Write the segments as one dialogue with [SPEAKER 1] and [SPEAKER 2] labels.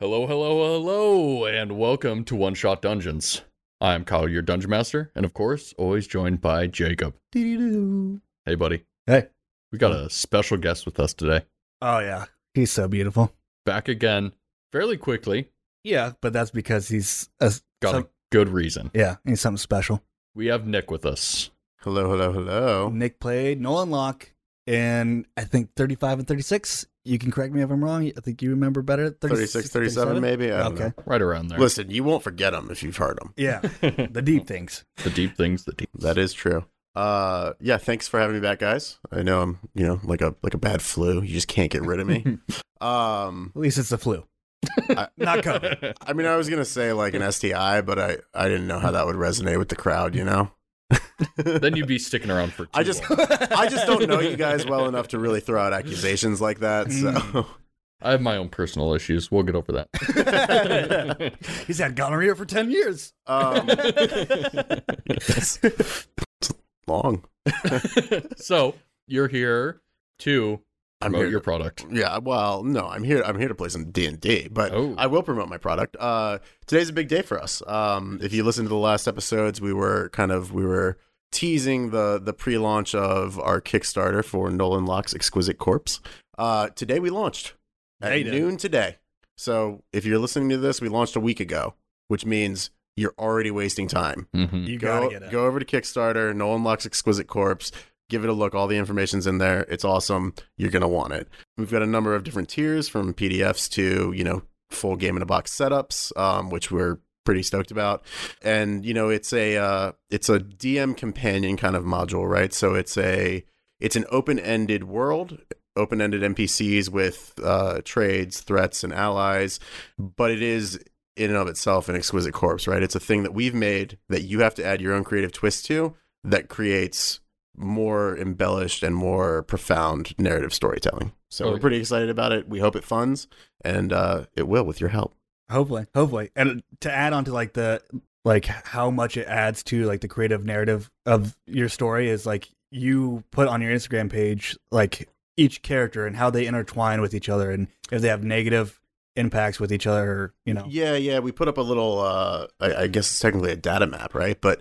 [SPEAKER 1] Hello, hello, hello, and welcome to One Shot Dungeons. I'm Kyle, your dungeon master, and of course, always joined by Jacob.
[SPEAKER 2] Dee-dee-doo.
[SPEAKER 1] Hey, buddy.
[SPEAKER 2] Hey.
[SPEAKER 1] We got a special guest with us today.
[SPEAKER 2] Oh yeah, he's so beautiful.
[SPEAKER 1] Back again fairly quickly.
[SPEAKER 2] Yeah, but that's because he's a,
[SPEAKER 1] Got a
[SPEAKER 2] some-
[SPEAKER 1] good reason.
[SPEAKER 2] yeah, he's something special.
[SPEAKER 1] We have Nick with us.
[SPEAKER 3] Hello, hello, hello.
[SPEAKER 2] Nick played Nolan Locke in I think 35 and 36. You can correct me if I'm wrong. I think you remember better.
[SPEAKER 3] 36, 37, maybe? I don't
[SPEAKER 2] Okay.
[SPEAKER 3] know.
[SPEAKER 1] Right around there.
[SPEAKER 3] Listen, you won't forget them if you've heard them.
[SPEAKER 2] Yeah, the deep things.
[SPEAKER 1] The deep things, the deep.
[SPEAKER 3] That is true. Uh, yeah, thanks for having me back, guys. I know I'm, you know, like a like a bad flu. You just can't get rid of me. um,
[SPEAKER 2] At least it's the flu. Not COVID.
[SPEAKER 3] I mean, I was gonna say like an STI, but I I didn't know how that would resonate with the crowd. You know.
[SPEAKER 1] then you'd be sticking around for too
[SPEAKER 3] I just-
[SPEAKER 1] long.
[SPEAKER 3] I just don't know you guys well enough to really throw out accusations like that. So
[SPEAKER 1] I have my own personal issues. We'll get over that.
[SPEAKER 2] he's had gonorrhea for 10 years.
[SPEAKER 1] Mm.
[SPEAKER 3] um, it's, it's long.
[SPEAKER 1] so, you're here to
[SPEAKER 3] I'm
[SPEAKER 1] promote
[SPEAKER 3] here-
[SPEAKER 1] your product.
[SPEAKER 3] Yeah, well, no, I'm here. I'm here to play some D and D, but
[SPEAKER 1] Oh.
[SPEAKER 3] I will promote my product. Uh, today's a big day for us. Um, if you listen to the last episodes, we were kind of we were teasing the the pre launch of our Kickstarter for Nolan Locke's Exquisite Corpse. Uh, today we launched at
[SPEAKER 2] Yeah, you did.
[SPEAKER 3] noon today. So if you're listening to this, we launched a week ago, which means you're already wasting time.
[SPEAKER 1] Mhm.
[SPEAKER 2] You
[SPEAKER 3] Mm. go
[SPEAKER 2] gotta get it.
[SPEAKER 3] go over to Kickstarter, Nolan Locke's Exquisite Corpse. Give it a look. All the information's in there. It's awesome. You're gonna want it. We've got a number of different tiers, from PDFs to you know full game in a box setups, um, which we're pretty stoked about. And you know, it's a uh, it's a DM companion kind of module, right? So it's a it's an open ended world, open ended NPCs with uh, trades, threats, and allies. But it is in and of itself an exquisite corpse, right? It's a thing that we've made that you have to add your own creative twist to that creates more embellished and more profound narrative storytelling. So
[SPEAKER 1] Oh,
[SPEAKER 3] we're pretty excited about it. We hope it funds, and uh, it will with your help.
[SPEAKER 2] Hopefully, hopefully, and to add on to like the like how much it adds to like the creative narrative of your story is like you put on your Instagram page like each character and how they intertwine with each other and if they have negative impacts with each other, or, you know.
[SPEAKER 3] Yeah, yeah. We put up a little, uh, I, I guess it's technically a data map, right? But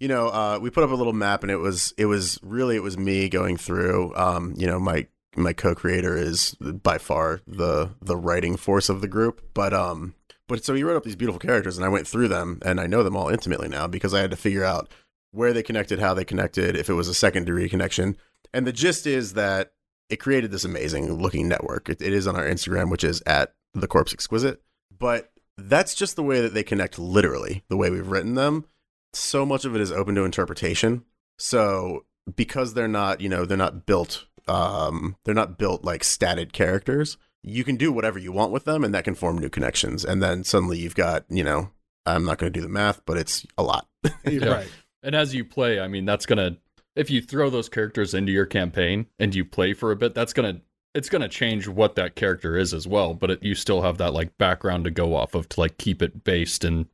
[SPEAKER 3] you know, uh, we put up a little map, and it was, it was really, it was me going through. Um, you know, my my co-creator is by far the the writing force of the group, but um, but so he wrote up these beautiful characters, and I went through them, and I know them all intimately now because I had to figure out where they connected, how they connected, if it was a second degree connection, and the gist is that it created this amazing looking network. It, it is on our Instagram, which is at the Corpse Exquisite but that's just the way that they connect literally the way we've written them so much of it is open to interpretation so because they're not you know they're not built um they're not built like statted characters you can do whatever you want with them and that can form new connections and then suddenly you've got you know i'm not going to do the math but it's a lot
[SPEAKER 1] Yeah. Right. And as you play, I mean, that's gonna if you throw those characters into your campaign and you play for a bit, that's gonna it's gonna change what that character is as well. But it, you still have that like background to go off of to like keep it based and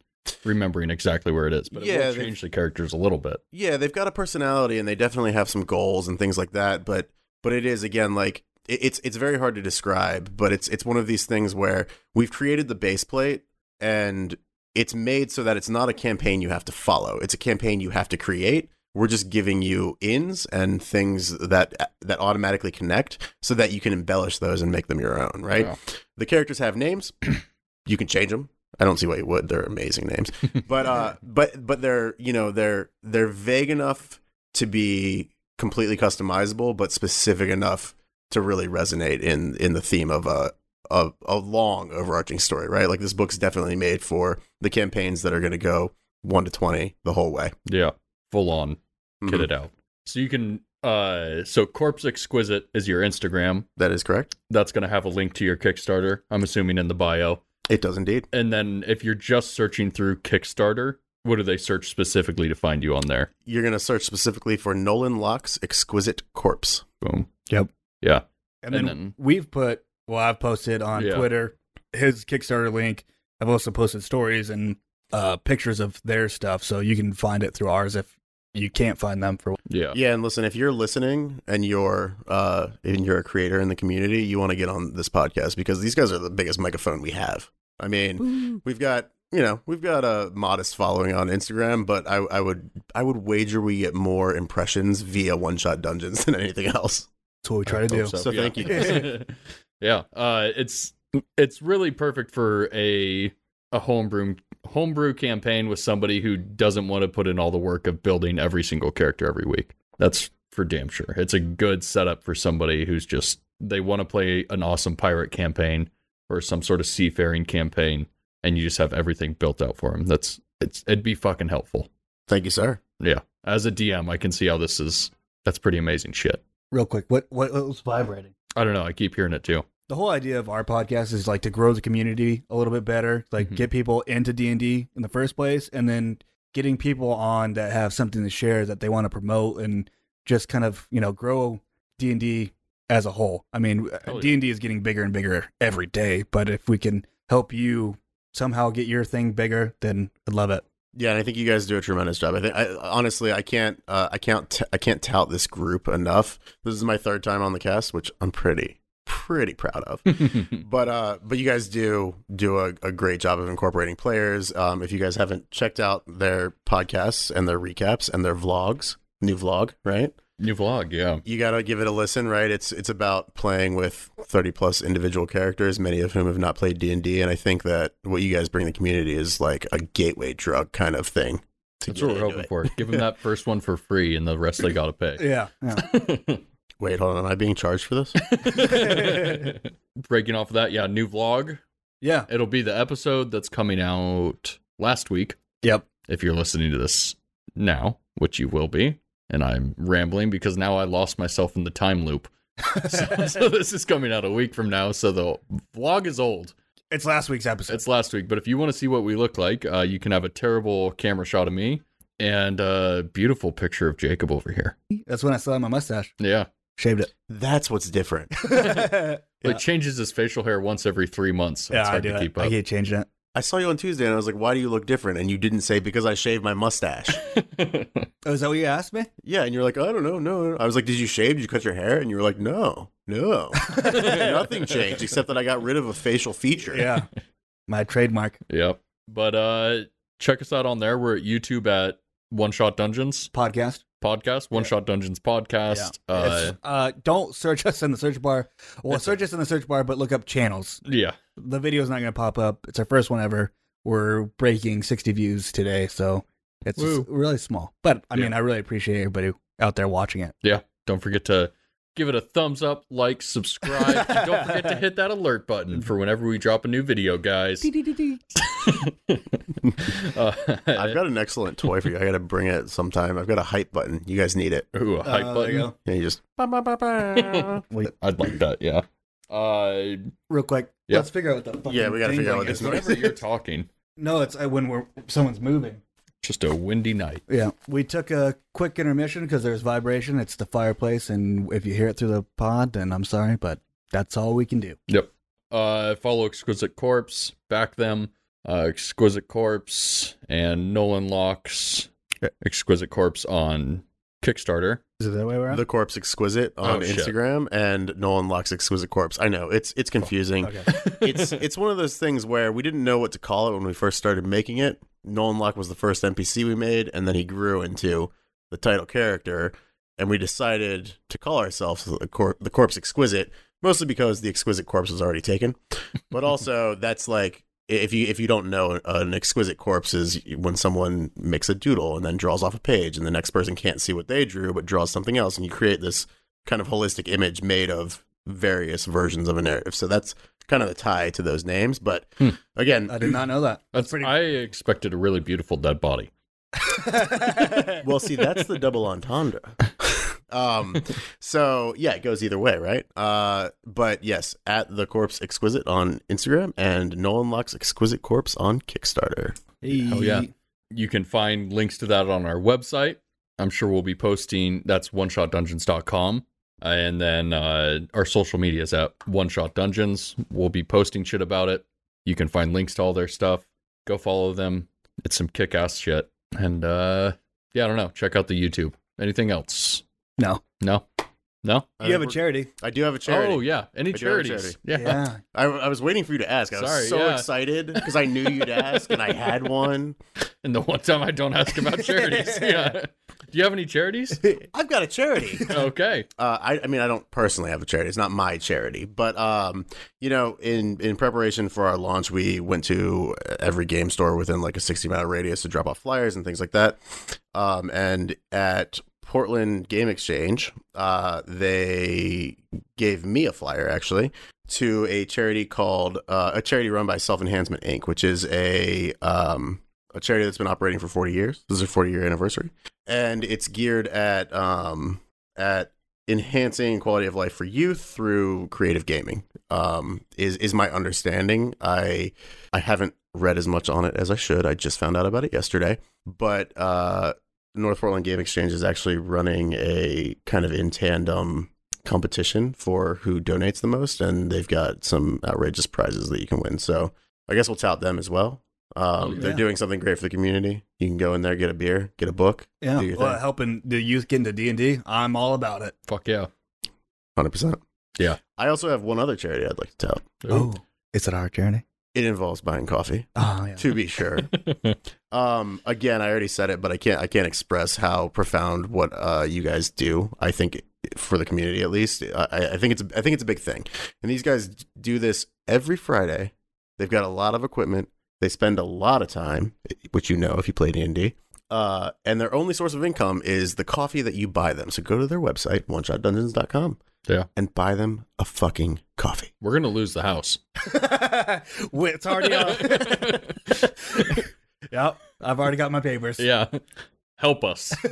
[SPEAKER 1] remembering exactly where it is. But
[SPEAKER 3] Yeah,
[SPEAKER 1] it
[SPEAKER 3] they-
[SPEAKER 1] will change the characters a little bit.
[SPEAKER 3] yeah they've got a personality and they definitely have some goals and things like that but but it is again like it, it's it's very hard to describe but it's it's one of these things where we've created the base plate and it's made so that it's not a campaign you have to follow it's a campaign you have to create we're just giving you ins and things that that automatically connect so that you can embellish those and make them your own right
[SPEAKER 1] Yeah.
[SPEAKER 3] the characters have names you can change them i don't see why you would they're amazing names but uh but but they're you know they're they're vague enough to be completely customizable but specific enough to really resonate in in the theme of a a, a long overarching story right like this book's definitely made for the campaigns that are going to go 1 to 20 the whole way
[SPEAKER 1] Yeah, full on
[SPEAKER 3] Mhm.
[SPEAKER 1] get it out. So you can uh so corpse exquisite is your Instagram.
[SPEAKER 3] that is correct
[SPEAKER 1] That's gonna have a link to your Kickstarter. I'm assuming in the bio.
[SPEAKER 3] it does indeed
[SPEAKER 1] And then if you're just searching through Kickstarter, what do they search specifically to find you on there?
[SPEAKER 3] you're going to search specifically for nolan locke's exquisite corpse
[SPEAKER 1] Boom.
[SPEAKER 2] Yep.
[SPEAKER 1] Yeah.
[SPEAKER 2] And
[SPEAKER 1] And
[SPEAKER 2] then,
[SPEAKER 1] then-
[SPEAKER 2] we've put well, I've posted on
[SPEAKER 1] Yeah.
[SPEAKER 2] Twitter his Kickstarter link. I've also posted stories and uh, pictures of their stuff, so you can find it through ours if you can't find them for
[SPEAKER 1] Yeah.
[SPEAKER 3] Yeah, and listen, if you're listening and you're uh and you're a creator in the community, you want to get on this podcast because these guys are the biggest microphone we have. I mean, we've got you know we've got a modest following on Instagram, but I, I would I would wager we get more impressions via one shot dungeons than anything else.
[SPEAKER 2] That's what we try to do.
[SPEAKER 1] hope
[SPEAKER 3] So thank
[SPEAKER 1] yeah. yeah, uh, it's it's really perfect for a a homebrew homebrew campaign with somebody who doesn't want to put in all the work of building every single character every week. That's for damn sure. It's a good setup for somebody who's just they want to play an awesome pirate campaign or some sort of seafaring campaign, and you just have everything built out for them. That's it's it'd be fucking helpful.
[SPEAKER 3] Thank you, sir.
[SPEAKER 1] Yeah, as a DM, I can see how this is. That's pretty amazing shit.
[SPEAKER 2] Real quick, what, what what was vibrating?
[SPEAKER 1] I don't know. I keep hearing it too.
[SPEAKER 2] The whole idea of our podcast is like to grow the community a little bit better, like
[SPEAKER 1] Mhm.
[SPEAKER 2] get people into D and D in the first place, and then getting people on that have something to share that they want to promote, and just kind of you know grow D and D as a whole. I mean,
[SPEAKER 1] Hell yeah.
[SPEAKER 2] D and D is getting bigger and bigger every day, but if we can help you somehow get your thing bigger, then I'd love it.
[SPEAKER 3] Yeah, and I think you guys do a tremendous job. I think I, honestly, I can't, uh, I can't, t- I can't tout this group enough. This is my third time on the cast, which I'm pretty, pretty proud of. but uh, but you guys do do a, a great job of incorporating players. Um, if you guys haven't checked out their podcasts and their recaps and their vlogs, new vlog, right?
[SPEAKER 1] New vlog, yeah.
[SPEAKER 3] You gotta give it a listen, right? It's it's about playing with thirty plus individual characters, many of whom have not played D anD D, and I think that what you guys bring to the community is like a gateway drug kind of thing. to
[SPEAKER 1] That's
[SPEAKER 3] get
[SPEAKER 1] what we're
[SPEAKER 3] into
[SPEAKER 1] hoping
[SPEAKER 3] it.
[SPEAKER 1] for. Give them that first one for free, and the rest they gotta pay.
[SPEAKER 2] Yeah, yeah.
[SPEAKER 3] Wait, hold on. Am I being charged for this?
[SPEAKER 1] Breaking off of that, yeah, new vlog.
[SPEAKER 2] yeah.
[SPEAKER 1] It'll be the episode that's coming out last week.
[SPEAKER 2] Yep.
[SPEAKER 1] If you're listening to this now, which you will be, and I'm rambling because now I lost myself in the time loop. So, so this is coming out a week from now. So the vlog is old.
[SPEAKER 2] It's last week's episode.
[SPEAKER 1] It's last week, but if you want to see what we look like, uh, you can have a terrible camera shot of me and a beautiful picture of Jacob over here.
[SPEAKER 2] That's when I still had my mustache.
[SPEAKER 1] Yeah.
[SPEAKER 2] Shaved
[SPEAKER 3] That's what's different.
[SPEAKER 2] it.
[SPEAKER 1] It changes his facial hair once every three months. So it's
[SPEAKER 2] yeah, I
[SPEAKER 1] hard
[SPEAKER 2] do.
[SPEAKER 1] to
[SPEAKER 2] It.
[SPEAKER 1] keep
[SPEAKER 2] I
[SPEAKER 1] up.
[SPEAKER 2] keep changing it.
[SPEAKER 3] I saw you on Tuesday and I was like, why do you look different? And you didn't say, because I shaved my mustache.
[SPEAKER 2] Oh, is that what you asked me?
[SPEAKER 3] yeah. And you're like, I don't know. No. no." I was like, did you shave? Did you cut your hair? And you were like, no, no. Nothing changed except that I got rid of a facial feature.
[SPEAKER 2] Yeah. My trademark
[SPEAKER 1] Yep. But uh check us out on there. We're at YouTube at One Shot Dungeons
[SPEAKER 2] podcast.
[SPEAKER 1] Podcast. One
[SPEAKER 2] Yeah.
[SPEAKER 1] Shot Dungeons Podcast.
[SPEAKER 2] Yeah.
[SPEAKER 1] Uh
[SPEAKER 2] It's- uh, don't search us in the search bar. Well,
[SPEAKER 1] It's-
[SPEAKER 2] search us in the search bar, but look up channels.
[SPEAKER 1] yeah.
[SPEAKER 2] The video's not going to pop up. It's our first one ever. We're breaking 60 views today, so it's
[SPEAKER 1] Woo.
[SPEAKER 2] just really small. But I
[SPEAKER 1] Yeah.
[SPEAKER 2] mean, I really appreciate everybody out there watching it.
[SPEAKER 1] Don't forget to give it a thumbs up, like, subscribe. and don't forget to hit that alert button for whenever we drop a new video, guys. uh,
[SPEAKER 3] I've got an excellent toy for you. I got to bring it sometime. I've got a hype button. You guys need it.
[SPEAKER 1] ooh, a hype
[SPEAKER 2] Uh, there you
[SPEAKER 1] button.
[SPEAKER 2] go.
[SPEAKER 3] And you just. ba, ba, ba, ba.
[SPEAKER 2] Wait,
[SPEAKER 1] I'd like that, yeah. Uh
[SPEAKER 2] real quick.
[SPEAKER 1] Yeah.
[SPEAKER 2] Let's figure out what the fucking
[SPEAKER 3] Yeah, we gotta
[SPEAKER 2] thing
[SPEAKER 3] figure
[SPEAKER 2] thing
[SPEAKER 3] out what
[SPEAKER 2] is.
[SPEAKER 1] it's
[SPEAKER 3] this noise
[SPEAKER 1] whenever you're talking.
[SPEAKER 2] No, it's uh, when we're someone's moving.
[SPEAKER 1] Just a windy night.
[SPEAKER 2] Yeah, we took a quick intermission because there's vibration. It's the fireplace, and if you hear it through the pod, then I'm sorry, but that's all we can do.
[SPEAKER 1] uh, follow Exquisite Corpse, back them, uh, Exquisite Corpse, and Nolan Locke's Exquisite Corpse on Kickstarter.
[SPEAKER 2] Is it that way we're at?
[SPEAKER 3] The Corpse Exquisite
[SPEAKER 1] Oh,
[SPEAKER 3] on
[SPEAKER 1] shit.
[SPEAKER 3] Instagram and Nolan Locke's Exquisite Corpse. I know it's it's confusing.
[SPEAKER 2] okay.
[SPEAKER 3] it's it's one of those things where we didn't know what to call it when we first started making it. Nolan Locke was the first NPC we made, and then he grew into the title character, and we decided to call ourselves the, cor- the Corpse Exquisite, mostly because the Exquisite Corpse was already taken, but also that's like if you if you don't know uh, an exquisite corpse is when someone makes a doodle and then draws off a page, and the next person can't see what they drew but draws something else, and you create this kind of holistic image made of various versions of a narrative. So that's kind of the tie to those names. But
[SPEAKER 1] Hmm.
[SPEAKER 3] again,
[SPEAKER 2] I did not know that.
[SPEAKER 1] That's
[SPEAKER 2] pretty-
[SPEAKER 1] I expected a really beautiful dead body.
[SPEAKER 3] well, see, that's the double entendre. um, so yeah, it goes either way, right? Uh, but yes, at the corpse exquisite on Instagram and Nolan Locke's exquisite corpse on Kickstarter.
[SPEAKER 1] Hell yeah. You can find links to that on our website. I'm sure we'll be posting that's one oneshotdungeons.com. And then uh, our social media is at One Shot Dungeons. We'll be posting shit about it. You can find links to all their stuff. Go follow them. It's some kick ass shit. And uh, yeah, I don't know. Check out the YouTube. Anything else?
[SPEAKER 2] No.
[SPEAKER 1] No. No.
[SPEAKER 3] I
[SPEAKER 2] you have a
[SPEAKER 3] think
[SPEAKER 2] charity.
[SPEAKER 3] we're- I do have a charity.
[SPEAKER 1] Oh yeah, any
[SPEAKER 3] I do have a
[SPEAKER 1] charities?
[SPEAKER 3] charity.
[SPEAKER 1] Yeah.
[SPEAKER 3] I, I was waiting for you to ask. I
[SPEAKER 1] Sorry,
[SPEAKER 3] was so
[SPEAKER 1] yeah.
[SPEAKER 3] excited because I knew you'd ask, and I had one.
[SPEAKER 1] And the one time I don't ask about charities. Yeah. Do you have any charities?
[SPEAKER 3] I've got a charity.
[SPEAKER 1] Okay.
[SPEAKER 3] uh, I, I mean, I don't personally have a charity. It's not my charity, but um, you know, in in preparation for our launch, we went to every game store within like a sixty mile radius to drop off flyers and things like that. Um, and at Portland Game Exchange, uh, they gave me a flyer actually to a charity called uh, a charity run by Self Enhancement Inc., which is a um, a charity that's been operating for forty years. This is their forty year anniversary, and it's geared at um, at enhancing quality of life for youth through creative gaming um, is is my understanding. I I haven't read as much on it as I should. I just found out about it yesterday, but uh, North Portland Game Exchange is actually running a kind of in tandem competition for who donates the most, and they've got some outrageous prizes that you can win. So I guess we'll tout them as well. Um,
[SPEAKER 1] Oh, yeah.
[SPEAKER 3] They're doing something great for the community. You can go in there, get a beer, get a book,
[SPEAKER 2] Yeah,
[SPEAKER 3] Do your
[SPEAKER 2] well,
[SPEAKER 3] thing.
[SPEAKER 2] helping the youth get into D and D, I'm all about it.
[SPEAKER 1] Fuck yeah.
[SPEAKER 3] hundred percent.
[SPEAKER 1] Yeah.
[SPEAKER 3] I also have one other charity I'd like to tout.
[SPEAKER 2] Oh.
[SPEAKER 1] Ooh.
[SPEAKER 2] is it our charity?
[SPEAKER 3] It involves buying coffee,
[SPEAKER 2] Oh yeah.
[SPEAKER 3] to be sure. um, again, I already said it, but I can't. I can't express how profound what uh, you guys do. I think for the community, at least, I, I think it's. I think it's a big thing. And these guys do this every Friday. They've got a lot of equipment. They spend a lot of time, which you know if you play D and D. Uh, and their only source of income is the coffee that you buy them. So go to their website, oneshotdungeons.com,
[SPEAKER 1] Yeah.
[SPEAKER 3] and buy them a fucking coffee.
[SPEAKER 1] We're gonna lose the house.
[SPEAKER 2] Wait, it's already on. yep, I've already got my papers.
[SPEAKER 1] yeah. Help us.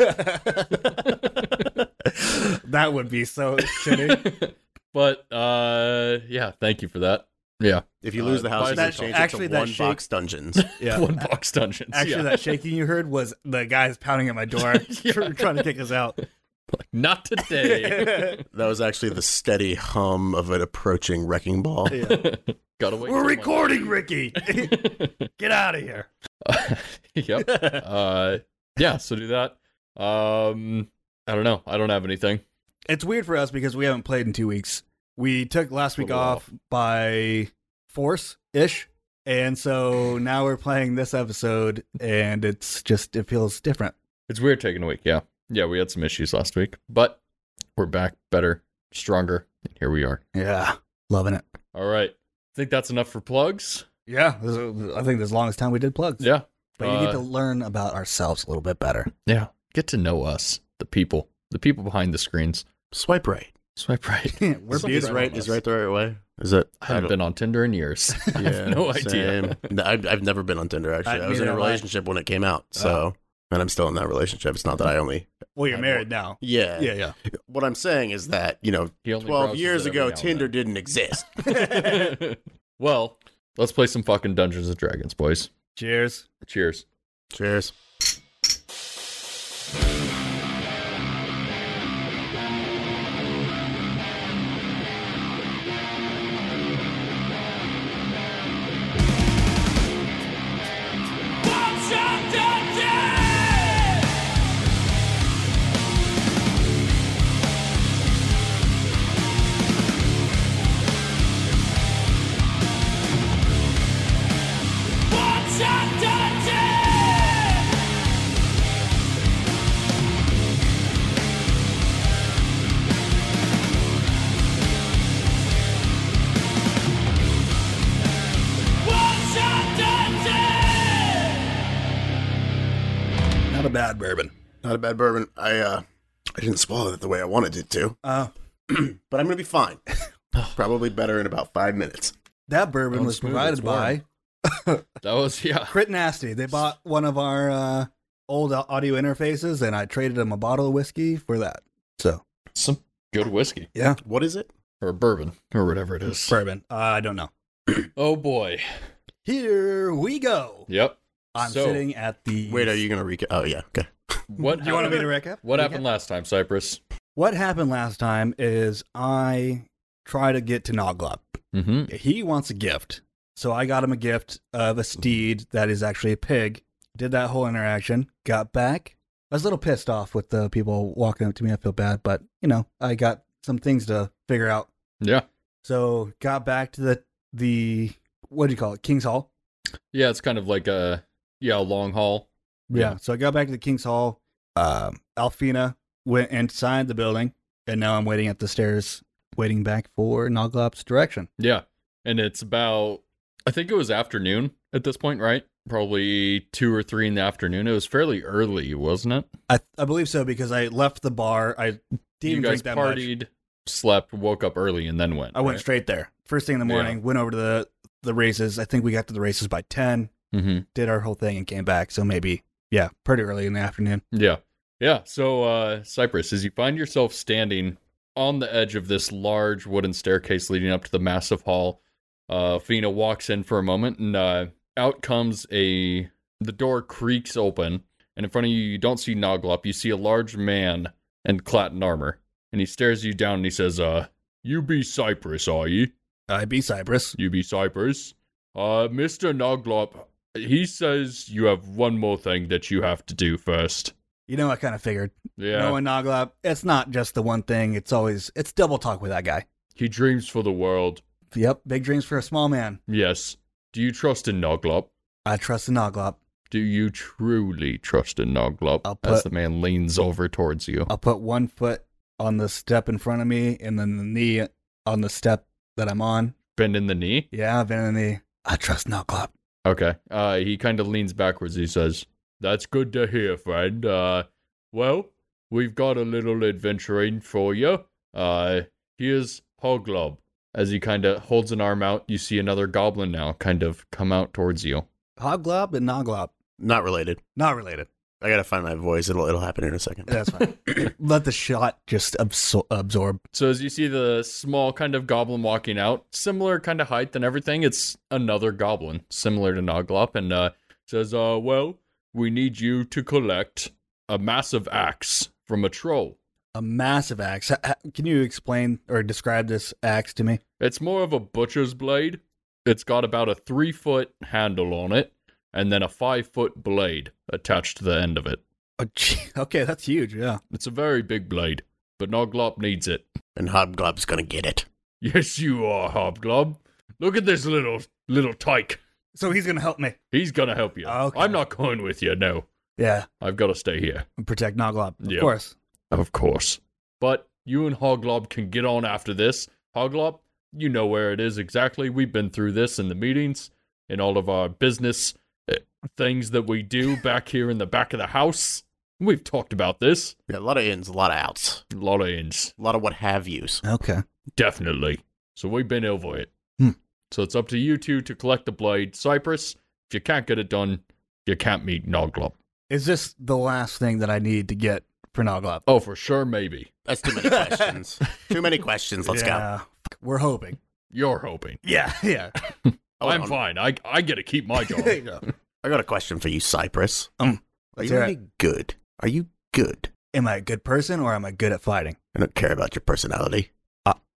[SPEAKER 2] that would be so shitty.
[SPEAKER 1] but uh yeah, thank you for that. Yeah.
[SPEAKER 3] If you
[SPEAKER 1] Uh,
[SPEAKER 3] lose the house,
[SPEAKER 1] buy
[SPEAKER 3] you
[SPEAKER 1] that-
[SPEAKER 3] can change
[SPEAKER 2] actually,
[SPEAKER 3] it to
[SPEAKER 2] that
[SPEAKER 3] one
[SPEAKER 2] shake-
[SPEAKER 3] box dungeons.
[SPEAKER 2] Yeah.
[SPEAKER 1] One box dungeons.
[SPEAKER 2] Actually,
[SPEAKER 1] yeah.
[SPEAKER 2] that shaking you heard was the guys pounding at my door, tr-
[SPEAKER 1] Yeah.
[SPEAKER 2] trying to kick us out.
[SPEAKER 1] not today.
[SPEAKER 3] that was actually the steady hum of an approaching wrecking ball.
[SPEAKER 2] Yeah.
[SPEAKER 1] Gotta wait.
[SPEAKER 2] We're
[SPEAKER 1] till
[SPEAKER 2] recording, Ricky.
[SPEAKER 1] Monday.
[SPEAKER 2] Get out of here.
[SPEAKER 1] yep. Uh yeah, so do that. Um I don't know. I don't have anything.
[SPEAKER 2] It's weird for us because we haven't played in two weeks. We took last week
[SPEAKER 1] Little
[SPEAKER 2] off by force ish. And so now we're playing this episode and it's just, it feels different.
[SPEAKER 1] It's weird taking a week, yeah. Yeah, we had some issues last week, but we're back better, stronger, and here we are.
[SPEAKER 2] Yeah. Loving it.
[SPEAKER 1] All right. I think that's enough for plugs.
[SPEAKER 2] Yeah. This is, I think this is the longest time we did plugs.
[SPEAKER 1] Yeah.
[SPEAKER 2] But you
[SPEAKER 1] Uh,
[SPEAKER 2] get to learn about ourselves a little bit better.
[SPEAKER 1] Yeah. Get to know us, the people, the people behind the screens.
[SPEAKER 3] Swipe right.
[SPEAKER 1] Swipe right.
[SPEAKER 2] we're
[SPEAKER 1] This will be
[SPEAKER 3] is
[SPEAKER 2] beautiful.
[SPEAKER 1] beautiful.
[SPEAKER 3] right is right the right way. Is it?
[SPEAKER 1] I haven't been on Tinder in years. I have no idea.
[SPEAKER 3] I've, I've never been on Tinder actually.
[SPEAKER 2] I-
[SPEAKER 3] I, Ah. was in
[SPEAKER 2] neither
[SPEAKER 3] a
[SPEAKER 2] have I.
[SPEAKER 3] relationship when it came out, so and I'm still in that relationship. It's not that I only.
[SPEAKER 2] Well, you're
[SPEAKER 3] I
[SPEAKER 2] married now.
[SPEAKER 3] Yeah.
[SPEAKER 2] Yeah. Yeah.
[SPEAKER 3] What I'm saying is that you know,
[SPEAKER 1] He only
[SPEAKER 3] twelve
[SPEAKER 1] browses
[SPEAKER 3] years
[SPEAKER 1] it every
[SPEAKER 3] ago,
[SPEAKER 1] now and
[SPEAKER 3] Tinder didn't exist.
[SPEAKER 1] then. well, let's play some fucking Dungeons and Dragons, boys.
[SPEAKER 2] Cheers.
[SPEAKER 1] Cheers.
[SPEAKER 3] Cheers.
[SPEAKER 2] Not a bad bourbon.
[SPEAKER 3] Not a bad bourbon. I uh, I didn't swallow it the way I wanted it to,
[SPEAKER 2] Uh,
[SPEAKER 3] but I'm gonna be fine. Probably better in about five minutes.
[SPEAKER 2] that bourbon
[SPEAKER 1] Oh,
[SPEAKER 2] was
[SPEAKER 1] it's smooth,
[SPEAKER 2] provided
[SPEAKER 1] it's warm.
[SPEAKER 2] by
[SPEAKER 1] That was yeah.
[SPEAKER 2] Crit Nasty. They bought one of our uh, old au- audio interfaces, and I traded them a bottle of whiskey for that. So
[SPEAKER 1] Some good whiskey
[SPEAKER 3] What is it?
[SPEAKER 1] or bourbon or whatever it is.
[SPEAKER 2] bourbon. Uh, I don't know.
[SPEAKER 1] Oh boy.
[SPEAKER 2] Here we go.
[SPEAKER 1] Yep.
[SPEAKER 2] I'm
[SPEAKER 1] So-
[SPEAKER 2] sitting at the.
[SPEAKER 3] Wait, are you gonna recap? Oh yeah, okay.
[SPEAKER 1] What
[SPEAKER 2] You want me to
[SPEAKER 1] happened-
[SPEAKER 2] recap?
[SPEAKER 1] What
[SPEAKER 2] Recap?
[SPEAKER 1] happened last time, Cypress?
[SPEAKER 2] What happened last time is I try to get to Noglop.
[SPEAKER 1] Mm-hmm.
[SPEAKER 2] He wants a gift, so I got him a gift of a
[SPEAKER 1] Mm-hmm.
[SPEAKER 2] steed that is actually a pig. Did that whole interaction. Got back. I was a little pissed off with the people walking up to me. I feel bad, but you know, I got some things to figure out.
[SPEAKER 1] Yeah.
[SPEAKER 2] So got back to the the what do you call it? King's Hall.
[SPEAKER 1] Yeah, it's kind of like a yeah, a long haul.
[SPEAKER 2] Yeah. So I got back to the King's Hall. Um, Alfina went inside the building, and now I'm waiting at the stairs, waiting back for Noglop's direction.
[SPEAKER 1] Yeah. And it's about I think it was afternoon at this point, right? Probably two or three in the afternoon. It was fairly early, wasn't it?
[SPEAKER 2] I I believe so because I left the bar. I didn't
[SPEAKER 1] you
[SPEAKER 2] even
[SPEAKER 1] guys
[SPEAKER 2] drink that much.
[SPEAKER 1] partied, slept, woke up early, and then went.
[SPEAKER 2] I went
[SPEAKER 1] right?
[SPEAKER 2] straight there. First thing in the
[SPEAKER 1] Yeah.
[SPEAKER 2] morning, went over to the the races. I think we got to the races by ten.
[SPEAKER 1] Mhm.
[SPEAKER 2] Did our whole thing and came back. So maybe yeah, pretty early in the afternoon.
[SPEAKER 1] Yeah. Yeah. So, uh, Cyprus, as you find yourself standing on the edge of this large wooden staircase leading up to the massive hall, uh, Fina walks in for a moment and, uh, out comes a, the door creaks open and in front of you, you don't see Noglop. You see a large man in Clatin armor and he stares you down and he says, uh, you be Cyprus, are you?
[SPEAKER 2] Uh, I be Cyprus.
[SPEAKER 1] You be Cyprus. Uh, Mr. Noglop, he says you have one more thing that you have to do first.
[SPEAKER 2] You know, I kind of figured.
[SPEAKER 1] Yeah.
[SPEAKER 2] Knowing Noglop, it's not just the one thing. It's always it's double talk with that guy.
[SPEAKER 1] He dreams for the world.
[SPEAKER 2] Yep, big dreams for a small man.
[SPEAKER 1] Yes. Do you trust in Noglop?
[SPEAKER 2] I trust the Noglop.
[SPEAKER 1] Do you truly trust in Noglop?
[SPEAKER 2] I'll
[SPEAKER 1] As
[SPEAKER 2] put-
[SPEAKER 1] the man leans over towards you.
[SPEAKER 2] I'll put one foot on the step in front of me, and then the knee on the step that I'm on.
[SPEAKER 1] Bend in the knee.
[SPEAKER 2] Yeah, I've been in the knee. I trust Noglop.
[SPEAKER 1] Okay. Uh, he kind of leans backwards. He says, That's good to hear, friend. Uh, well, we've got a little adventuring for you. Uh, here's Hoglob. As he kind of holds an arm out, you see another goblin now kind of come out towards you.
[SPEAKER 2] Hoglob and Noglop,
[SPEAKER 3] Not related.
[SPEAKER 2] not related.
[SPEAKER 3] I gotta find my voice. It'll it'll happen in a second.
[SPEAKER 2] That's fine. Let the shot just absor- absorb.
[SPEAKER 1] So as you see the small kind of goblin walking out, similar kind of height and everything, it's another goblin, similar to Noglop, and uh, says, uh, well, we need you to collect a massive axe from a troll.
[SPEAKER 2] A massive axe. Ha- ha- Can you explain or describe this axe to me?
[SPEAKER 1] It's more of a butcher's blade. It's got about a three foot handle on it, and then a five foot blade attached to the end of it.
[SPEAKER 2] Oh, gee, okay, that's huge. Yeah.
[SPEAKER 1] It's a very big blade, but Noglop needs it.
[SPEAKER 3] And Hobgob's gonna get it.
[SPEAKER 1] Yes, you are, Hobglob. Look at this little little tyke.
[SPEAKER 2] So he's gonna help me.
[SPEAKER 1] He's gonna help you.
[SPEAKER 2] Okay.
[SPEAKER 1] I'm not going with you. No,
[SPEAKER 2] Yeah,
[SPEAKER 1] I've got to stay here.
[SPEAKER 2] and protect Noglop, of
[SPEAKER 1] Yeah.
[SPEAKER 2] course.
[SPEAKER 1] Of course. But you and Hoglob can get on after this. Hoglob, you know where it is exactly. We've been through this in the meetings, in all of our business uh, things that we do back here in the back of the house. We've talked about this.
[SPEAKER 3] Yeah, a lot of ins, a lot of outs,
[SPEAKER 1] A lot of ins,
[SPEAKER 3] a lot of what have yous.
[SPEAKER 2] Okay.
[SPEAKER 1] definitely. So we've been over it.
[SPEAKER 2] Hmm.
[SPEAKER 1] So it's up to you two to collect the blade. Cypress, if you can't get it done, you can't meet Noglop.
[SPEAKER 2] Is this the last thing that I need to get for Noglop?
[SPEAKER 1] Oh, for sure, maybe.
[SPEAKER 3] That's too many questions. too many questions. Let's go.
[SPEAKER 2] yeah. Fuck, We're hoping.
[SPEAKER 1] You're hoping.
[SPEAKER 2] Yeah, yeah.
[SPEAKER 3] Oh,
[SPEAKER 1] I'm
[SPEAKER 3] um,
[SPEAKER 1] fine. I I get to keep my job.
[SPEAKER 2] There you go.
[SPEAKER 3] I got a question for you, Cypress.
[SPEAKER 2] Um,
[SPEAKER 3] are
[SPEAKER 2] let's
[SPEAKER 3] you
[SPEAKER 2] hear
[SPEAKER 3] any good? Are you good?
[SPEAKER 2] am I a good person or am I good at fighting?
[SPEAKER 3] I don't care about your personality.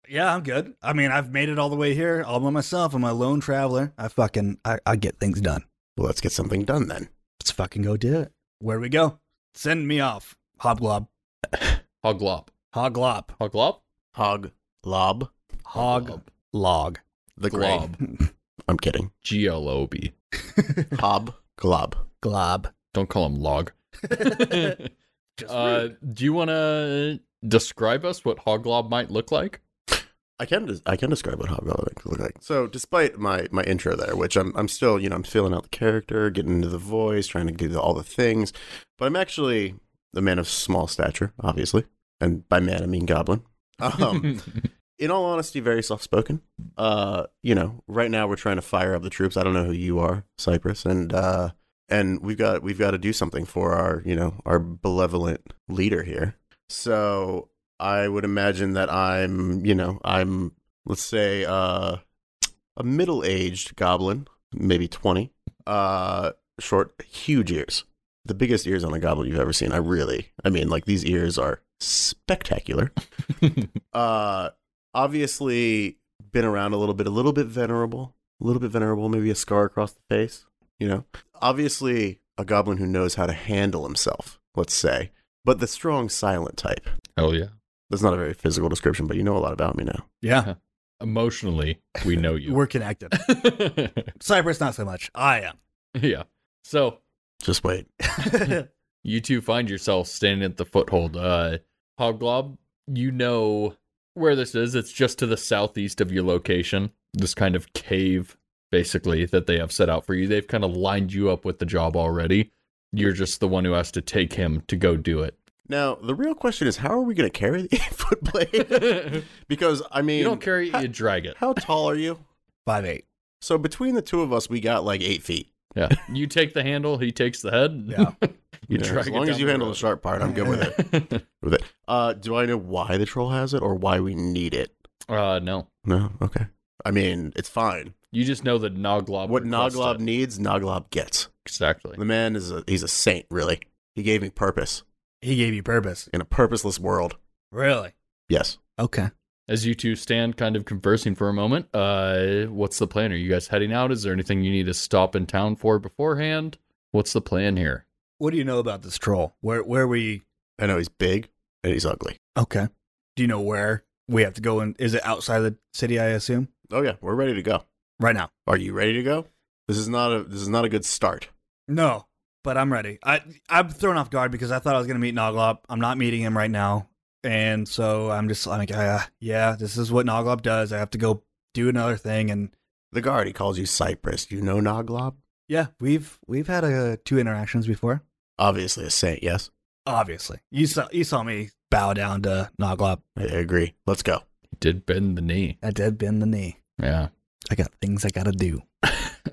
[SPEAKER 2] Yeah, I'm good. I mean, I've made it all the way here all by myself. I'm a lone traveler. I fucking, I, I get things done.
[SPEAKER 3] Well, let's get something done then.
[SPEAKER 2] Let's fucking go do it. Where do we go? Send me off. Hobglob.
[SPEAKER 1] Hoglop.
[SPEAKER 2] Hoglop.
[SPEAKER 1] Hoglop?
[SPEAKER 3] Hog lob
[SPEAKER 2] Hog log.
[SPEAKER 3] the glob.
[SPEAKER 1] Glob.
[SPEAKER 3] I'm kidding.
[SPEAKER 1] G L O B.
[SPEAKER 3] Hob glob.
[SPEAKER 2] Glob.
[SPEAKER 1] Don't call him log.
[SPEAKER 2] Just
[SPEAKER 1] uh,
[SPEAKER 2] rude.
[SPEAKER 1] do you want to describe us what Hoglob might look like?
[SPEAKER 3] I can des- I can describe what Hobgoblin could look like. So, despite my my intro there, which I'm I'm still you know I'm feeling out the character, getting into the voice, trying to do the, all the things, but I'm actually a man of small stature, obviously, and by man I mean goblin. Um, in all honesty, very soft spoken. Uh, you know, right now we're trying to fire up the troops. I don't know who you are, Cyprus, and uh, and we've got we've got to do something for our you know our benevolent leader here. So I would imagine that I'm you know I'm let's say uh, a middle aged goblin, maybe twenty, uh, short, huge ears, the biggest ears on a goblin you've ever seen. I really, I mean, like these ears are spectacular uh obviously been around a little bit a little bit venerable a little bit venerable maybe a scar across the face you know obviously a goblin who knows how to handle himself let's say but the strong silent type
[SPEAKER 1] Hell yeah.
[SPEAKER 3] That's not a very physical description, but you know a lot about me now.
[SPEAKER 2] Yeah,
[SPEAKER 1] Emotionally, we know you.
[SPEAKER 2] we're connected. Cypress, not so much. I
[SPEAKER 1] yeah. So
[SPEAKER 3] Just wait.
[SPEAKER 2] am.
[SPEAKER 1] you two find yourself standing at the foothold. Uh, Hoglob, you know where this is. It's just to the southeast of your location. This kind of cave, basically, that they have set out for you. They've kind of lined you up with the job already. You're just the one who has to take him to go do it.
[SPEAKER 3] Now, the real question is how are we going to carry the eight foot blade?
[SPEAKER 1] you
[SPEAKER 3] because, I mean,
[SPEAKER 1] don't carry it, you drag it.
[SPEAKER 3] how tall are you?
[SPEAKER 2] Five eight.
[SPEAKER 3] So, between the two of us, we got like eight feet.
[SPEAKER 1] Yeah. You take the handle, he takes the head.
[SPEAKER 2] Yeah.
[SPEAKER 1] you
[SPEAKER 3] know,
[SPEAKER 1] drag
[SPEAKER 3] as long
[SPEAKER 1] it
[SPEAKER 3] as
[SPEAKER 1] down
[SPEAKER 3] you
[SPEAKER 1] the
[SPEAKER 3] handle the
[SPEAKER 1] road.
[SPEAKER 3] sharp part, I'm good with it. With it. Uh, do I know why the troll has it or why we need it?
[SPEAKER 1] uh, no.
[SPEAKER 3] No. Okay. I mean, it's fine.
[SPEAKER 1] You just know that Noglob.
[SPEAKER 3] what
[SPEAKER 1] requested
[SPEAKER 3] Noglob
[SPEAKER 1] it.
[SPEAKER 3] needs, Noglob gets.
[SPEAKER 1] Exactly.
[SPEAKER 3] The man is a, he's a saint, really. He gave me purpose
[SPEAKER 2] He gave you purpose.
[SPEAKER 3] in a purposeless world.
[SPEAKER 2] Really?
[SPEAKER 3] Yes.
[SPEAKER 2] Okay.
[SPEAKER 1] As you two stand kind of conversing for a moment, uh, what's the plan? Are you guys heading out? Is there anything you need to stop in town for beforehand? What's the plan here?
[SPEAKER 2] What do you know about this troll? Where where we?
[SPEAKER 3] I know he's big and he's ugly.
[SPEAKER 2] Okay. Do you know where we have to go? And is it outside of the city? I assume
[SPEAKER 3] Oh yeah, we're ready to go.
[SPEAKER 2] right now.
[SPEAKER 3] Are you ready to go? This is not a this is not a good start.
[SPEAKER 2] No, but I'm ready. I I'm thrown off guard because I thought I was gonna meet Noglop. I'm not meeting him right now, and so I'm just like, uh, yeah, this is what Noglop does. I have to go do another thing, and
[SPEAKER 3] The guard he calls you Cypress. You know Noglob?
[SPEAKER 2] yeah, we've we've had uh, two interactions before.
[SPEAKER 3] Obviously a saint, yes.
[SPEAKER 2] Obviously, you saw you saw me bow down to Noglop.
[SPEAKER 3] I agree. Let's go.
[SPEAKER 1] He did bend the knee.
[SPEAKER 2] I did bend the knee.
[SPEAKER 1] Yeah.
[SPEAKER 2] I got things I gotta do.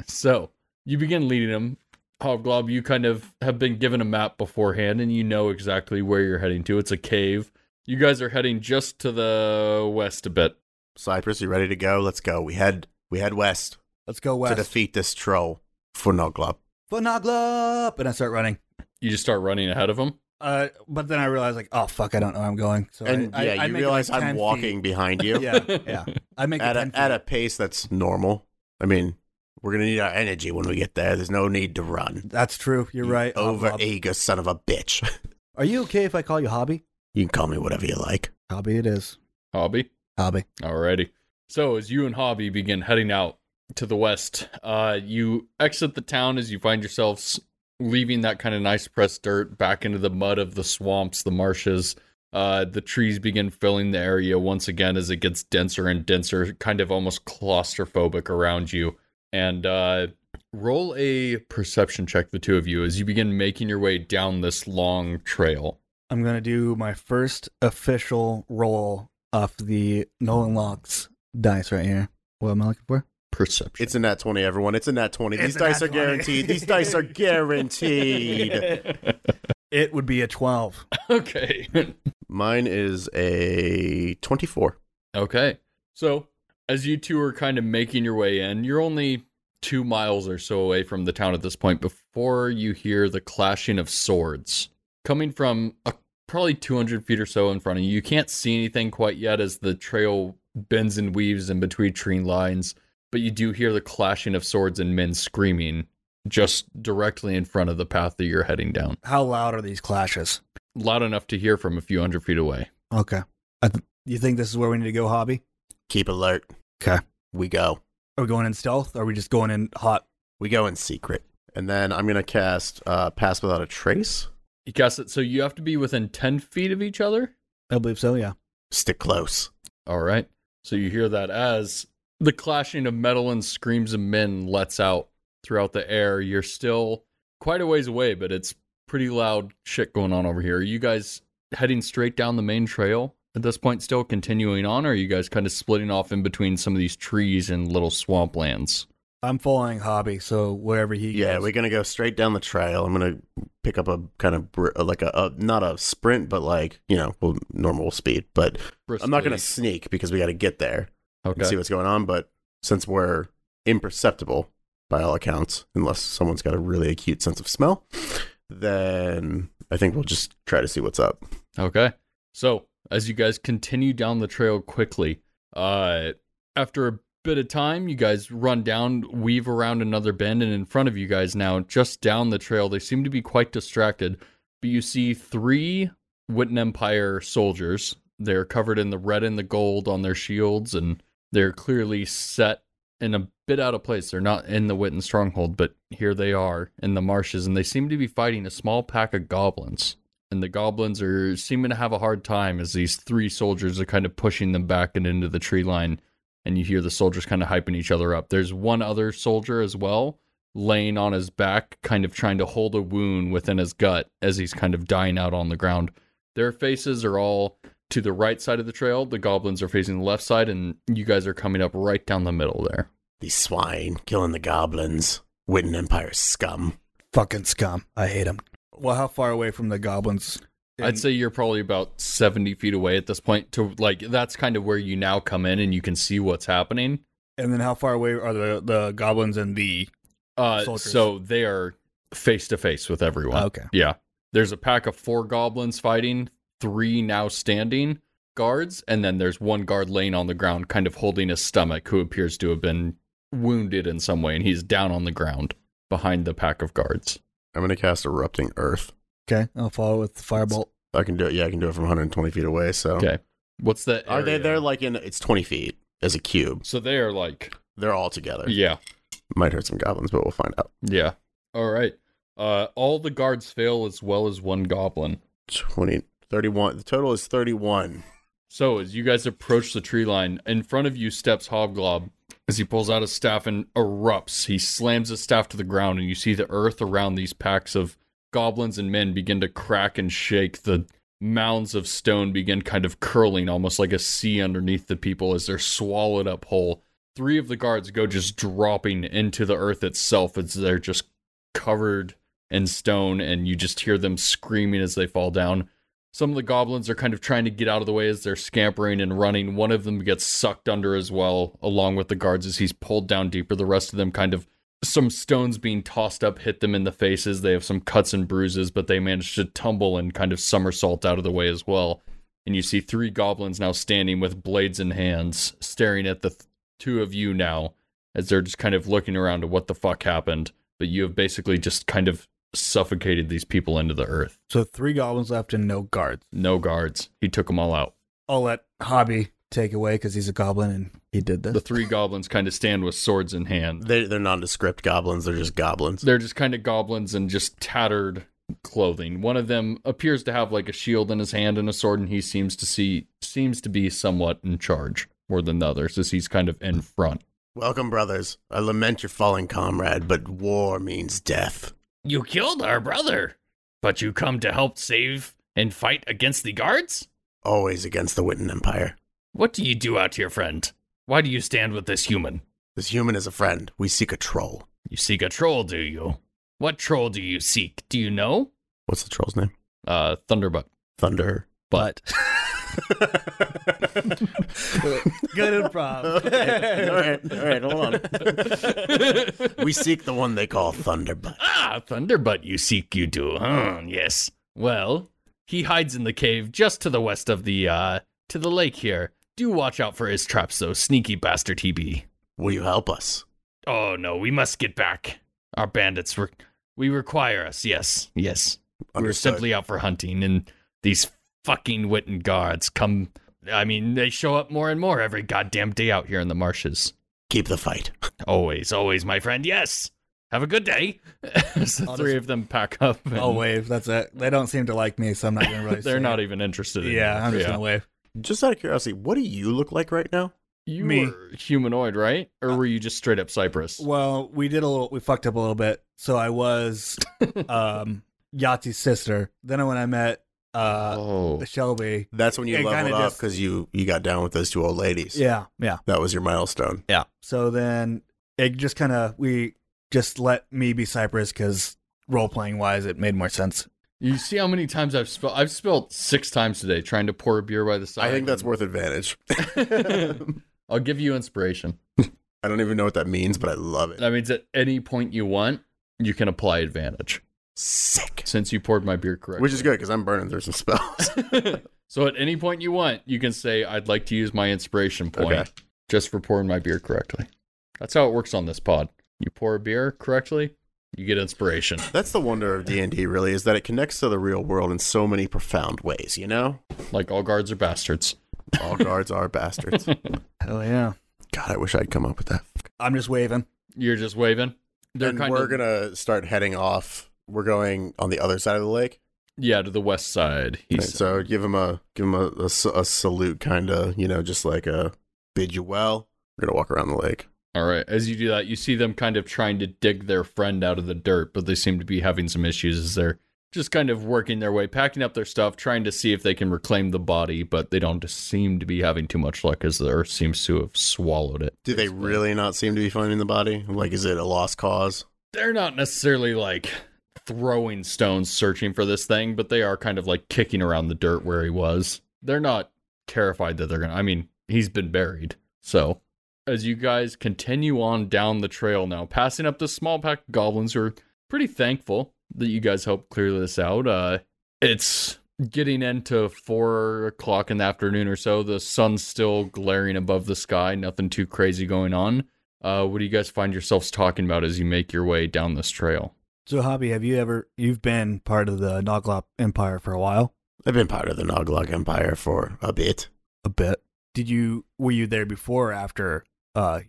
[SPEAKER 1] So you begin leading him. Hobglob, you kind of have been given a map beforehand and you know exactly where you're heading to. It's a cave. You guys are heading just to the west a bit.
[SPEAKER 3] Cypress, you ready to go? Let's go. We head we head west,
[SPEAKER 2] Let's go
[SPEAKER 3] to
[SPEAKER 2] west.
[SPEAKER 3] defeat this troll for Noglob.
[SPEAKER 2] for Noglop, and I start running.
[SPEAKER 1] You just start running ahead of him.
[SPEAKER 2] Uh, but then I realized, like, oh fuck, I don't know where I'm going. So
[SPEAKER 3] and
[SPEAKER 2] I, I-
[SPEAKER 3] yeah,
[SPEAKER 2] I
[SPEAKER 3] you
[SPEAKER 2] make it,
[SPEAKER 3] realize
[SPEAKER 2] like, 10
[SPEAKER 3] I'm
[SPEAKER 2] feet.
[SPEAKER 3] walking behind you
[SPEAKER 2] Yeah, yeah. I make
[SPEAKER 3] at
[SPEAKER 2] it 10
[SPEAKER 3] a at
[SPEAKER 2] feet.
[SPEAKER 3] a pace that's normal. I mean, we're gonna need our energy when we get there. There's no need to run.
[SPEAKER 2] That's true. You're
[SPEAKER 3] You
[SPEAKER 2] right. Hob
[SPEAKER 3] Over
[SPEAKER 2] Lob.
[SPEAKER 3] eager son of a bitch.
[SPEAKER 2] Are you okay if I call you Hobby?
[SPEAKER 3] you can call me whatever you like.
[SPEAKER 2] Hobby, it is.
[SPEAKER 1] Hobby.
[SPEAKER 2] Hobby.
[SPEAKER 1] Alrighty. So as you and Hobby begin heading out to the west, uh, you exit the town as you find yourselves leaving that kind of nice pressed dirt back into the mud of the swamps, the marshes. Uh, the trees begin filling the area once again as it gets denser and denser, kind of almost claustrophobic around you. And uh, roll a perception check, the two of you, as you begin making your way down this long trail.
[SPEAKER 2] I'm gonna do my first official roll off the Nolan Locks dice right here. What am I looking for?
[SPEAKER 1] Perception.
[SPEAKER 3] It's a nat 20, everyone. It's a nat 20.
[SPEAKER 2] It's
[SPEAKER 3] These
[SPEAKER 2] a
[SPEAKER 3] dice
[SPEAKER 2] nat
[SPEAKER 3] are
[SPEAKER 2] 20.
[SPEAKER 3] guaranteed. These dice are guaranteed.
[SPEAKER 2] It would be a twelve.
[SPEAKER 1] okay.
[SPEAKER 3] Mine is a 24.
[SPEAKER 1] Okay. So, as you two are kind of making your way in, you're only two miles or so away from the town at this point before you hear the clashing of swords coming from a, probably 200 feet or so in front of you. You can't see anything quite yet as the trail bends and weaves in between tree lines, but you do hear the clashing of swords and men screaming just directly in front of the path that you're heading down.
[SPEAKER 2] How loud are these clashes?
[SPEAKER 1] Loud enough to hear from a few hundred feet away.
[SPEAKER 2] Okay. I th- you think this is where we need to go, Hobby?
[SPEAKER 3] Keep alert.
[SPEAKER 2] 'Kay.
[SPEAKER 3] We go.
[SPEAKER 2] Are we going in stealth? Or are we just going in hot?
[SPEAKER 3] We go in secret. And then I'm going to cast uh, Pass Without a Trace.
[SPEAKER 1] You guess it. So, you have to be within 10 feet of each other?
[SPEAKER 2] I believe so. Yeah.
[SPEAKER 3] Stick close.
[SPEAKER 1] All right. So you hear that as the clashing of metal and screams of men lets out throughout the air. You're still quite a ways away, but it's pretty loud shit going on over here. Are you guys heading straight down the main trail at this point, still continuing on, or are you guys kind of splitting off in between some of these trees and little swamplands?
[SPEAKER 2] I'm following Hobby, so wherever he
[SPEAKER 3] Yeah,
[SPEAKER 2] goes.
[SPEAKER 3] we're going to go straight down the trail. I'm going to pick up a kind of br- like a, a not a sprint, but like, you know, well, normal speed. But I'm not going to
[SPEAKER 1] Briskly.
[SPEAKER 3] sneak because we got to get there. and see
[SPEAKER 1] Okay.
[SPEAKER 3] what's going on. But since we're imperceptible by all accounts, unless someone's got a really acute sense of smell, then I think we'll just try to see what's up.
[SPEAKER 1] Okay. So as you guys continue down the trail quickly, uh, after a bit of time, you guys run down, weave around another bend, and in front of you guys now, just down the trail, they seem to be quite distracted. But you see three Witten Empire soldiers They're covered in the red and the gold on their shields, and they're clearly set in a bit out of place. They're not in the Witten stronghold, but here they are in the marshes, and they seem to be fighting a small pack of goblins. And the goblins are seeming to have a hard time as these three soldiers are kind of pushing them back and into the tree line. And you hear the soldiers kind of hyping each other up. There's one other soldier as well laying on his back, kind of trying to hold a wound within his gut as he's kind of dying out on the ground. Their faces are all to the right side of the trail. The goblins are facing the left side, and you guys are coming up right down the middle there.
[SPEAKER 3] These swine killing the goblins. Witten Empire scum.
[SPEAKER 2] Fucking scum. I hate them. Well, how far away from the goblins?
[SPEAKER 1] I'd say you're probably about 70 feet away at this point to like that's kind of where you now come in and you can see what's happening.
[SPEAKER 2] And then how far away are the, the goblins and the.
[SPEAKER 1] Uh
[SPEAKER 2] Soldiers.
[SPEAKER 1] so they are face to face with everyone.
[SPEAKER 2] Oh, okay.
[SPEAKER 1] Yeah. There's a pack of four goblins fighting, three now standing guards, and then there's one guard laying on the ground, kind of holding his stomach, who appears to have been wounded in some way, and he's down on the ground behind the pack of guards.
[SPEAKER 3] I'm going to cast Erupting Earth.
[SPEAKER 2] Okay. I'll follow with the firebolt.
[SPEAKER 3] I can do it. Yeah, I can do it from 120 feet away. So
[SPEAKER 1] Okay. What's that?
[SPEAKER 3] are they
[SPEAKER 1] area?
[SPEAKER 3] they're like in it's 20 feet as a cube.
[SPEAKER 1] So they are like
[SPEAKER 3] They're all together.
[SPEAKER 1] Yeah.
[SPEAKER 3] Might hurt some goblins, but we'll find out.
[SPEAKER 1] Yeah. All right. Uh, all the guards fail as well as one goblin.
[SPEAKER 3] 20 31. The total is 31.
[SPEAKER 1] So as you guys approach the tree line, in front of you steps Hobgoblin. As he pulls out his staff and erupts, he slams his staff to the ground, and you see the earth around these packs of goblins and men begin to crack and shake. The mounds of stone begin kind of curling, almost like a sea underneath the people as they're swallowed up whole. Three of the guards go just dropping into the earth itself as they're just covered in stone, and you just hear them screaming as they fall down. Some of the goblins are kind of trying to get out of the way as they're scampering and running. One of them gets sucked under as well, along with the guards as he's pulled down deeper. The rest of them kind of some stones being tossed up hit them in the faces. They have some cuts and bruises, but they manage to tumble and kind of somersault out of the way as well. And you see three goblins now standing with blades in hands, staring at the th- two of you now as they're just kind of looking around to what the fuck happened. But you have basically just kind of suffocated these people into the earth.
[SPEAKER 2] So three goblins left and no guards.
[SPEAKER 1] No guards. He took them all out.
[SPEAKER 2] I'll let Hobby take away because he's a goblin and he did this.
[SPEAKER 1] the three goblins kind of stand with swords in hand.
[SPEAKER 3] They they're nondescript goblins. They're just goblins.
[SPEAKER 1] They're just kind of goblins in just tattered clothing. One of them appears to have like a shield in his hand and a sword, and he seems to see seems to be somewhat in charge more than the others, as he's kind of in front.
[SPEAKER 3] Welcome, brothers. I lament your fallen comrade, but war means death.
[SPEAKER 4] You killed our brother, but you come to help save and fight against the guards?
[SPEAKER 3] Always against the Witten Empire.
[SPEAKER 4] What do you do out here, friend? Why do you stand with this human?
[SPEAKER 3] This human is a friend. We seek a troll.
[SPEAKER 4] You seek a troll, do you? What troll do you seek? Do you know?
[SPEAKER 3] What's the troll's name?
[SPEAKER 1] Uh, Thunderbutt.
[SPEAKER 3] Thunder.
[SPEAKER 1] But
[SPEAKER 2] Good improv.
[SPEAKER 3] all right, all right, hold on. we seek the one they call Thunderbutt.
[SPEAKER 4] Ah, Thunderbutt, you seek, you do. Huh, yes. Well, he hides in the cave just to the west of the, uh, to the lake here. Do watch out for his traps, though, sneaky bastard he be.
[SPEAKER 3] Will you help us?
[SPEAKER 4] Oh, no, we must get back. Our bandits re- we require us, yes, yes. We were
[SPEAKER 3] Understood.
[SPEAKER 4] simply out for hunting, and these fucking Witten guards come. I mean, they show up more and more every goddamn day out here in the marshes.
[SPEAKER 3] keep the fight.
[SPEAKER 4] Always, always, my friend. Yes. Have a good day.
[SPEAKER 1] so three of them pack up. and
[SPEAKER 3] Oh,
[SPEAKER 2] I'll wave. That's it. They don't seem to like me, so I'm not gonna really.
[SPEAKER 1] They're
[SPEAKER 2] say
[SPEAKER 1] not
[SPEAKER 2] it.
[SPEAKER 1] even interested. in
[SPEAKER 2] Yeah,
[SPEAKER 1] you.
[SPEAKER 2] I'm just gonna wave.
[SPEAKER 3] Just out of curiosity, what do you look like right now?
[SPEAKER 1] You
[SPEAKER 2] Me.
[SPEAKER 1] were humanoid, right? Or
[SPEAKER 3] Uh,
[SPEAKER 1] were you just straight up Cypress?
[SPEAKER 2] Well, we did a little. We fucked up a little bit. So I was, um, Yahtzee's sister. Then when I met uh
[SPEAKER 1] oh,
[SPEAKER 2] Shelby,
[SPEAKER 3] That's when you
[SPEAKER 2] It
[SPEAKER 3] leveled
[SPEAKER 2] kinda
[SPEAKER 3] up
[SPEAKER 2] just-
[SPEAKER 3] because you you got down with those two old ladies.
[SPEAKER 2] yeah, yeah,
[SPEAKER 3] that was your milestone.
[SPEAKER 2] yeah. So then it just kind of we just let me be Cypress because role playing wise, it made more sense.
[SPEAKER 1] you see how many times I've spelled? I've spelled six times today trying to pour a beer by the side.
[SPEAKER 3] I think that's
[SPEAKER 1] and-
[SPEAKER 3] worth advantage.
[SPEAKER 1] I'll give you inspiration.
[SPEAKER 3] I don't even know what that means, but I love it.
[SPEAKER 1] That means at any point you want, you can apply advantage
[SPEAKER 3] Sick.
[SPEAKER 1] since you poured my beer correctly.
[SPEAKER 3] Which is good because I'm burning through some spells.
[SPEAKER 1] so at any point you want, you can say, I'd like to use my inspiration point
[SPEAKER 3] Okay.
[SPEAKER 1] just for pouring my beer correctly. That's how it works on this pod. You pour a beer correctly, You get inspiration.
[SPEAKER 3] That's the wonder of D and D, really, is that it connects to the real world in so many profound ways. You know,
[SPEAKER 1] Like all guards are bastards.
[SPEAKER 3] all guards are bastards.
[SPEAKER 2] Hell yeah.
[SPEAKER 3] God, I wish I'd come up with that.
[SPEAKER 2] I'm just waving.
[SPEAKER 1] You're just waving. They're
[SPEAKER 3] and
[SPEAKER 1] kind
[SPEAKER 3] we're
[SPEAKER 1] of
[SPEAKER 3] gonna start heading off. We're going on the other side of the lake.
[SPEAKER 1] yeah to the west side. He
[SPEAKER 3] Right,
[SPEAKER 1] said.
[SPEAKER 3] so give him a give him a, a s- a salute, kind of, you know, just like a bid you well. We're gonna walk around the lake.
[SPEAKER 1] All right. As you do that, you see them kind of trying to dig their friend out of the dirt, but they seem to be having some issues as they're just kind of working their way, packing up their stuff, trying to see if they can reclaim the body, but they don't seem to be having too much luck as the earth seems to have swallowed it.
[SPEAKER 3] Do they
[SPEAKER 1] basically.
[SPEAKER 3] really not seem to be finding the body? Like, is it a lost cause?
[SPEAKER 1] They're not necessarily like throwing stones searching for this thing, but they are kind of like kicking around the dirt where he was. They're not terrified that they're going to, I mean, he's been buried. So, as you guys continue on down the trail now, passing up the small pack of goblins who are pretty thankful that you guys helped clear this out. Uh, it's getting into four o'clock in the afternoon or so. The sun's still glaring above the sky, nothing too crazy going on. Uh, what do you guys find yourselves talking about as you make your way down this trail?
[SPEAKER 2] So, Hobby, have you ever, you've been part of the Noglop Empire for a while?
[SPEAKER 3] I've been part of the Noglog Empire for a bit.
[SPEAKER 2] A bit. Did you, were you there before or after uh,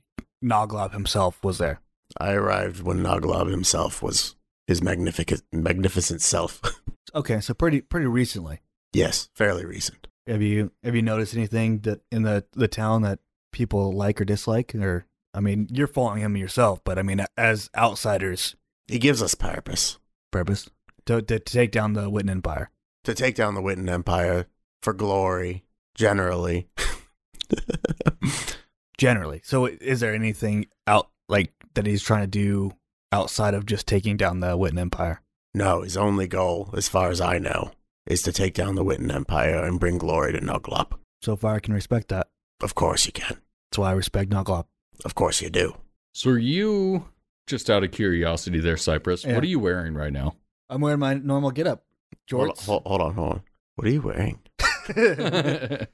[SPEAKER 2] Noglop himself was there?
[SPEAKER 3] I arrived when Noglob himself was his magnificent magnificent self.
[SPEAKER 2] Okay, so pretty, pretty recently.
[SPEAKER 3] yes, fairly recent.
[SPEAKER 2] Have you, have you noticed anything that in the, the town that people like or dislike? Or, I mean, you're following him yourself, but I mean, as outsiders,
[SPEAKER 3] He gives us purpose
[SPEAKER 2] purpose to, to, to take down the Witten Empire.
[SPEAKER 3] to take down the Witten Empire for glory, generally.
[SPEAKER 2] generally. So i- is there anything out like that he's trying to do outside of just taking down the Witten Empire?
[SPEAKER 3] no, his only goal, as far as I know, is to take down the Witten Empire and bring glory to Noglop.
[SPEAKER 2] So far I can respect that.
[SPEAKER 3] Of course you can.
[SPEAKER 2] That's why I respect Noglop.
[SPEAKER 3] Of course you do.
[SPEAKER 1] So, are you just out of curiosity there, Cypress?
[SPEAKER 2] Yeah.
[SPEAKER 1] What are you wearing right now?
[SPEAKER 2] I'm wearing my normal getup. Jorts.
[SPEAKER 3] Hold, hold, hold on, hold on. What are you wearing?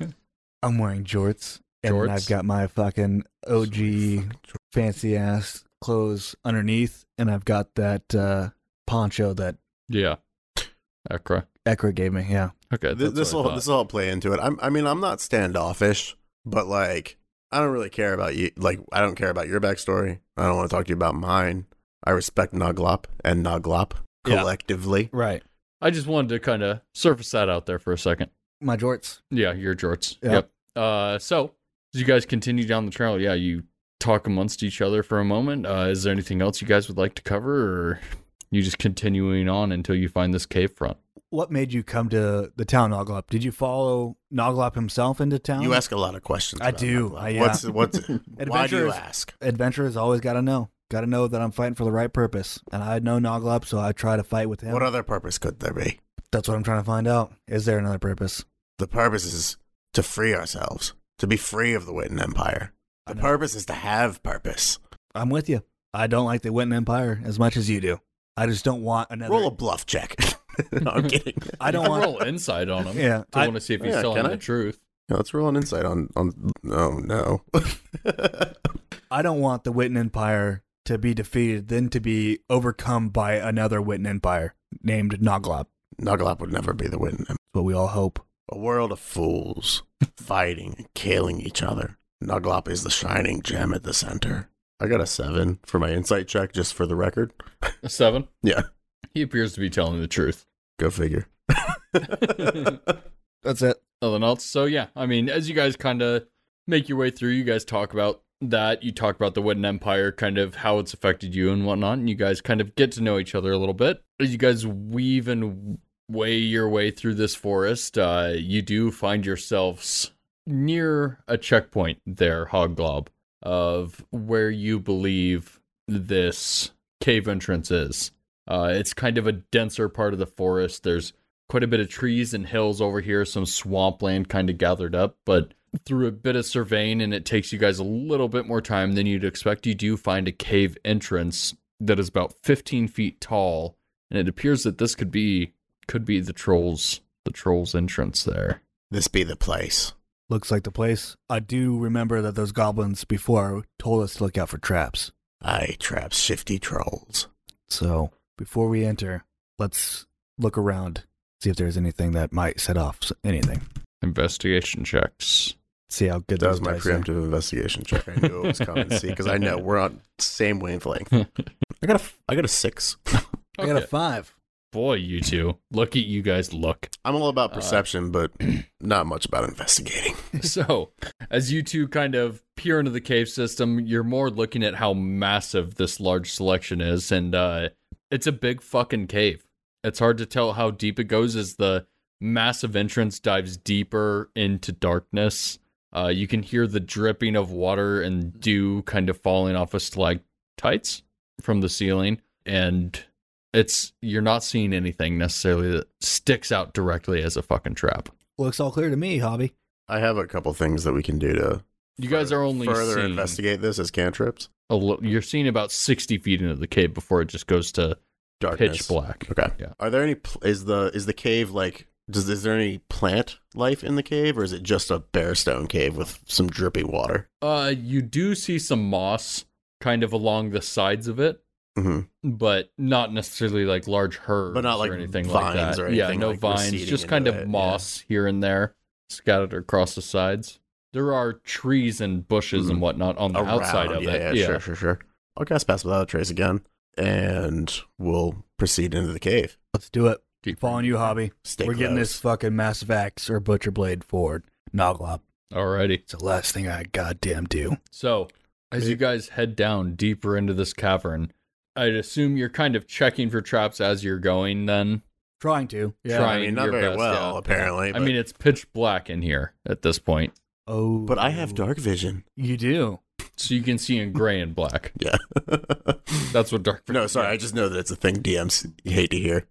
[SPEAKER 2] I'm wearing jorts. And
[SPEAKER 1] Jorts?
[SPEAKER 2] I've got my fucking OG
[SPEAKER 3] Fucking Jor-
[SPEAKER 2] fancy ass clothes underneath and I've got that uh poncho that
[SPEAKER 1] yeah. Acra.
[SPEAKER 2] Ekra gave me, yeah.
[SPEAKER 1] Okay.
[SPEAKER 3] Th- this will this will all play into it. I'm, I mean, I'm not standoffish, but like, I don't really care about you. Like, I don't care about your backstory. I don't want to talk to you about mine. I respect Noglop and Noglop
[SPEAKER 2] Yeah.
[SPEAKER 3] collectively.
[SPEAKER 2] Right.
[SPEAKER 1] I just wanted to kind of surface that out there for a second.
[SPEAKER 2] My jorts.
[SPEAKER 1] Yeah, your jorts.
[SPEAKER 2] Yeah.
[SPEAKER 1] Yep. Uh, so as you guys continue down the trail, yeah, you talk amongst each other for a moment. Uh, is there anything else you guys would like to cover, or you just continuing on until you find this cave front?
[SPEAKER 2] What made you come to the town, Noglop? Did you follow Noglop himself into town?
[SPEAKER 3] You ask a lot of questions.
[SPEAKER 2] I
[SPEAKER 3] about
[SPEAKER 2] do.
[SPEAKER 3] Noglop.
[SPEAKER 2] I- yeah.
[SPEAKER 3] What's what's why do you
[SPEAKER 2] Adventurers-
[SPEAKER 3] ask?
[SPEAKER 2] adventurers always got to know. Got to know that I'm fighting for the right purpose. And I know Noglop, so I try to fight with him.
[SPEAKER 3] What other purpose could there be?
[SPEAKER 2] That's what I'm trying to find out. Is there another purpose?
[SPEAKER 3] The purpose is to free ourselves, to be free of the Witten Empire.
[SPEAKER 2] I
[SPEAKER 3] The
[SPEAKER 2] know.
[SPEAKER 3] purpose is to have purpose.
[SPEAKER 2] I'm with you. I don't like the Witten Empire as much as you do. I just don't want another.
[SPEAKER 3] Roll a bluff check. no, I'm kidding.
[SPEAKER 2] I don't
[SPEAKER 1] You
[SPEAKER 2] want.
[SPEAKER 1] roll insight on him.
[SPEAKER 2] Yeah,
[SPEAKER 1] To
[SPEAKER 2] I-
[SPEAKER 1] want to see if he's
[SPEAKER 3] Yeah,
[SPEAKER 1] telling
[SPEAKER 3] can
[SPEAKER 1] the
[SPEAKER 3] I?
[SPEAKER 1] truth.
[SPEAKER 3] Yeah, let's roll an insight on on. No, no.
[SPEAKER 2] I don't want the Witten Empire to be defeated, then to be overcome by another Witten Empire named Noglop.
[SPEAKER 3] Nuglop would never be the Witten.
[SPEAKER 2] What we all hope.
[SPEAKER 3] A world of fools fighting and killing each other. Nuglop is the shining gem at the center. I got a seven for my insight check, just for the record.
[SPEAKER 1] A seven.
[SPEAKER 3] Yeah,
[SPEAKER 1] He appears to be telling the truth.
[SPEAKER 3] go figure.
[SPEAKER 2] That's it.
[SPEAKER 1] nothing else. So yeah, I mean, as you guys kind of make your way through, you guys talk about that. You talk about the Witten Empire, kind of how it's affected you and whatnot, and you guys kind of get to know each other a little bit. As you guys weave and way your way through this forest, uh, you do find yourselves near a checkpoint there, Hogglob, of where you believe this cave entrance is. Uh, it's kind of a denser part of the forest. There's quite a bit of trees and hills over here, some swampland kind of gathered up, but through a bit of surveying and it takes you guys a little bit more time than you'd expect, you do find a cave entrance that is about 15 feet tall, and it appears that this could be could be the trolls the trolls entrance there.
[SPEAKER 3] This be the place.
[SPEAKER 2] Looks like the place. I do remember that those goblins before told us to look out for traps.
[SPEAKER 3] I traps shifty trolls.
[SPEAKER 2] So before we enter, let's look around, see if there's anything that might set off s- anything.
[SPEAKER 1] Investigation checks.
[SPEAKER 2] See how good
[SPEAKER 3] That
[SPEAKER 2] those
[SPEAKER 3] was my
[SPEAKER 2] dice are.
[SPEAKER 3] preemptive investigation check. I knew it was coming. See, because I know we're on same wavelength. I got a, f- I got a six.
[SPEAKER 2] I got a
[SPEAKER 1] Okay.
[SPEAKER 2] five.
[SPEAKER 1] Boy, you two. Look at you guys look.
[SPEAKER 3] I'm all about
[SPEAKER 1] Uh,
[SPEAKER 3] perception, but not much about investigating.
[SPEAKER 1] so, as you two kind of peer into the cave system, you're more looking at how massive this large selection is, and uh, it's a big fucking cave. It's hard to tell how deep it goes as the massive entrance dives deeper into darkness. Uh, you can hear the dripping of water and dew kind of falling off of stalactites from the ceiling, and it's you're not seeing anything necessarily that sticks out directly as a fucking trap.
[SPEAKER 2] Looks all clear to me, Hobby.
[SPEAKER 3] I have a couple things that we can do to.
[SPEAKER 1] You guys
[SPEAKER 3] fur-
[SPEAKER 1] are only
[SPEAKER 3] further
[SPEAKER 1] seeing-
[SPEAKER 3] investigate this as cantrips.
[SPEAKER 1] a lo- you're seeing about 60 feet into the cave before it just goes to
[SPEAKER 3] Darkness.
[SPEAKER 1] pitch black.
[SPEAKER 3] Okay.
[SPEAKER 1] Yeah.
[SPEAKER 3] Are there any? pl- Is the is the cave like? Does is there any plant life in the cave, or is it just a bare stone cave with some drippy water?
[SPEAKER 1] Uh, you do see some moss kind of along the sides of it,
[SPEAKER 3] Mm-hmm.
[SPEAKER 1] but not necessarily like large herbs,
[SPEAKER 3] But not like
[SPEAKER 1] or anything like
[SPEAKER 3] vines
[SPEAKER 1] that.
[SPEAKER 3] or
[SPEAKER 1] yeah,
[SPEAKER 3] anything,
[SPEAKER 1] no
[SPEAKER 3] like,
[SPEAKER 1] vines,
[SPEAKER 3] receding
[SPEAKER 1] just kind
[SPEAKER 3] into
[SPEAKER 1] of
[SPEAKER 3] it, yeah.
[SPEAKER 1] moss here and there scattered across the sides. There are trees and bushes and
[SPEAKER 3] Mhm.
[SPEAKER 1] whatnot on the outside of
[SPEAKER 3] yeah,
[SPEAKER 1] it.
[SPEAKER 3] Yeah, sure, sure, sure. I'll cast Pass Without a Trace again, and we'll proceed into the cave.
[SPEAKER 2] Let's do it.
[SPEAKER 1] Deep.
[SPEAKER 2] Following you, Hobby.
[SPEAKER 3] Stay
[SPEAKER 2] We're getting
[SPEAKER 3] close.
[SPEAKER 2] this fucking massive axe or butcher blade forward. Noglop.
[SPEAKER 1] Alrighty.
[SPEAKER 2] It's the last thing I goddamn do.
[SPEAKER 1] So, as you guys head down deeper into this cavern, I'd assume you're kind of checking for traps as you're going then.
[SPEAKER 2] Trying to. Yeah.
[SPEAKER 1] Trying
[SPEAKER 3] I mean, not
[SPEAKER 1] your
[SPEAKER 3] very
[SPEAKER 1] best,
[SPEAKER 3] well,
[SPEAKER 1] yeah.
[SPEAKER 3] apparently. But,
[SPEAKER 1] I mean, it's pitch black in here at this point.
[SPEAKER 2] Oh.
[SPEAKER 3] but I have dark vision.
[SPEAKER 2] You do.
[SPEAKER 1] So you can see in gray and black.
[SPEAKER 3] Yeah.
[SPEAKER 1] That's what dark
[SPEAKER 3] no, sorry. I just know that it's a thing DMs hate to hear.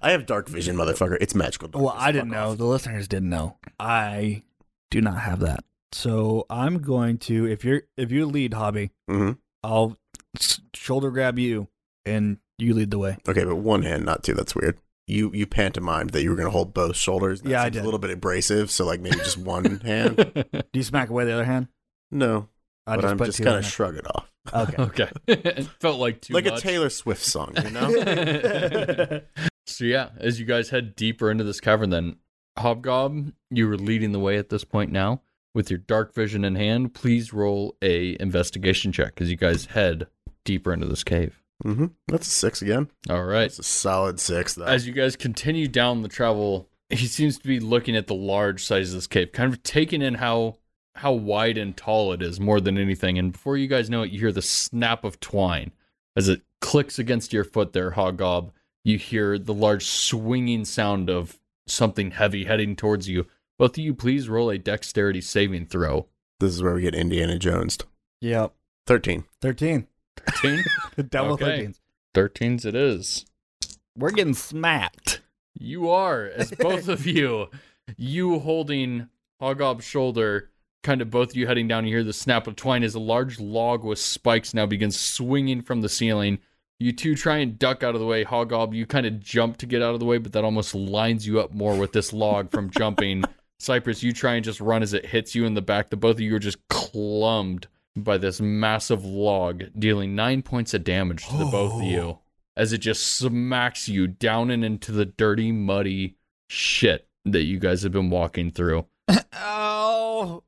[SPEAKER 3] I have dark vision, motherfucker. It's magical.
[SPEAKER 2] Well,
[SPEAKER 3] darkness.
[SPEAKER 2] I didn't
[SPEAKER 3] Fuck
[SPEAKER 2] know.
[SPEAKER 3] off.
[SPEAKER 2] The listeners didn't know. I do not have that. So I'm going to if you're if you lead hobby,
[SPEAKER 3] Mhm.
[SPEAKER 2] I'll s- shoulder grab you and you lead the way.
[SPEAKER 3] Okay, but one hand, not two. That's weird. You you pantomimed that you were going to hold both shoulders. That
[SPEAKER 2] Yeah, I
[SPEAKER 3] seems
[SPEAKER 2] did.
[SPEAKER 3] A little bit abrasive, so like maybe just one hand.
[SPEAKER 1] just
[SPEAKER 2] Do you smack away the other hand?
[SPEAKER 3] No,
[SPEAKER 2] I
[SPEAKER 3] but I'm
[SPEAKER 2] put
[SPEAKER 3] just
[SPEAKER 2] two
[SPEAKER 3] going
[SPEAKER 2] in
[SPEAKER 3] to
[SPEAKER 2] there.
[SPEAKER 3] shrug it off,
[SPEAKER 2] Okay.
[SPEAKER 1] okay. it felt like too
[SPEAKER 3] like
[SPEAKER 1] much.
[SPEAKER 3] a Taylor Swift song. You know.
[SPEAKER 1] so yeah, as you guys head deeper into this cavern, then Hobgob, you were leading the way at this point now. With your dark vision in hand, please roll a investigation check as you guys head deeper into this cave.
[SPEAKER 3] Mm-hmm. That's a six again.
[SPEAKER 1] All right.
[SPEAKER 3] That's a solid six. Though.
[SPEAKER 1] As you guys continue down the travel, he seems to be looking at the large size of this cave, kind of taking in how how wide and tall it is more than anything. And before you guys know it, you hear the snap of twine as it clicks against your foot there, Hoggob. You hear the large swinging sound of something heavy heading towards you. Both of you, please roll a dexterity saving throw.
[SPEAKER 3] this is where we get Indiana Jones.
[SPEAKER 2] Yep.
[SPEAKER 3] Thirteen.
[SPEAKER 2] Thirteen.
[SPEAKER 1] 13?
[SPEAKER 2] Double
[SPEAKER 1] Okay.
[SPEAKER 2] thirteens.
[SPEAKER 1] 13s it is.
[SPEAKER 2] We're getting smacked.
[SPEAKER 1] You are, as both of you, you holding Hogob's shoulder, kind of both of you heading down. You hear the snap of twine as a large log with spikes now begins swinging from the ceiling. You two try and duck out of the way. Hogob, you kind of jump to get out of the way, but that almost lines you up more with this log from jumping. Cypress, you try and just run as it hits you in the back. The both of you are just clumbed by this massive log, dealing nine points of damage to the both of you as it just smacks you down and into the dirty, muddy shit that you guys have been walking through.
[SPEAKER 2] Oh.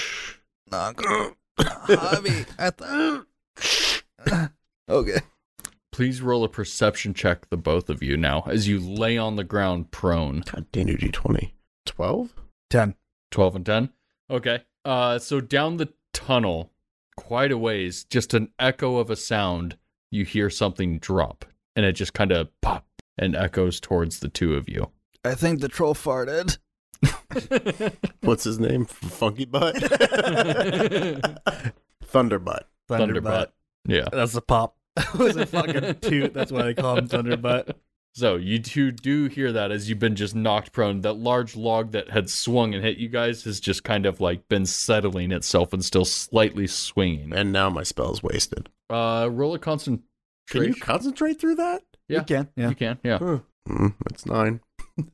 [SPEAKER 3] Hobby,
[SPEAKER 2] I thought. okay.
[SPEAKER 1] Please roll a perception check, the both of you now, as you lay on the ground prone.
[SPEAKER 3] God damn you, G twenty. Twelve.
[SPEAKER 2] Ten.
[SPEAKER 1] 12 and 10. Okay. Uh, so down the tunnel, quite a ways, just an echo of a sound, you hear something drop, and it just kind of pop and echoes towards the two of you.
[SPEAKER 2] I think the troll farted.
[SPEAKER 3] What's his name? Funky butt. Thunderbutt.
[SPEAKER 1] Thunderbutt. Yeah.
[SPEAKER 2] That's the pop. It was a fucking toot. That's why they call him Thunderbutt.
[SPEAKER 1] So you two do hear that as you've been just knocked prone. That large log that had swung and hit you guys has just kind of like been settling itself and still slightly swinging.
[SPEAKER 3] And now my spell's wasted.
[SPEAKER 1] Uh, roll a concentration.
[SPEAKER 3] Can you concentrate through that?
[SPEAKER 1] Yeah.
[SPEAKER 2] You can. Yeah.
[SPEAKER 1] You can, yeah.
[SPEAKER 3] Huh. Mm, that's nine.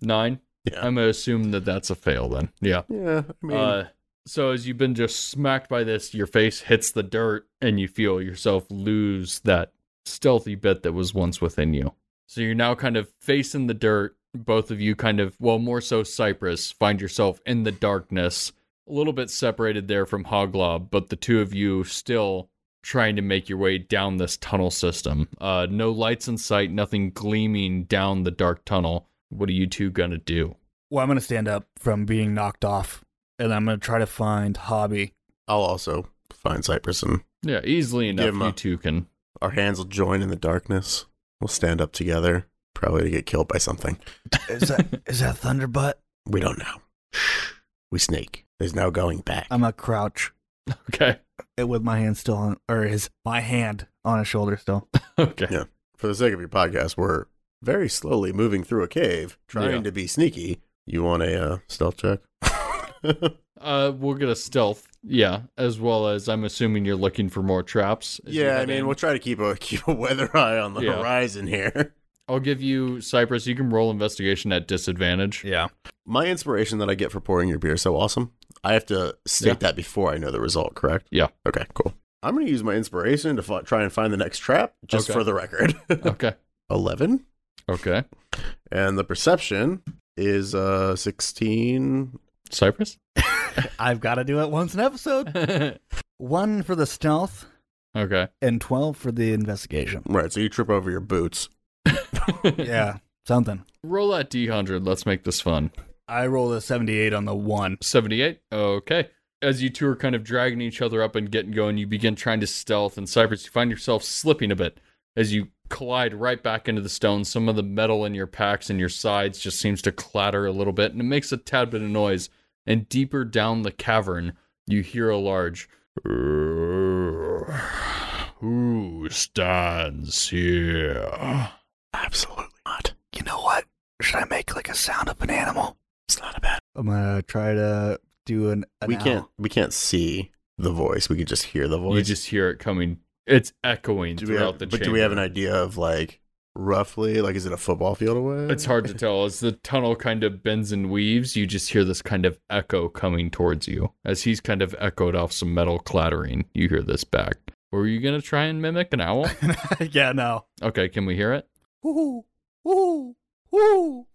[SPEAKER 1] Nine.
[SPEAKER 3] Yeah.
[SPEAKER 1] I'm gonna assume that that's a fail then. Yeah.
[SPEAKER 3] Yeah. I mean,
[SPEAKER 1] uh, so as you've been just smacked by this, your face hits the dirt and you feel yourself lose that stealthy bit that was once within you. So you're now kind of facing the dirt. Both of you kind of, well, more so Cypress, find yourself in the darkness, a little bit separated there from Hoglob, but the two of you still trying to make your way down this tunnel system. Uh, no lights in sight, nothing gleaming down the dark tunnel. What are you two gonna do?
[SPEAKER 2] Well, I'm gonna stand up from being knocked off, and I'm gonna try to find Hobby.
[SPEAKER 3] I'll also find Cypress and
[SPEAKER 1] Yeah, easily enough,
[SPEAKER 3] Give 'em
[SPEAKER 1] you
[SPEAKER 3] a-
[SPEAKER 1] two can.
[SPEAKER 3] our hands will join in the darkness. We'll stand up together, probably to get killed by something.
[SPEAKER 2] Is that is that Thunderbutt?
[SPEAKER 3] We don't know. Shh. We sneak. There's no going back.
[SPEAKER 2] I'm gonna crouch
[SPEAKER 1] Okay,
[SPEAKER 2] uh, with my hand still on, or his my hand on his shoulder still.
[SPEAKER 1] okay.
[SPEAKER 3] Yeah. For the sake of your podcast, we're very slowly moving through a cave, trying
[SPEAKER 1] Yeah.
[SPEAKER 3] to be sneaky. You want a uh, stealth check?
[SPEAKER 1] Uh, we'll get a stealth, yeah, as well as I'm assuming you're looking for more traps. as you
[SPEAKER 3] yeah, I
[SPEAKER 1] head
[SPEAKER 3] mean,
[SPEAKER 1] in.
[SPEAKER 3] we'll try to keep a keep a weather eye on the
[SPEAKER 1] Yeah.
[SPEAKER 3] horizon here.
[SPEAKER 1] I'll give you Cypress. You can roll investigation at disadvantage.
[SPEAKER 2] Yeah.
[SPEAKER 3] My inspiration that I get for pouring your beer is so awesome. I have to state
[SPEAKER 1] Yeah.
[SPEAKER 3] that before I know the result, correct?
[SPEAKER 1] Yeah.
[SPEAKER 3] Okay, cool. I'm going to use my inspiration to fi- try and find the next trap, just
[SPEAKER 1] Okay.
[SPEAKER 3] for the record.
[SPEAKER 1] Okay.
[SPEAKER 3] 11.
[SPEAKER 1] Okay.
[SPEAKER 3] And the perception is uh 16.
[SPEAKER 1] Cypress.
[SPEAKER 2] I've got to do it once an episode.
[SPEAKER 1] okay.
[SPEAKER 2] One for the stealth and twelve for the investigation.
[SPEAKER 3] Right, so you trip over your boots.
[SPEAKER 2] Yeah, something.
[SPEAKER 1] Roll that d100. Let's make this fun.
[SPEAKER 2] I rolled a 78 on the one.
[SPEAKER 1] 78. Okay. As you two are kind of dragging each other up and getting going, you begin trying to stealth, and Cypress, you find yourself slipping a bit as you collide right back into the stone. Some of the metal in your packs and your sides just seems to clatter a little bit, and it makes a tad bit of noise. And deeper down the cavern, you hear a large. Who stands here?
[SPEAKER 3] Absolutely not.
[SPEAKER 2] You know what? Should I make like a sound of an animal?
[SPEAKER 3] It's not a bad.
[SPEAKER 2] I'm gonna try to do an. an
[SPEAKER 3] we
[SPEAKER 2] owl.
[SPEAKER 3] can't we can't see the voice. We can just hear the voice.
[SPEAKER 1] You just hear it coming. It's echoing
[SPEAKER 3] do we
[SPEAKER 1] throughout
[SPEAKER 3] have,
[SPEAKER 1] the
[SPEAKER 3] But do we have
[SPEAKER 1] chamber.
[SPEAKER 3] an idea of like roughly like is it a football field away?
[SPEAKER 1] It's hard to tell. As the tunnel kind of bends and weaves, you just hear this kind of echo coming towards you. As he's kind of echoed off some metal clattering, you hear this back. Were you going to try and mimic an owl?
[SPEAKER 2] yeah, no.
[SPEAKER 1] Okay, can we hear it?
[SPEAKER 2] Woo, woo, woo.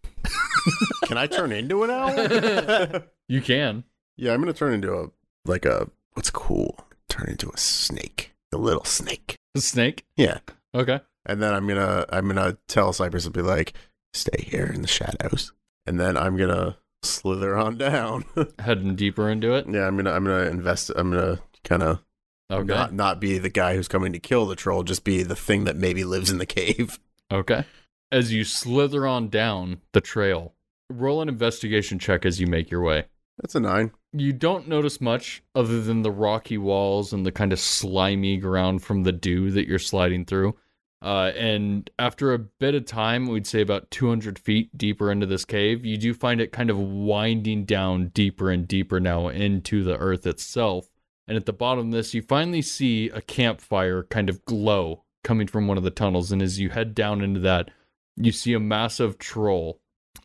[SPEAKER 3] Can I turn into an owl?
[SPEAKER 1] You can.
[SPEAKER 3] yeah, I'm gonna turn into a like a what's cool? Turn into a snake, a little snake.
[SPEAKER 1] A snake?
[SPEAKER 3] Yeah,
[SPEAKER 1] Okay.
[SPEAKER 3] and then I'm gonna I'm gonna tell Cypress to be like, stay here in the shadows, and then I'm gonna slither on down.
[SPEAKER 1] Heading deeper into it.
[SPEAKER 3] yeah, I'm gonna I'm gonna invest. I'm gonna kind of
[SPEAKER 1] Okay.
[SPEAKER 3] not not be the guy who's coming to kill the troll, just be the thing that maybe lives in the cave.
[SPEAKER 1] Okay. As you slither on down the trail, roll an investigation check as you make your way.
[SPEAKER 3] That's a nine.
[SPEAKER 1] you don't notice much other than the rocky walls and the kind of slimy ground from the dew that you're sliding through. Uh, and after a bit of time, we'd say about 200 feet deeper into this cave, you do find it kind of winding down deeper and deeper now into the earth itself. And at the bottom of this, you finally see a campfire kind of glow coming from one of the tunnels. And as you head down into that, you see a massive troll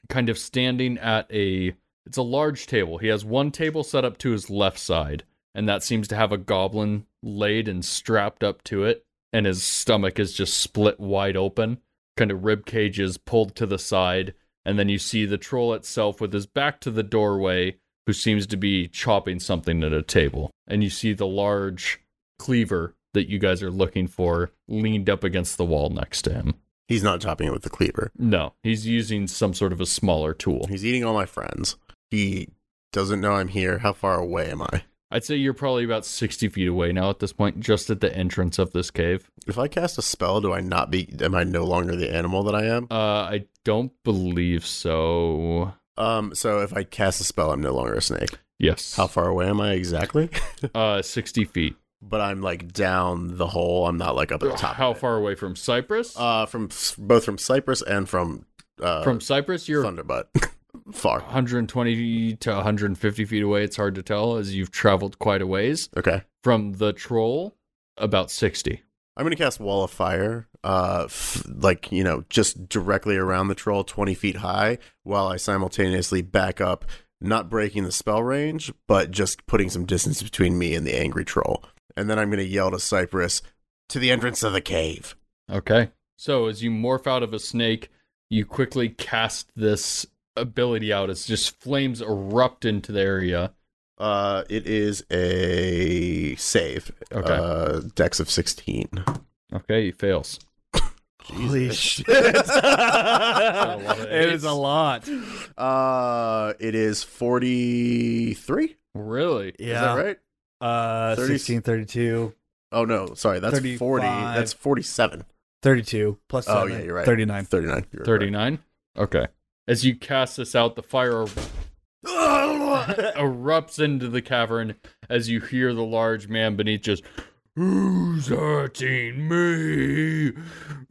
[SPEAKER 1] kind of standing at a it's a large table. He has one table set up to his left side, and that seems to have a goblin laid and strapped up to it, and his stomach is just split wide open, kind of rib cages pulled to the side, and then you see the troll itself with his back to the doorway, who seems to be chopping something at a table. And you see the large cleaver that you guys are looking for leaned up against the wall next to him.
[SPEAKER 3] He's not chopping it with the cleaver.
[SPEAKER 1] No, he's using some sort of a smaller tool.
[SPEAKER 3] He's eating all my friends. He doesn't know I'm here. How far away am I?
[SPEAKER 1] I'd say you're probably about 60 feet away now at this point, just at the entrance of this cave.
[SPEAKER 3] If I cast a spell, do I not be? Am I no longer the animal that I am?
[SPEAKER 1] Uh, I don't believe so.
[SPEAKER 3] Um. So if I cast a spell, I'm no longer a snake.
[SPEAKER 1] Yes.
[SPEAKER 3] How far away am I exactly?
[SPEAKER 1] Uh, 60 feet.
[SPEAKER 3] but I'm like down the hole. I'm not like up at the top.
[SPEAKER 1] How
[SPEAKER 3] of it.
[SPEAKER 1] far away from Cyprus?
[SPEAKER 3] Uh, from both from Cyprus and from uh
[SPEAKER 1] from Cyprus, you're
[SPEAKER 3] Thunderbutt. far.
[SPEAKER 1] 120 to 150 feet away. It's hard to tell as you've traveled quite a ways.
[SPEAKER 3] Okay.
[SPEAKER 1] From the troll, about 60.
[SPEAKER 3] I'm gonna cast Wall of Fire, uh, f- like you know, just directly around the troll, twenty feet high, while I simultaneously back up not breaking the spell range, but just putting some distance between me and the angry troll. And then I'm going to yell to Cypress to the entrance of the cave.
[SPEAKER 1] Okay. So as you morph out of a snake, you quickly cast this ability out. It's just flames erupt into the area.
[SPEAKER 3] Uh, it is a save.
[SPEAKER 1] Okay.
[SPEAKER 3] Uh, dex of 16.
[SPEAKER 1] Okay, he fails.
[SPEAKER 2] Holy shit!
[SPEAKER 1] a lot of
[SPEAKER 2] it is a
[SPEAKER 1] eights.
[SPEAKER 2] lot.
[SPEAKER 3] Uh, it is 43.
[SPEAKER 1] Really?
[SPEAKER 3] Is that right?
[SPEAKER 2] Uh,
[SPEAKER 3] 30
[SPEAKER 2] 16, 32,
[SPEAKER 3] Oh, no. Sorry. That's 40.
[SPEAKER 2] 35.
[SPEAKER 3] That's 47.
[SPEAKER 2] 32 plus
[SPEAKER 3] Oh,
[SPEAKER 2] seven,
[SPEAKER 3] yeah, you're right.
[SPEAKER 2] 39.
[SPEAKER 3] 39. You're right.
[SPEAKER 1] 39? Okay. As you cast this out, the fire er- erupts into the cavern as you hear the large man beneath just, Who's hurting me?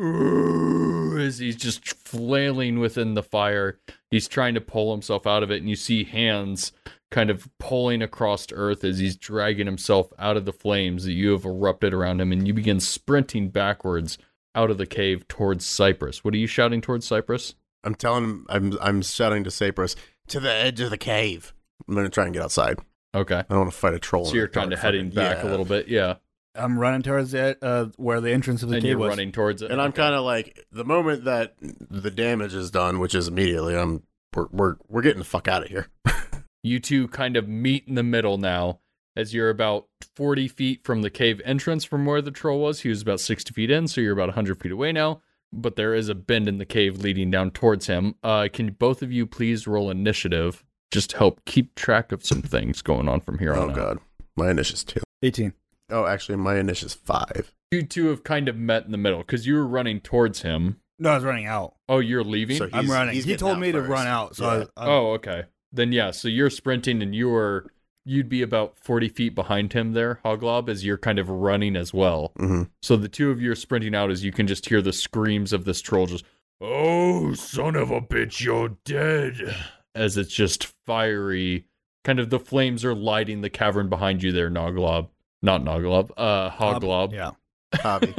[SPEAKER 1] Ooh," As he's just flailing within the fire, he's trying to pull himself out of it, and you see hands kind of pulling across earth as he's dragging himself out of the flames that you have erupted around him, and you begin sprinting backwards out of the cave towards Cyprus. What are you shouting towards Cyprus?
[SPEAKER 3] I'm telling him, I'm, I'm shouting to Cypress to the edge of the cave. I'm going to try and get outside.
[SPEAKER 1] Okay.
[SPEAKER 3] I don't want to fight a troll.
[SPEAKER 1] So
[SPEAKER 3] in a
[SPEAKER 1] you're kind
[SPEAKER 3] dark
[SPEAKER 1] of heading
[SPEAKER 3] fucking-
[SPEAKER 1] back
[SPEAKER 3] Yeah.
[SPEAKER 1] a little bit, yeah.
[SPEAKER 2] I'm running towards it, uh, where the entrance of the
[SPEAKER 1] and
[SPEAKER 2] cave
[SPEAKER 1] you're
[SPEAKER 2] was.
[SPEAKER 1] running towards it.
[SPEAKER 3] And I'm kind of like the moment that the damage is done, which is immediately. I'm we're we're, we're getting the fuck out of here.
[SPEAKER 1] you two kind of meet in the middle now as you're about 40 feet from the cave entrance from where the troll was he was about 60 feet in so you're about 100 feet away now but there is a bend in the cave leading down towards him uh, can both of you please roll initiative just to help keep track of some things going on from here on
[SPEAKER 3] Oh
[SPEAKER 1] out.
[SPEAKER 3] god, my initiative's two.
[SPEAKER 2] 18.
[SPEAKER 3] Oh, actually, my initiative's five.
[SPEAKER 1] you two have kind of met in the middle because you were running towards him
[SPEAKER 2] No, I was running out.
[SPEAKER 1] oh you're leaving
[SPEAKER 3] So he-
[SPEAKER 2] I'm
[SPEAKER 3] He's-
[SPEAKER 2] running.
[SPEAKER 3] he's
[SPEAKER 2] He
[SPEAKER 3] getting
[SPEAKER 2] told
[SPEAKER 3] out
[SPEAKER 2] me to
[SPEAKER 3] first.
[SPEAKER 2] run out, so
[SPEAKER 3] Yeah.
[SPEAKER 2] I was, I-
[SPEAKER 1] oh okay then yeah so you're sprinting and you're you'd be about 40 feet behind him there hoglob as you're kind of running as well
[SPEAKER 3] Mm-hmm.
[SPEAKER 1] So the two of you are sprinting out as you can just hear the screams of this troll just, Oh, son of a bitch, you're dead. As it's just fiery. Kind of the flames are lighting the cavern behind you there, Noglob. Not Noglob, uh, Hoglob.
[SPEAKER 2] Yeah.
[SPEAKER 3] Hobby.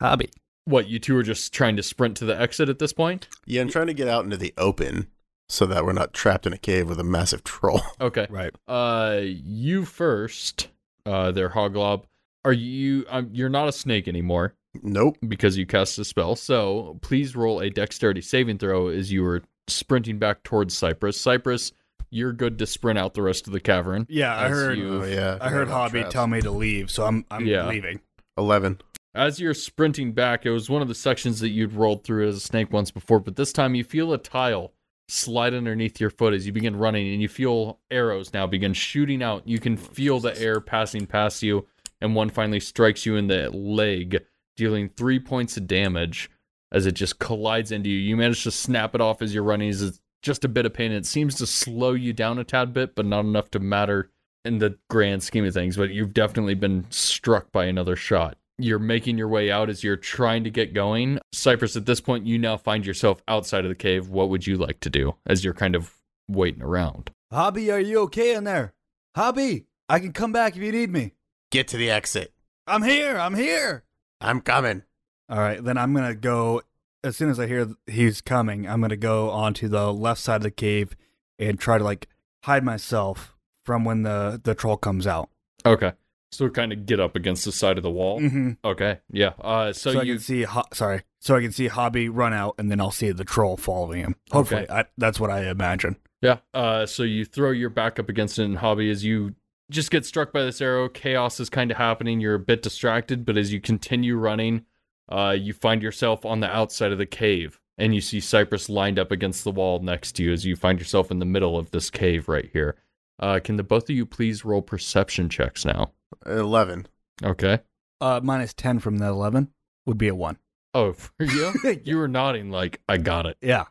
[SPEAKER 2] Hobby.
[SPEAKER 1] what, you two are just trying to sprint to the exit at this point?
[SPEAKER 3] yeah, I'm trying to get out into the open so that we're not trapped in a cave with a massive troll.
[SPEAKER 1] Okay.
[SPEAKER 2] Right.
[SPEAKER 1] Uh, you first, uh, there, Hoglob. Are you, um, you're not a snake anymore.
[SPEAKER 3] nope.
[SPEAKER 1] because you cast a spell. So please roll a dexterity saving throw as you were sprinting back towards Cypress. Cypress, you're good to sprint out the rest of the cavern.
[SPEAKER 2] Yeah, I
[SPEAKER 1] As
[SPEAKER 2] heard.
[SPEAKER 1] you-
[SPEAKER 3] Oh yeah.
[SPEAKER 2] I heard Hobby tell me to leave, so I'm I'm
[SPEAKER 1] Yeah.
[SPEAKER 2] leaving.
[SPEAKER 3] Eleven.
[SPEAKER 1] As you're sprinting back, it was one of the sections that you'd rolled through as a snake once before, but this time you feel a tile slide underneath your foot as you begin running, and you feel arrows now begin shooting out. You can feel the air passing past you, and one finally strikes you in the leg, dealing three points of damage as it just collides into you. You manage to snap it off as you're running. as It's just a bit of pain. and It seems to slow you down a tad bit, but not enough to matter in the grand scheme of things, but you've definitely been struck by another shot. You're making your way out as you're trying to get going. Cypress, at this point, you now find yourself outside of the cave. What would you like to do as you're kind of waiting around?
[SPEAKER 2] Hobby, are you okay in there? Hobby, I can come back if you need me.
[SPEAKER 3] Get to the exit.
[SPEAKER 2] I'm here. I'm here.
[SPEAKER 3] I'm coming.
[SPEAKER 2] All right, then I'm gonna go. As soon as I hear th- he's coming, I'm gonna go onto the left side of the cave and try to like hide myself from when the the troll comes out.
[SPEAKER 1] Okay. So kind of get up against the side of the wall.
[SPEAKER 2] hmm
[SPEAKER 1] Okay. Yeah. Uh, Oh, so,
[SPEAKER 2] So, I
[SPEAKER 1] you.
[SPEAKER 2] can see. Ho- sorry, so I can see Hobby run out, and then I'll see the troll following him. Hopefully, I, that's what I imagine.
[SPEAKER 1] Yeah. Uh, so you throw your back up against it, and Hobby, as you just get struck by this arrow, chaos is kind of happening. You're a bit distracted, but as you continue running, uh, you find yourself on the outside of the cave, and you see Cypress lined up against the wall next to you as you find yourself in the middle of this cave right here. Uh, can the both of you please roll perception checks now?
[SPEAKER 3] Eleven.
[SPEAKER 1] Okay.
[SPEAKER 2] Uh, minus ten from the eleven would be a one.
[SPEAKER 1] Oh, for you? you were nodding like, I got it.
[SPEAKER 2] Yeah.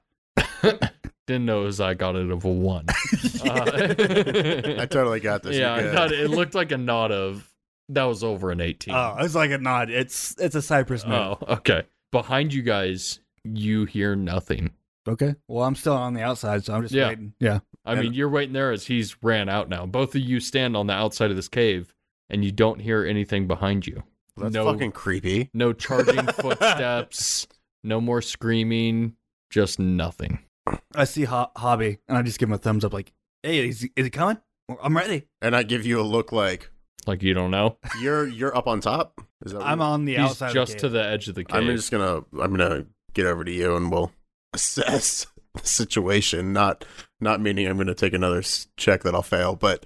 [SPEAKER 1] Didn't know it was I got it of a one. Uh,
[SPEAKER 3] I totally got this.
[SPEAKER 1] yeah,
[SPEAKER 3] You're
[SPEAKER 1] I
[SPEAKER 3] good.
[SPEAKER 1] thought it it looked like a nod of that was over an 18.
[SPEAKER 2] Oh, it's like a nod. It's it's a Cypress move.
[SPEAKER 1] Oh, okay. Behind you guys, you hear nothing.
[SPEAKER 2] Okay. Well, I'm still on the outside, so I'm just
[SPEAKER 1] Yeah.
[SPEAKER 2] waiting. Yeah.
[SPEAKER 1] I
[SPEAKER 3] And-
[SPEAKER 1] mean, you're waiting there as he's ran out now. Both of you stand on the outside of this cave and you don't hear anything behind you.
[SPEAKER 3] That's
[SPEAKER 1] no,
[SPEAKER 3] fucking creepy.
[SPEAKER 1] no charging footsteps, no more screaming, just nothing.
[SPEAKER 2] I see Ho- Hobby, and I just give him a thumbs up, like, Hey, is, is it coming? I'm ready.
[SPEAKER 3] And I give you a look like
[SPEAKER 1] Like you don't know.
[SPEAKER 3] you're you're up on top. Is that what
[SPEAKER 2] I'm
[SPEAKER 3] you-
[SPEAKER 2] on the
[SPEAKER 1] He's
[SPEAKER 2] outside.
[SPEAKER 1] just
[SPEAKER 2] of
[SPEAKER 1] to
[SPEAKER 2] the
[SPEAKER 1] the edge of the cave.
[SPEAKER 3] I'm just gonna I'm gonna get over to you and we'll assess the situation. Not not meaning I'm gonna take another s- check that I'll fail, but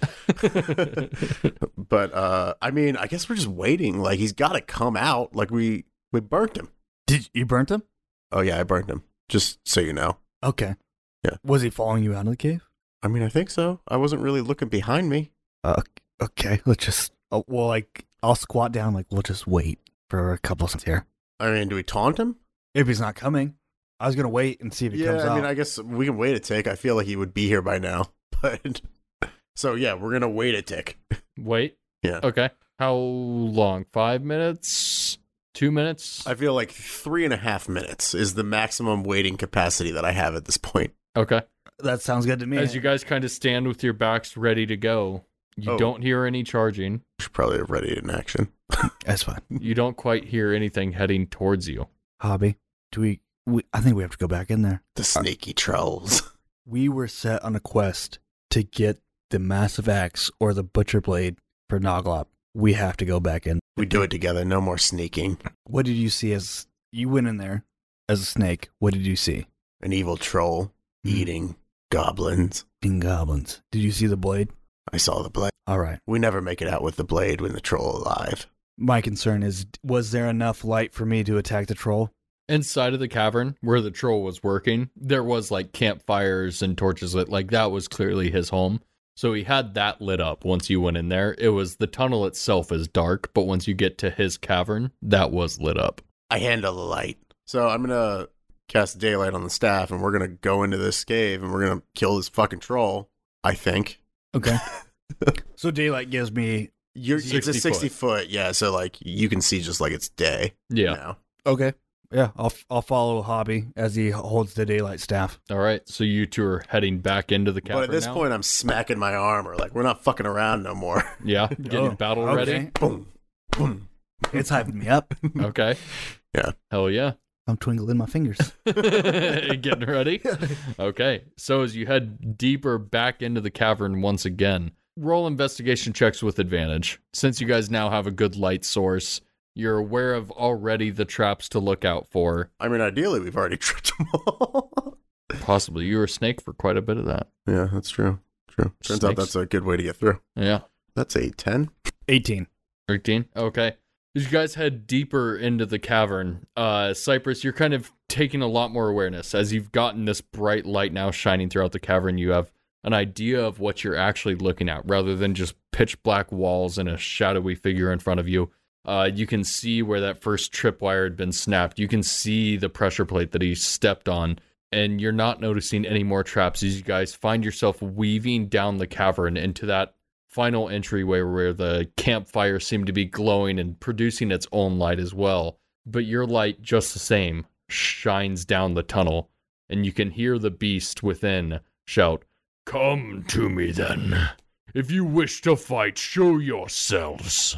[SPEAKER 3] but uh, I mean I guess we're just waiting. Like he's got to come out. Like we we burnt him.
[SPEAKER 2] to. Did you burnt him?
[SPEAKER 3] Oh yeah, I burnt him. Just so you know.
[SPEAKER 2] Okay.
[SPEAKER 3] Yeah.
[SPEAKER 2] Was he following you out of the cave?
[SPEAKER 3] I mean I think so. I wasn't really looking behind me.
[SPEAKER 2] Uh, okay. Let's just. Uh, well, like I'll squat down. Like we'll just wait for a couple of seconds here.
[SPEAKER 3] I mean, do we taunt him?
[SPEAKER 2] If he's not coming, I was gonna wait and see if he
[SPEAKER 3] yeah,
[SPEAKER 2] comes
[SPEAKER 3] I
[SPEAKER 2] out.
[SPEAKER 3] mean, I guess we can wait a tick. I feel like he would be here by now, but so yeah, we're gonna wait a tick.
[SPEAKER 1] Wait.
[SPEAKER 3] Yeah.
[SPEAKER 1] Okay. How long? Five minutes? Two minutes?
[SPEAKER 3] I feel like three and a half minutes is the maximum waiting capacity that I have at this point.
[SPEAKER 1] okay.
[SPEAKER 2] that sounds good to me.
[SPEAKER 1] As you guys kind of stand with your backs ready to go, you
[SPEAKER 3] Oh.
[SPEAKER 1] don't hear any charging.
[SPEAKER 3] Should probably have ready in action.
[SPEAKER 2] That's fine.
[SPEAKER 1] You don't quite hear anything heading towards you.
[SPEAKER 2] Hobby. Do we, we? I think we have to go back in there.
[SPEAKER 3] The sneaky trolls.
[SPEAKER 2] We were set on a quest to get the massive axe or the butcher blade for Noglop. We have to go back in.
[SPEAKER 3] We do it together. No more sneaking.
[SPEAKER 2] What did you see as you went in there as a snake? What did you see?
[SPEAKER 3] An evil troll eating goblins.
[SPEAKER 2] Fucking goblins. Did you see the blade?
[SPEAKER 3] I saw the blade.
[SPEAKER 2] All right.
[SPEAKER 3] We never make it out with the blade when the troll alive.
[SPEAKER 2] My concern is was there enough light for me to attack the troll?
[SPEAKER 1] Inside of the cavern where the troll was working, there was like campfires and torches lit. Like that was clearly his home. So he had that lit up once you went in there. It was the tunnel itself is dark, but once you get to his cavern, that was lit up.
[SPEAKER 3] I handle the light. So I'm gonna cast daylight on the staff, and we're gonna go into this cave, and we're gonna kill this fucking troll. I think.
[SPEAKER 2] Okay. so daylight gives me
[SPEAKER 3] You're, it's
[SPEAKER 1] 60
[SPEAKER 3] a
[SPEAKER 1] foot.
[SPEAKER 3] 60 foot, yeah. So like you can see just like it's day
[SPEAKER 1] Yeah.
[SPEAKER 3] now.
[SPEAKER 2] Okay. Yeah, I'll I'll follow Hobby as he holds the daylight staff.
[SPEAKER 1] All right. So you two are heading back into the cavern.
[SPEAKER 3] But at this
[SPEAKER 1] now?
[SPEAKER 3] point, I'm smacking my armor. Like, we're not fucking around no more.
[SPEAKER 1] yeah, getting
[SPEAKER 2] Oh,
[SPEAKER 1] battle ready.
[SPEAKER 3] boom, boom.
[SPEAKER 2] It's hyping me up.
[SPEAKER 1] Okay.
[SPEAKER 3] Yeah.
[SPEAKER 1] Hell yeah.
[SPEAKER 2] I'm twinkling my fingers.
[SPEAKER 1] Getting ready? Okay. So as you head deeper back into the cavern once again, roll investigation checks with advantage. Since you guys now have a good light source, you're aware of already the traps to look out for.
[SPEAKER 3] I mean, ideally, we've already tripped them all.
[SPEAKER 1] Possibly you were a snake for quite a bit of that.
[SPEAKER 3] yeah, that's true. True. Turns out
[SPEAKER 1] Snakes.
[SPEAKER 3] that's a good way to get through.
[SPEAKER 1] Yeah.
[SPEAKER 3] That's a 10.
[SPEAKER 2] 18.
[SPEAKER 1] 13 okay as you guys head deeper into the cavern uh cypress you're kind of taking a lot more awareness as you've gotten this bright light now shining throughout the cavern you have an idea of what you're actually looking at rather than just pitch black walls and a shadowy figure in front of you uh, you can see where that first tripwire had been snapped. You can see the pressure plate that he stepped on, and you're not noticing any more traps as you guys find yourself weaving down the cavern into that final entryway where the campfire seemed to be glowing and producing its own light as well. But your light, just the same, shines down the tunnel, and you can hear the beast within shout, Come to me then. If you wish to fight, show yourselves.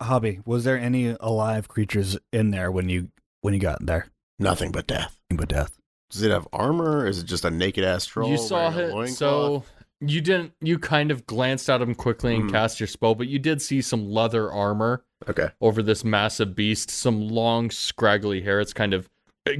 [SPEAKER 2] Hobby, was there any alive creatures in there when you when you got there?
[SPEAKER 3] Nothing but death.
[SPEAKER 2] Nothing But death.
[SPEAKER 3] Does it have armor? Is it just a naked ass troll?
[SPEAKER 1] You saw
[SPEAKER 3] wearing a
[SPEAKER 1] him,
[SPEAKER 3] loincloth?
[SPEAKER 1] so you didn't. You kind of glanced at him quickly and
[SPEAKER 3] Hmm.
[SPEAKER 1] cast your spell, but you did see some leather armor
[SPEAKER 3] Okay.
[SPEAKER 1] over this massive beast, some long, scraggly hair. It's kind of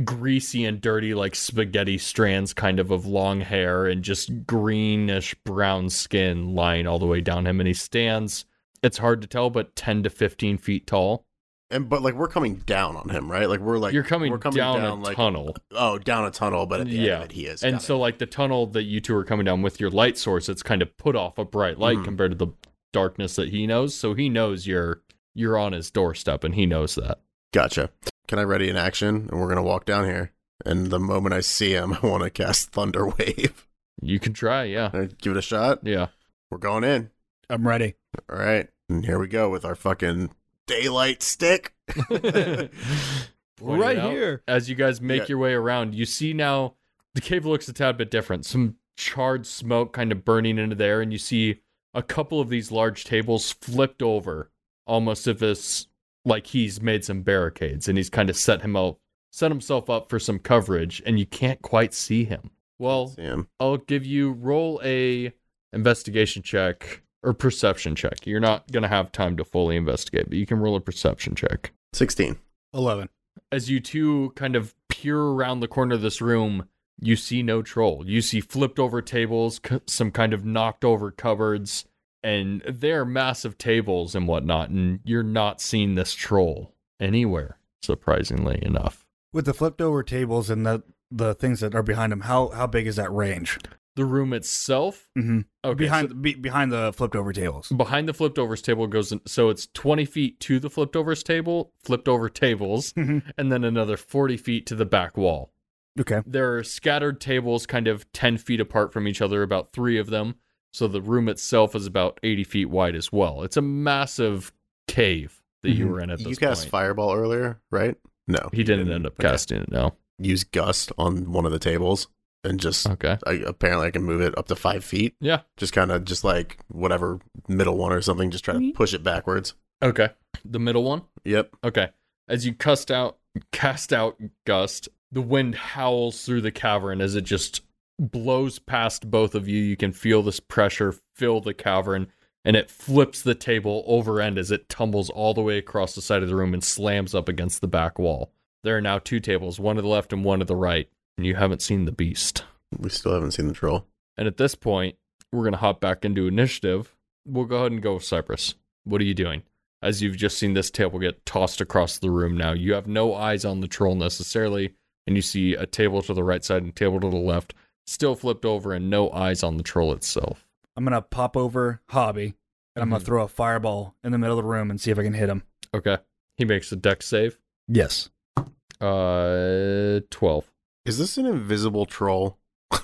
[SPEAKER 1] greasy and dirty, like spaghetti strands, kind of of long hair, and just greenish brown skin lying all the way down him. And he stands. It's hard to tell, but ten to fifteen feet tall.
[SPEAKER 3] And but like we're coming down on him, right? Like we're like
[SPEAKER 1] You're coming,
[SPEAKER 3] we're
[SPEAKER 1] down, a
[SPEAKER 3] like
[SPEAKER 1] tunnel.
[SPEAKER 3] oh down a tunnel, but at the end
[SPEAKER 1] Yeah.
[SPEAKER 3] of it he is.
[SPEAKER 1] and
[SPEAKER 3] Got it.
[SPEAKER 1] so like the tunnel that you two are coming down with your light source it's kind of put off a bright light
[SPEAKER 3] Mhm.
[SPEAKER 1] compared to the darkness that he knows so he knows you're you're on his doorstep and he knows that
[SPEAKER 3] Gotcha. Can I ready an action? And we're gonna walk down here. And the moment I see him, I want to cast Thunder Wave.
[SPEAKER 1] you can try yeah
[SPEAKER 3] All right, Give it a shot.
[SPEAKER 1] yeah
[SPEAKER 3] We're going in.
[SPEAKER 2] I'm ready.
[SPEAKER 3] All right, and here we go with our fucking daylight stick.
[SPEAKER 1] Point it out. as you guys make
[SPEAKER 3] Yeah.
[SPEAKER 1] your way around you see now the cave looks a tad bit different some charred smoke kind of burning into there and you see a couple of these large tables flipped over almost if it's like he's made some barricades and he's kind of set him up set himself up for some coverage and you can't quite see him well
[SPEAKER 3] See him.
[SPEAKER 1] i'll give you roll a investigation check or perception check. You're not going to have time to fully investigate, but you can roll a perception check.
[SPEAKER 3] 16.
[SPEAKER 2] 11.
[SPEAKER 1] As you two kind of peer around the corner of this room, you see no troll. You see flipped over tables, c- some kind of knocked over cupboards, and they're massive tables and whatnot. And you're not seeing this troll anywhere, surprisingly enough.
[SPEAKER 2] With the flipped over tables and the the things that are behind them, how how big is that range?
[SPEAKER 1] The room itself,
[SPEAKER 2] Mm-hmm.
[SPEAKER 1] okay,
[SPEAKER 2] behind be, behind the flipped over tables.
[SPEAKER 1] so behind the flipped overs table goes, in, so it's 20 feet to the flipped overs table, flipped over tables,
[SPEAKER 2] Mhm.
[SPEAKER 1] and then another 40 feet to the back wall.
[SPEAKER 2] Okay.
[SPEAKER 1] There are scattered tables kind of 10 feet apart from each other, about three of them. So the room itself is about 80 feet wide as well. It's a massive cave that you
[SPEAKER 2] Mhm.
[SPEAKER 1] were in at this
[SPEAKER 3] Mm-hmm. You cast
[SPEAKER 1] point.
[SPEAKER 3] Fireball earlier, right? No.
[SPEAKER 1] He didn't end up
[SPEAKER 3] Okay.
[SPEAKER 1] casting it, no.
[SPEAKER 3] Use Gust on one of the tables and just.
[SPEAKER 1] Okay.
[SPEAKER 3] I, apparently, I can move it up to five feet.
[SPEAKER 1] Yeah.
[SPEAKER 3] Just kind of, just like whatever middle one or something. Just try to push it backwards.
[SPEAKER 1] Okay. The middle one?
[SPEAKER 3] Yep.
[SPEAKER 1] Okay. As you cast out cast out gust, the wind howls through the cavern as it just blows past both of you. You can feel this pressure fill the cavern and it flips the table over end as it tumbles all the way across the side of the room and slams up against the back wall. There are now two tables, one to the left and one to the right, and you haven't seen the beast.
[SPEAKER 3] We still haven't seen the troll.
[SPEAKER 1] And at this point, we're going to hop back into initiative. We'll go ahead and go with Cypress. What are you doing? As you've just seen this table get tossed across the room now, you have no eyes on the troll necessarily, and you see a table to the right side and table to the left, still flipped over, and no eyes on the troll itself.
[SPEAKER 2] I'm gonna pop over Hobby and I'm gonna
[SPEAKER 1] Mhm.
[SPEAKER 2] throw a fireball in the middle of the room and see if I can hit him.
[SPEAKER 1] Okay. He makes a deck save.
[SPEAKER 2] Yes.
[SPEAKER 1] Uh, 12.
[SPEAKER 3] Is this an invisible troll?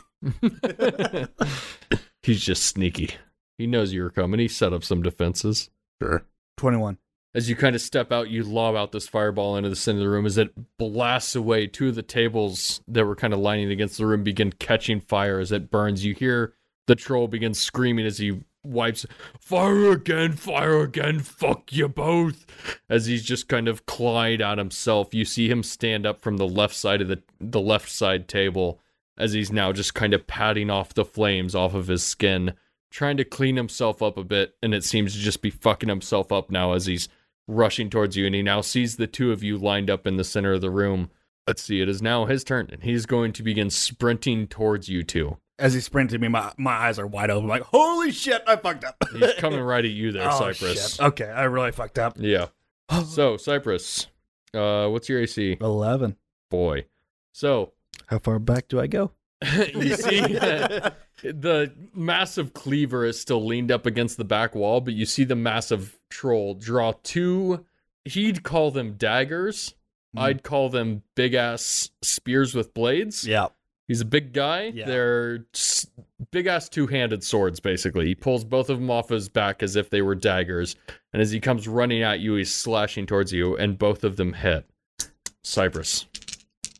[SPEAKER 1] He's just sneaky. He knows you were coming. He set up some defenses.
[SPEAKER 3] Sure.
[SPEAKER 2] Twenty one.
[SPEAKER 1] As you kind of step out, you lob out this fireball into the center of the room as it blasts away. Two of the tables that were kind of lining against the room begin catching fire as it burns. You hear the troll begin screaming as he wipes fire again, fire again, fuck you both. As he's just kind of clawing at himself. You see him stand up from the left side of the the left side table as he's now just kind of patting off the flames off of his skin. Trying to clean himself up a bit, and it seems to just be fucking himself up now as he's rushing towards you, and he now sees the two of you lined up in the center of the room. Let's see, it is now his turn, and he's going to begin sprinting towards you two.
[SPEAKER 2] As he sprinted me, my my eyes are wide open. like, holy shit, I fucked up.
[SPEAKER 1] He's coming right at you there,
[SPEAKER 2] Oh,
[SPEAKER 1] Cypress.
[SPEAKER 2] shit. Uh-huh. Okay, I really fucked up.
[SPEAKER 1] Yeah. So, Cypress, uh, what's your AC?
[SPEAKER 2] Uh-huh.
[SPEAKER 5] Eleven.
[SPEAKER 1] Boy. So,
[SPEAKER 5] How far back do I go?
[SPEAKER 1] you see that the massive cleaver is still leaned up against the back wall, but you see the massive troll draw two, he'd call them daggers.
[SPEAKER 2] Mhm.
[SPEAKER 1] I'd call them big ass spears with blades.
[SPEAKER 2] Yeah.
[SPEAKER 1] He's a big guy.
[SPEAKER 2] Yeah.
[SPEAKER 1] They're big ass two handed swords, basically. He pulls both of them off his back as if they were daggers. And as he comes running at you, he's slashing towards you, and both of them hit. Cypress,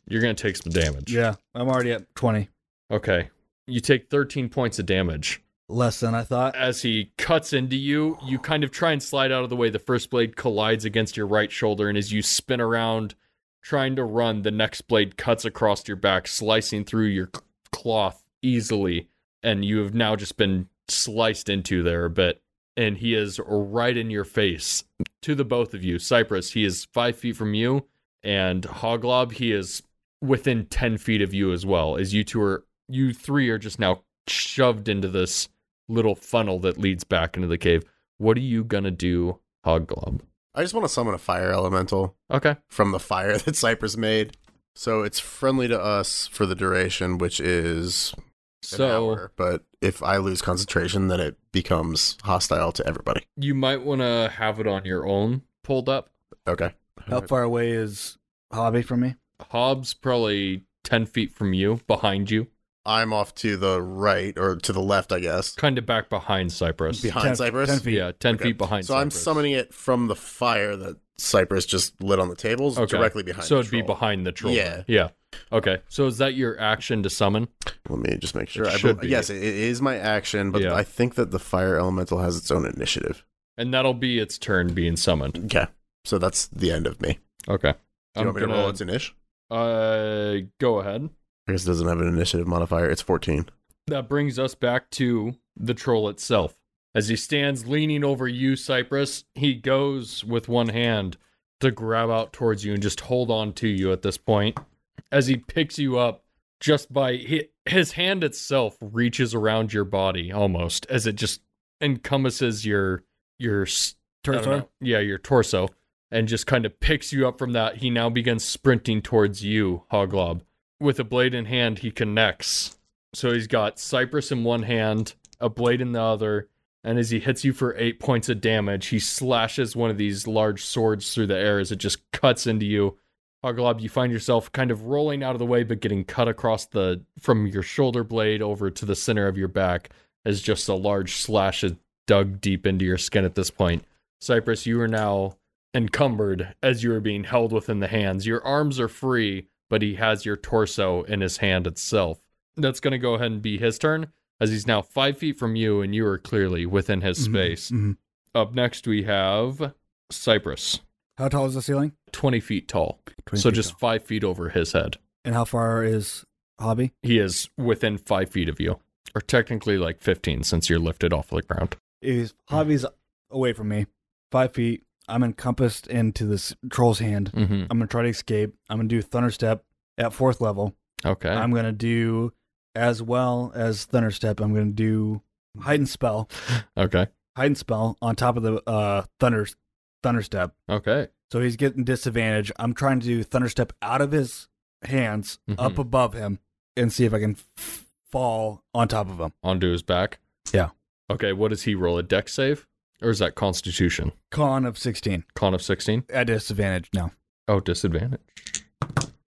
[SPEAKER 1] you're going to take some damage.
[SPEAKER 2] Yeah. I'm already at twenty.
[SPEAKER 1] Okay. You take 13 points of damage.
[SPEAKER 5] Less than I thought.
[SPEAKER 1] As he cuts into you, you kind of try and slide out of the way. The first blade collides against your right shoulder, and as you spin around trying to run, the next blade cuts across your back, slicing through your c- cloth easily. And you have now just been sliced into there a bit. And he is right in your face to the both of you. Cypress, he is five feet from you, and Hoglob, he is within 10 feet of you as well. As you two are, you three are just now shoved into this little funnel that leads back into the cave. What are you gonna do, Hoglob?
[SPEAKER 3] I just want to summon a fire elemental
[SPEAKER 1] Okay.
[SPEAKER 3] from the fire that Cypress made. So it's friendly to us for the duration, which is an
[SPEAKER 1] So
[SPEAKER 3] hour. But if I lose concentration, then it becomes hostile to everybody.
[SPEAKER 1] you might wanna have it on your own pulled up.
[SPEAKER 3] Okay.
[SPEAKER 2] How far away is Hobby from me?
[SPEAKER 1] Hobbs probably ten feet from you, behind you.
[SPEAKER 3] I'm off to the right or to the left, I guess.
[SPEAKER 1] Kind of back behind Cypress.
[SPEAKER 3] Behind
[SPEAKER 2] Ten-
[SPEAKER 3] Cypress?
[SPEAKER 2] Ten feet.
[SPEAKER 1] Yeah, ten
[SPEAKER 3] Okay.
[SPEAKER 1] feet behind
[SPEAKER 3] So I'm
[SPEAKER 1] Cypress.
[SPEAKER 3] summoning it from the fire that Cypress just lit on the tables
[SPEAKER 1] Okay.
[SPEAKER 3] directly behind.
[SPEAKER 1] So
[SPEAKER 3] the
[SPEAKER 1] it'd be
[SPEAKER 3] troll.
[SPEAKER 1] behind the troll.
[SPEAKER 3] Yeah.
[SPEAKER 1] Yeah. Okay. So is that your action to summon?
[SPEAKER 3] Let me just make sure.
[SPEAKER 1] It
[SPEAKER 3] I
[SPEAKER 1] should
[SPEAKER 3] bel-
[SPEAKER 1] be.
[SPEAKER 3] Yes, it it is my action, but
[SPEAKER 1] Yeah.
[SPEAKER 3] I think that the fire elemental has its own initiative.
[SPEAKER 1] And that'll be its turn being summoned.
[SPEAKER 3] Okay. So that's the end of me.
[SPEAKER 1] Okay.
[SPEAKER 3] Do you want me to roll its initiative?
[SPEAKER 1] uh go ahead.
[SPEAKER 3] I guess it doesn't have an initiative modifier. It's 14.
[SPEAKER 1] That brings us back to the troll itself. As he stands leaning over you, Cypress, he goes with one hand to grab out towards you and just hold on to you at this point. As he picks you up, just by hi- his hand itself reaches around your body almost as it just encompasses your your s- I don't know.
[SPEAKER 2] Torso.
[SPEAKER 1] Yeah, your torso. And just kind of picks you up from that. He now begins sprinting towards you, Hoglob. With a blade in hand, he connects. So he's got Cypress in one hand, a blade in the other, and as he hits you for eight points of damage, he slashes one of these large swords through the air as it just cuts into you. Hoglob, you find yourself kind of rolling out of the way, but getting cut across the from your shoulder blade over to the center of your back as just a large slash is dug deep into your skin at this point. Cypress, you are now encumbered as you are being held within the hands. Your arms are free, but he has your torso in his hand itself. That's going to go ahead and be his turn, as he's now five feet from you, and you are clearly within his
[SPEAKER 2] Mhm,
[SPEAKER 1] space.
[SPEAKER 2] mhm.
[SPEAKER 1] Up next, we have Cypress,
[SPEAKER 2] How tall is the ceiling?
[SPEAKER 1] 20 feet tall.
[SPEAKER 2] 20
[SPEAKER 1] so
[SPEAKER 2] feet
[SPEAKER 1] just
[SPEAKER 2] tall.
[SPEAKER 1] five feet over his head.
[SPEAKER 2] And how far is Hobby?
[SPEAKER 1] He is within five feet of you, or technically like 15 since you're lifted off the ground.
[SPEAKER 2] Is Hobby's away from me, five feet. I'm encompassed into this troll's hand.
[SPEAKER 1] Mm-hmm.
[SPEAKER 2] I'm gonna try to escape. I'm gonna do Thunderstep at fourth level.
[SPEAKER 1] Okay.
[SPEAKER 2] I'm gonna do as well as Thunderstep. I'm gonna do Heightened Spell,
[SPEAKER 1] okay.
[SPEAKER 2] Heightened Spell on top of the uh, Thunder Thunderstep.
[SPEAKER 1] Okay.
[SPEAKER 2] So he's getting disadvantage. I'm trying to do Thunderstep out of his hands up
[SPEAKER 1] Mhm.
[SPEAKER 2] above him and see if I can f- fall on top of him.
[SPEAKER 1] Onto his back.
[SPEAKER 2] Yeah.
[SPEAKER 1] Okay. What does he roll? A deck save? Or is that constitution?
[SPEAKER 2] Con of 16
[SPEAKER 1] Con of 16?
[SPEAKER 2] at disadvantage now.
[SPEAKER 1] Oh, disadvantage.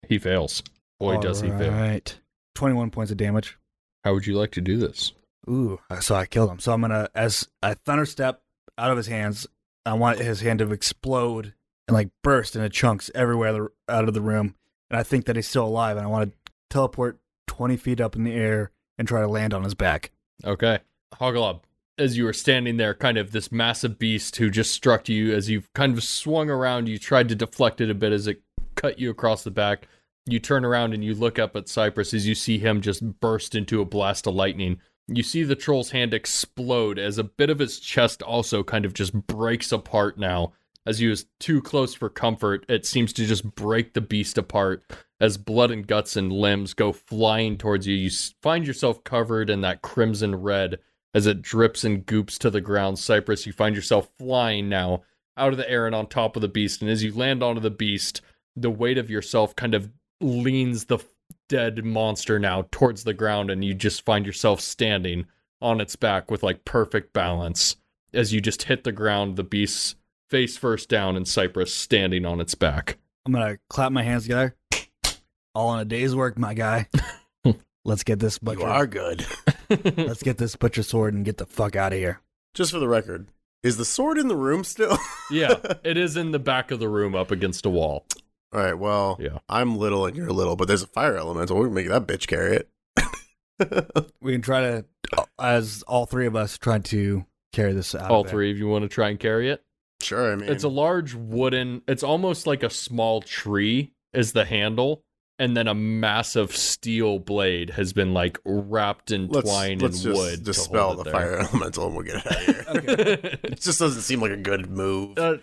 [SPEAKER 1] He fails. Boy, does he fail.
[SPEAKER 2] Right. 21 points of damage.
[SPEAKER 1] How would you like to do this?
[SPEAKER 2] Ooh, so I killed him. So I'm gonna as I thunder step out of his hands. I want his hand to explode and like burst into chunks everywhere the, out of the room. And I think that he's still alive, and I want to teleport 20 feet up in the air and try to land on his back.
[SPEAKER 1] Okay. Hoglob, as you were standing there, kind of this massive beast who just struck you, as you've kind of swung around, you tried to deflect it a bit as it cut you across the back. You turn around and you look up at Cypress as you see him just burst into a blast of lightning. You see the troll's hand explode as a bit of his chest also kind of just breaks apart now. As he was too close for comfort, it seems to just break the beast apart as blood and guts and limbs go flying towards you. You s- find yourself covered in that crimson red as it drips and goops to the ground. Cypress, you find yourself flying now out of the air and on top of the beast. And as you land onto the beast, the weight of yourself kind of leans the f- dead monster now towards the ground, and you just find yourself standing on its back with like perfect balance. As you just hit the ground, the beast's face first down and Cypress standing on its back.
[SPEAKER 2] I'm gonna clap my hands together. All in a day's work, my guy. Let's get this
[SPEAKER 3] But
[SPEAKER 2] butcher.
[SPEAKER 3] you are good.
[SPEAKER 2] Let's get this butcher sword and get the fuck out of here.
[SPEAKER 3] Just for the record, is the sword in the room still?
[SPEAKER 1] yeah, it is in the back of the room up against a wall.
[SPEAKER 3] All right. Well,
[SPEAKER 1] Yeah.
[SPEAKER 3] I'm little and you're little, but there's a fire elemental. We can make that bitch carry it.
[SPEAKER 2] We can try to, as all three of us, try to carry this out. of
[SPEAKER 1] All
[SPEAKER 2] there.
[SPEAKER 1] three of you want to try and carry it?
[SPEAKER 3] sure. I mean,
[SPEAKER 1] It's a large wooden, it's almost like a small tree is the handle. And then a massive steel blade has been like wrapped and
[SPEAKER 3] let's,
[SPEAKER 1] twined
[SPEAKER 3] let's
[SPEAKER 1] in
[SPEAKER 3] just
[SPEAKER 1] wood. to
[SPEAKER 3] dispel
[SPEAKER 1] hold it
[SPEAKER 3] the
[SPEAKER 1] there.
[SPEAKER 3] fire elemental and we'll get it out of here. It just doesn't seem like a good move.
[SPEAKER 1] Uh,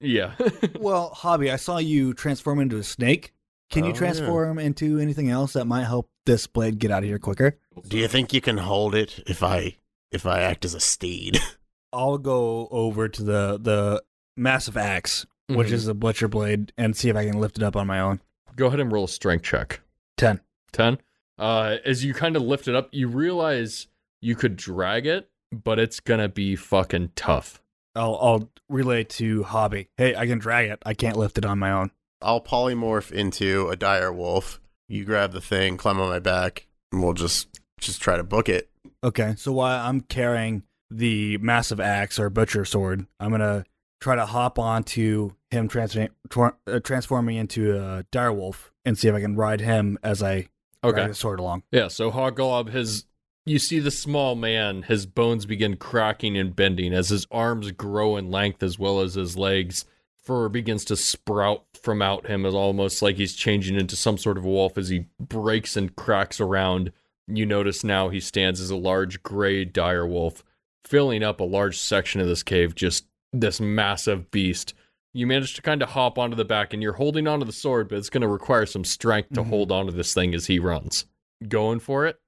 [SPEAKER 1] yeah.
[SPEAKER 2] Well, Hobby, I saw you transform into a snake. Can
[SPEAKER 3] Oh,
[SPEAKER 2] you
[SPEAKER 3] yeah.
[SPEAKER 2] transform into anything else that might help this blade get out of here quicker?
[SPEAKER 3] Do you think you can hold it if I if I act as a steed?
[SPEAKER 2] I'll go over to the the massive ax which
[SPEAKER 1] Mhm.
[SPEAKER 2] is the butcher blade, and see if I can lift it up on my own.
[SPEAKER 1] Go ahead and roll a strength check.
[SPEAKER 2] 10.
[SPEAKER 1] 10. Uh, as you kind of lift it up, you realize you could drag it, but it's going to be fucking tough.
[SPEAKER 2] I'll I'll relay to Hobby. Hey, I can drag it. I can't lift it on my own.
[SPEAKER 3] I'll polymorph into a dire wolf. You grab the thing, climb on my back, and we'll just just try to book it.
[SPEAKER 2] Okay, so while I'm carrying the massive axe or butcher sword, I'm gonna try to hop onto him transfer- tor- uh, transforming into a direwolf and see if I can ride him as I
[SPEAKER 1] Okay.
[SPEAKER 2] drag the sword along.
[SPEAKER 1] Yeah, so Hoglob his you see the small man, his bones begin cracking and bending as his arms grow in length as well as his legs. Fur begins to sprout from out him as almost like he's changing into some sort of wolf as he breaks and cracks around. You notice now he stands as a large gray dire wolf, filling up a large section of this cave, just this massive beast. You manage to kind of hop onto the back and you're holding onto the sword, but it's going to require some strength to
[SPEAKER 2] Mhm.
[SPEAKER 1] hold onto this thing as he runs. Going for it?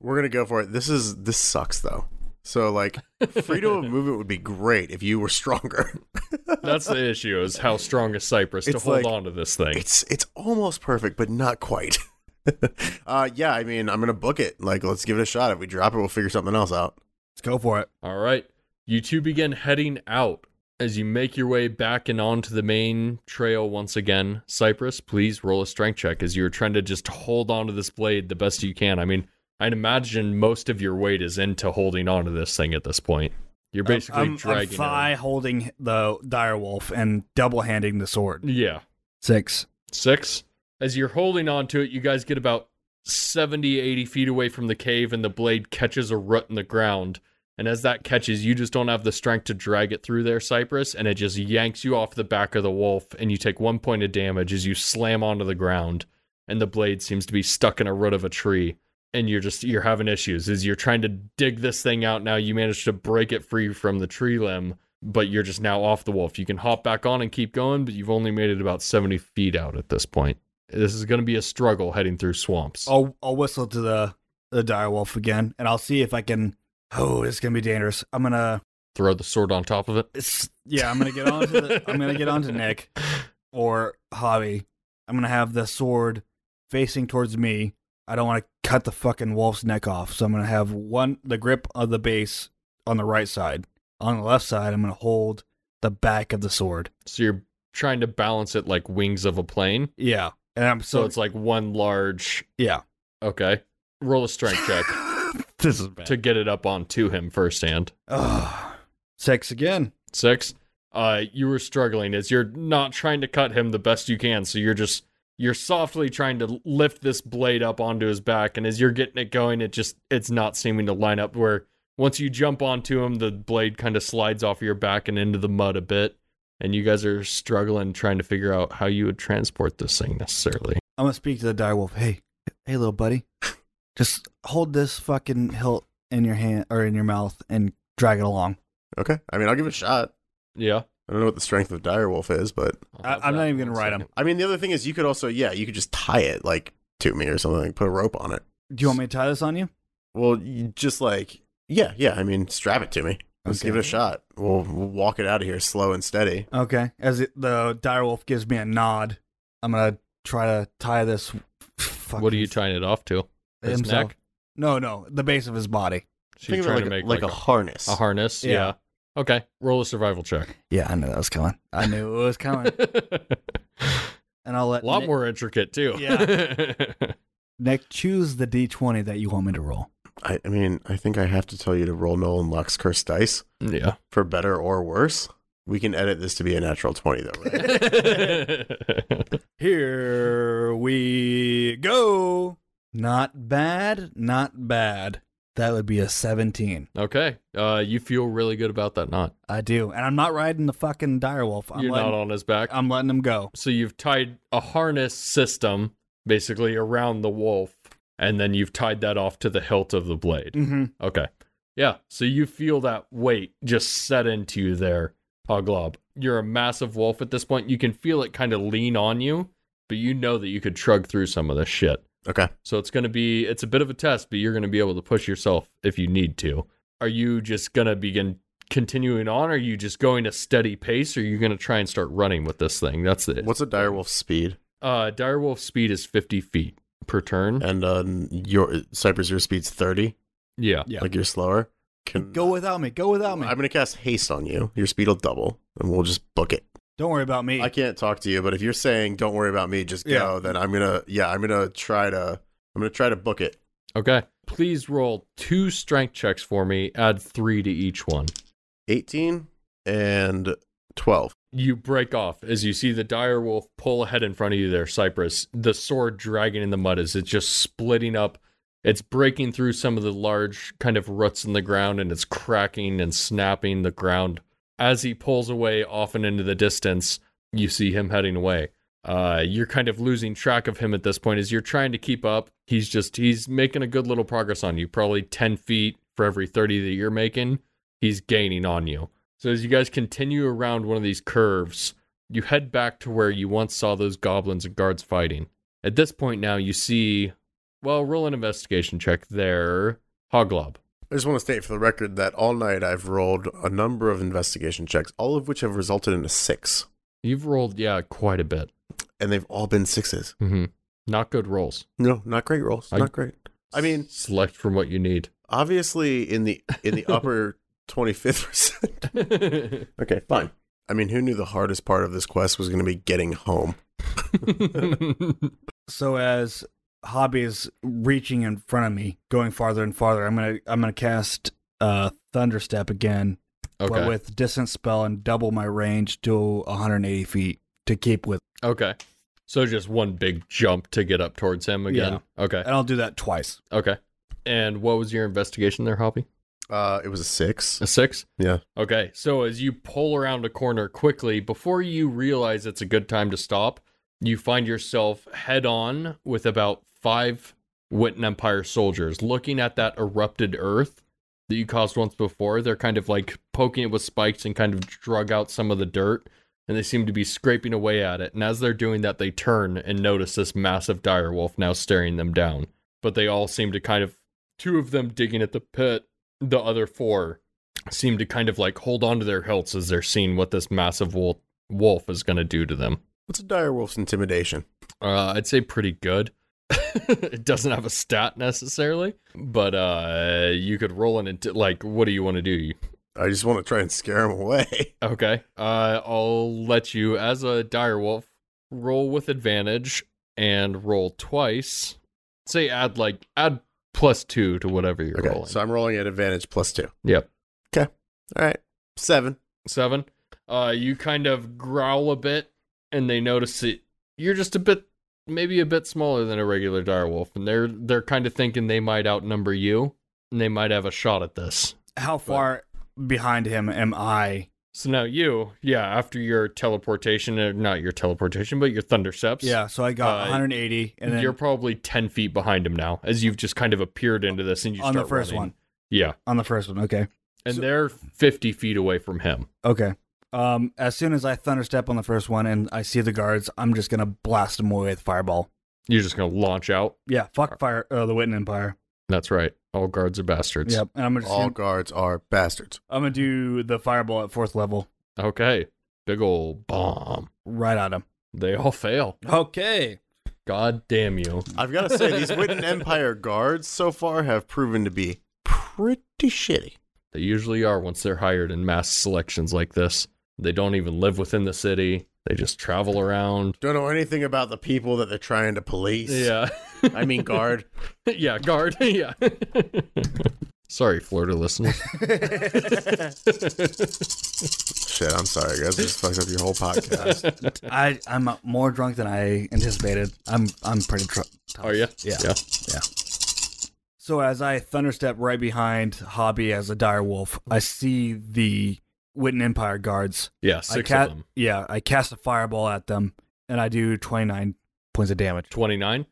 [SPEAKER 3] We're gonna go for it. This is this sucks though. So like freedom of movement would be great if you were stronger.
[SPEAKER 1] That's the issue is how strong is Cypress to
[SPEAKER 3] It's
[SPEAKER 1] hold
[SPEAKER 3] like-
[SPEAKER 1] on to this thing.
[SPEAKER 3] It's it's almost perfect, but not quite. uh, yeah, I mean, I'm gonna book it. Like, let's give it a shot. If we drop it, we'll figure something else out.
[SPEAKER 2] Let's go for it.
[SPEAKER 1] All right. You two begin heading out. As you make your way back and onto the main trail once again, Cypress, please roll a strength check as you're trying to just hold onto this blade the best you can. I mean, I'd imagine most of your weight is into holding onto this thing at this point. You're basically
[SPEAKER 2] I'm, I'm
[SPEAKER 1] dragging.
[SPEAKER 2] thigh
[SPEAKER 1] it.
[SPEAKER 2] holding the dire wolf and double handing the sword.
[SPEAKER 1] Yeah.
[SPEAKER 5] Six.
[SPEAKER 1] Six. As you're holding on to it, you guys get about 70, 80 feet away from the cave, and the blade catches a rut in the ground. And as that catches, you just don't have the strength to drag it through there, Cypress, and it just yanks you off the back of the wolf, and you take one point of damage as you slam onto the ground, and the blade seems to be stuck in a root of a tree. And you're just you're having issues as you're trying to dig this thing out now. You manage to break it free from the tree limb, but you're just now off the wolf. You can hop back on and keep going, but you've only made it about 70 feet out at this point. This is going to be a struggle heading through swamps.
[SPEAKER 2] I'll I'll whistle to the the dire wolf again, and I'll see if I can. Oh, this is gonna be dangerous. I'm gonna.
[SPEAKER 1] Throw the sword on top of it.
[SPEAKER 2] It's, yeah, I'm gonna get on. The, I'm gonna get onto Nick or Hobby. I'm gonna have the sword facing towards me. I don't want to cut the fucking wolf's neck off, so I'm gonna have one the grip of the base on the right side. On the left side, I'm gonna hold the back of the sword.
[SPEAKER 1] So you're trying to balance it like wings of a plane.
[SPEAKER 2] Yeah, and I'm
[SPEAKER 1] So it's like one large.
[SPEAKER 2] yeah.
[SPEAKER 1] Okay. Roll a strength check
[SPEAKER 2] this is bad.
[SPEAKER 1] to get it up onto him firsthand.
[SPEAKER 2] Ugh. Sex again.
[SPEAKER 1] Six. Uh, you were struggling as you're not trying to cut him the best you can. So you're just you're softly trying to lift this blade up onto his back, and as you're getting it going, it just it's not seeming to line up. Where once you jump onto him, the blade kind of slides off your back and into the mud a bit, and you guys are struggling trying to figure out how you would transport this thing necessarily.
[SPEAKER 2] I'm gonna speak to the dire wolf. Hey, hey, little buddy, just hold this fucking hilt in your hand or in your mouth and drag it along.
[SPEAKER 3] Okay. I mean, I'll give it a shot.
[SPEAKER 1] Yeah,
[SPEAKER 3] I don't know what the strength of direwolf is, but
[SPEAKER 1] I'll
[SPEAKER 2] I-
[SPEAKER 1] have
[SPEAKER 2] I'm
[SPEAKER 1] that
[SPEAKER 2] not
[SPEAKER 1] in
[SPEAKER 2] even gonna
[SPEAKER 1] one
[SPEAKER 2] ride
[SPEAKER 1] second.
[SPEAKER 3] I mean, the other thing is you could also, yeah, you could just tie it like to me or something, put a rope on it.
[SPEAKER 2] Do you want me to tie this on you?
[SPEAKER 3] Well, you just like, yeah, yeah. I mean, strap it to me. Let's
[SPEAKER 2] Okay.
[SPEAKER 3] give it a shot. We'll, we'll walk it out of here slow and steady.
[SPEAKER 2] Okay. As it, the dire wolf gives me a nod, I'm gonna try to tie this. Fucking
[SPEAKER 1] What are you tying it off to? His
[SPEAKER 2] himself.
[SPEAKER 1] neck?
[SPEAKER 2] No, no, the base of his body.
[SPEAKER 1] So you're
[SPEAKER 3] of it
[SPEAKER 1] trying
[SPEAKER 3] like,
[SPEAKER 1] to
[SPEAKER 3] a-
[SPEAKER 1] make
[SPEAKER 3] like, a, harness.
[SPEAKER 1] a harness.
[SPEAKER 2] Yeah.
[SPEAKER 1] yeah. Okay. Roll a survival check.
[SPEAKER 2] Yeah, I knew that was coming. I knew it was coming, and I'll let
[SPEAKER 1] a lot
[SPEAKER 2] Nick,
[SPEAKER 1] more intricate too.
[SPEAKER 2] Nick choose the d20 that you want me to roll.
[SPEAKER 3] I, I mean, I think I have to tell you to roll Nolan Luck's cursed dice
[SPEAKER 1] yeah.
[SPEAKER 3] for better or worse. We can edit this to be a natural 20, though, right?
[SPEAKER 2] Here we go. Not bad, not bad. That would be a 17.
[SPEAKER 1] okay. Uh, you feel really good about that knot.
[SPEAKER 2] I do. And I'm not riding the fucking direwolf. I'm
[SPEAKER 1] You're
[SPEAKER 2] letting,
[SPEAKER 1] not on his back.
[SPEAKER 2] I'm letting him go.
[SPEAKER 1] so you've tied a harness system basically around the wolf, and then you've tied that off to the hilt of the blade.
[SPEAKER 2] Mm-hmm.
[SPEAKER 1] Okay. Yeah. So you feel that weight just set into you there, Hoglob. You're a massive wolf at this point. You can feel it kind of lean on you, but you know that you could shrug through some of this shit.
[SPEAKER 3] Okay.
[SPEAKER 1] So it's going to be, it's a bit of a test, but you're going to be able to push yourself if you need to. Are you just going to begin continuing on? Are you just going a steady pace? Or are you going to try and start running with this thing? That's it.
[SPEAKER 3] What's a direwolf speed?
[SPEAKER 1] Uh, direwolf speed is 50 feet per turn.
[SPEAKER 3] And uh, your Cypress, your speed's 30.
[SPEAKER 1] yeah.
[SPEAKER 2] Yeah.
[SPEAKER 3] Like you're slower. Can,
[SPEAKER 2] Go without me. Go without me.
[SPEAKER 3] I'm going to cast haste on you. Your speed will double, and we'll just book it.
[SPEAKER 2] Don't worry about me.
[SPEAKER 3] I can't talk to you, but if you're saying "Don't worry about me, just go,"
[SPEAKER 2] Yeah.
[SPEAKER 3] then I'm gonna, yeah, I'm gonna try to, I'm gonna try to book it.
[SPEAKER 1] Okay. Please roll two strength checks for me. Add three to each one.
[SPEAKER 3] 18 and 12.
[SPEAKER 1] you break off as you see the dire wolf pull ahead in front of you there cypress the sword dragging in the mud as it's just splitting up it's breaking through some of the large kind of roots in the ground and it's cracking and snapping the ground as he pulls away off and into the distance you see him heading away uh, you're kind of losing track of him at this point as you're trying to keep up. He's just he's making a good little progress on you, probably ten feet for every thirty that you're making. He's gaining on you. So as you guys continue around one of these curves, you head back to where you once saw those goblins and guards fighting. At this point now, you see. Well, roll an investigation check there, Hoglob.
[SPEAKER 3] I just want to state for the record that all night I've rolled a number of investigation checks, all of which have resulted in a six,
[SPEAKER 1] You've rolled, yeah, quite a bit.
[SPEAKER 3] and they've all been sixes.
[SPEAKER 1] Mm-hmm. Not good rolls.
[SPEAKER 3] No, not great rolls.
[SPEAKER 1] I-
[SPEAKER 3] not great. I mean,
[SPEAKER 1] select from what you need.
[SPEAKER 3] obviously in the in the upper twenty fifth percent. Okay, fine. I mean, who knew the hardest part of this quest was going to be getting home?
[SPEAKER 2] So as Hobby is reaching in front of me, going farther and farther, I'm gonna I'm gonna cast uh Thunderstep again,
[SPEAKER 1] okay.
[SPEAKER 2] but with distance spell and double my range to 180 feet to keep with,
[SPEAKER 1] okay. So just one big jump to get up towards him again. Okay.
[SPEAKER 2] and I'll do that twice.
[SPEAKER 1] Okay. And what was your investigation there, Hoppy?
[SPEAKER 3] Uh, it was a six.
[SPEAKER 1] A six?
[SPEAKER 3] Yeah.
[SPEAKER 1] Okay. So as you pull around a corner quickly, before you realize it's a good time to stop, you find yourself head on with about five Witten Empire soldiers looking at that erupted earth that you caused once before. They're kind of like poking it with spikes and kind of drug out some of the dirt, and they seem to be scraping away at it. And as they're doing that, they turn and notice this massive dire wolf now staring them down. But they all seem to kind of, two of them digging at the pit, the other four seem to kind of like hold on to their hilts as they're seeing what this massive wolf wolf is going to do to them.
[SPEAKER 3] What's a dire wolf's intimidation?
[SPEAKER 1] Uh, I'd say pretty good. it doesn't have a stat necessarily, but uh, you could roll an into like. What do you want to do? You-
[SPEAKER 3] I just want to try and scare him away.
[SPEAKER 1] Okay, uh, I'll let you as a dire wolf roll with advantage and roll twice. Say add like add plus two to whatever you're
[SPEAKER 3] okay,
[SPEAKER 1] rolling.
[SPEAKER 3] so I'm rolling at advantage plus two.
[SPEAKER 1] yep.
[SPEAKER 3] All right, seven.
[SPEAKER 1] seven. Uh, you kind of growl a bit, and they notice that you're just a bit, maybe a bit smaller than a regular direwolf, and they're they're kind of thinking they might outnumber you, and they might have a shot at this.
[SPEAKER 2] How far behind him am I?
[SPEAKER 1] So now you, yeah, after your teleportation, or not your teleportation, but your thunder steps,
[SPEAKER 2] Yeah, so I got
[SPEAKER 1] Uh,
[SPEAKER 2] 180, and then
[SPEAKER 1] you're probably ten feet behind him now, as you've just kind of appeared into this, and you
[SPEAKER 2] on the
[SPEAKER 1] start
[SPEAKER 2] first
[SPEAKER 1] running.
[SPEAKER 2] one,
[SPEAKER 1] yeah,
[SPEAKER 2] on the first one, okay,
[SPEAKER 1] and
[SPEAKER 3] So-
[SPEAKER 1] they're fifty feet away from him.
[SPEAKER 2] okay. Um, as soon as I thunderstep on the first one and I see the guards, I'm just gonna blast them away with fireball.
[SPEAKER 1] You're just gonna launch out.
[SPEAKER 2] Yeah, fuck fire, uh, the Witten Empire.
[SPEAKER 1] That's right. All guards are bastards.
[SPEAKER 2] Yep, and I'm gonna just
[SPEAKER 3] All guards are bastards.
[SPEAKER 2] I'm gonna do the fireball at fourth level
[SPEAKER 1] Okay. Big old bomb.
[SPEAKER 2] right on him.
[SPEAKER 1] They all fail.
[SPEAKER 5] Okay.
[SPEAKER 1] God damn you.
[SPEAKER 3] I've got to say, these Witten Empire guards so far have proven to be pretty shitty.
[SPEAKER 1] They usually are once they're hired in mass selections like this. They don't even live within the city. They just travel around.
[SPEAKER 3] Don't know anything about the people that they're trying to police.
[SPEAKER 1] Yeah.
[SPEAKER 3] I mean, guard.
[SPEAKER 1] yeah, guard. yeah. Sorry, Florida listeners.
[SPEAKER 3] Shit, I'm sorry, guys. This fucked up your whole podcast.
[SPEAKER 2] I I'm more drunk than I anticipated. I'm I'm pretty drunk.
[SPEAKER 1] Are you?
[SPEAKER 2] Yeah.
[SPEAKER 1] Yeah.
[SPEAKER 2] So as I thunderstep right behind Hobby as a dire wolf, I see the Witten Empire guards.
[SPEAKER 1] Yeah, six
[SPEAKER 2] I ca-
[SPEAKER 1] of them.
[SPEAKER 2] Yeah, I cast a fireball at them, and I do 29 points of damage.
[SPEAKER 1] 29.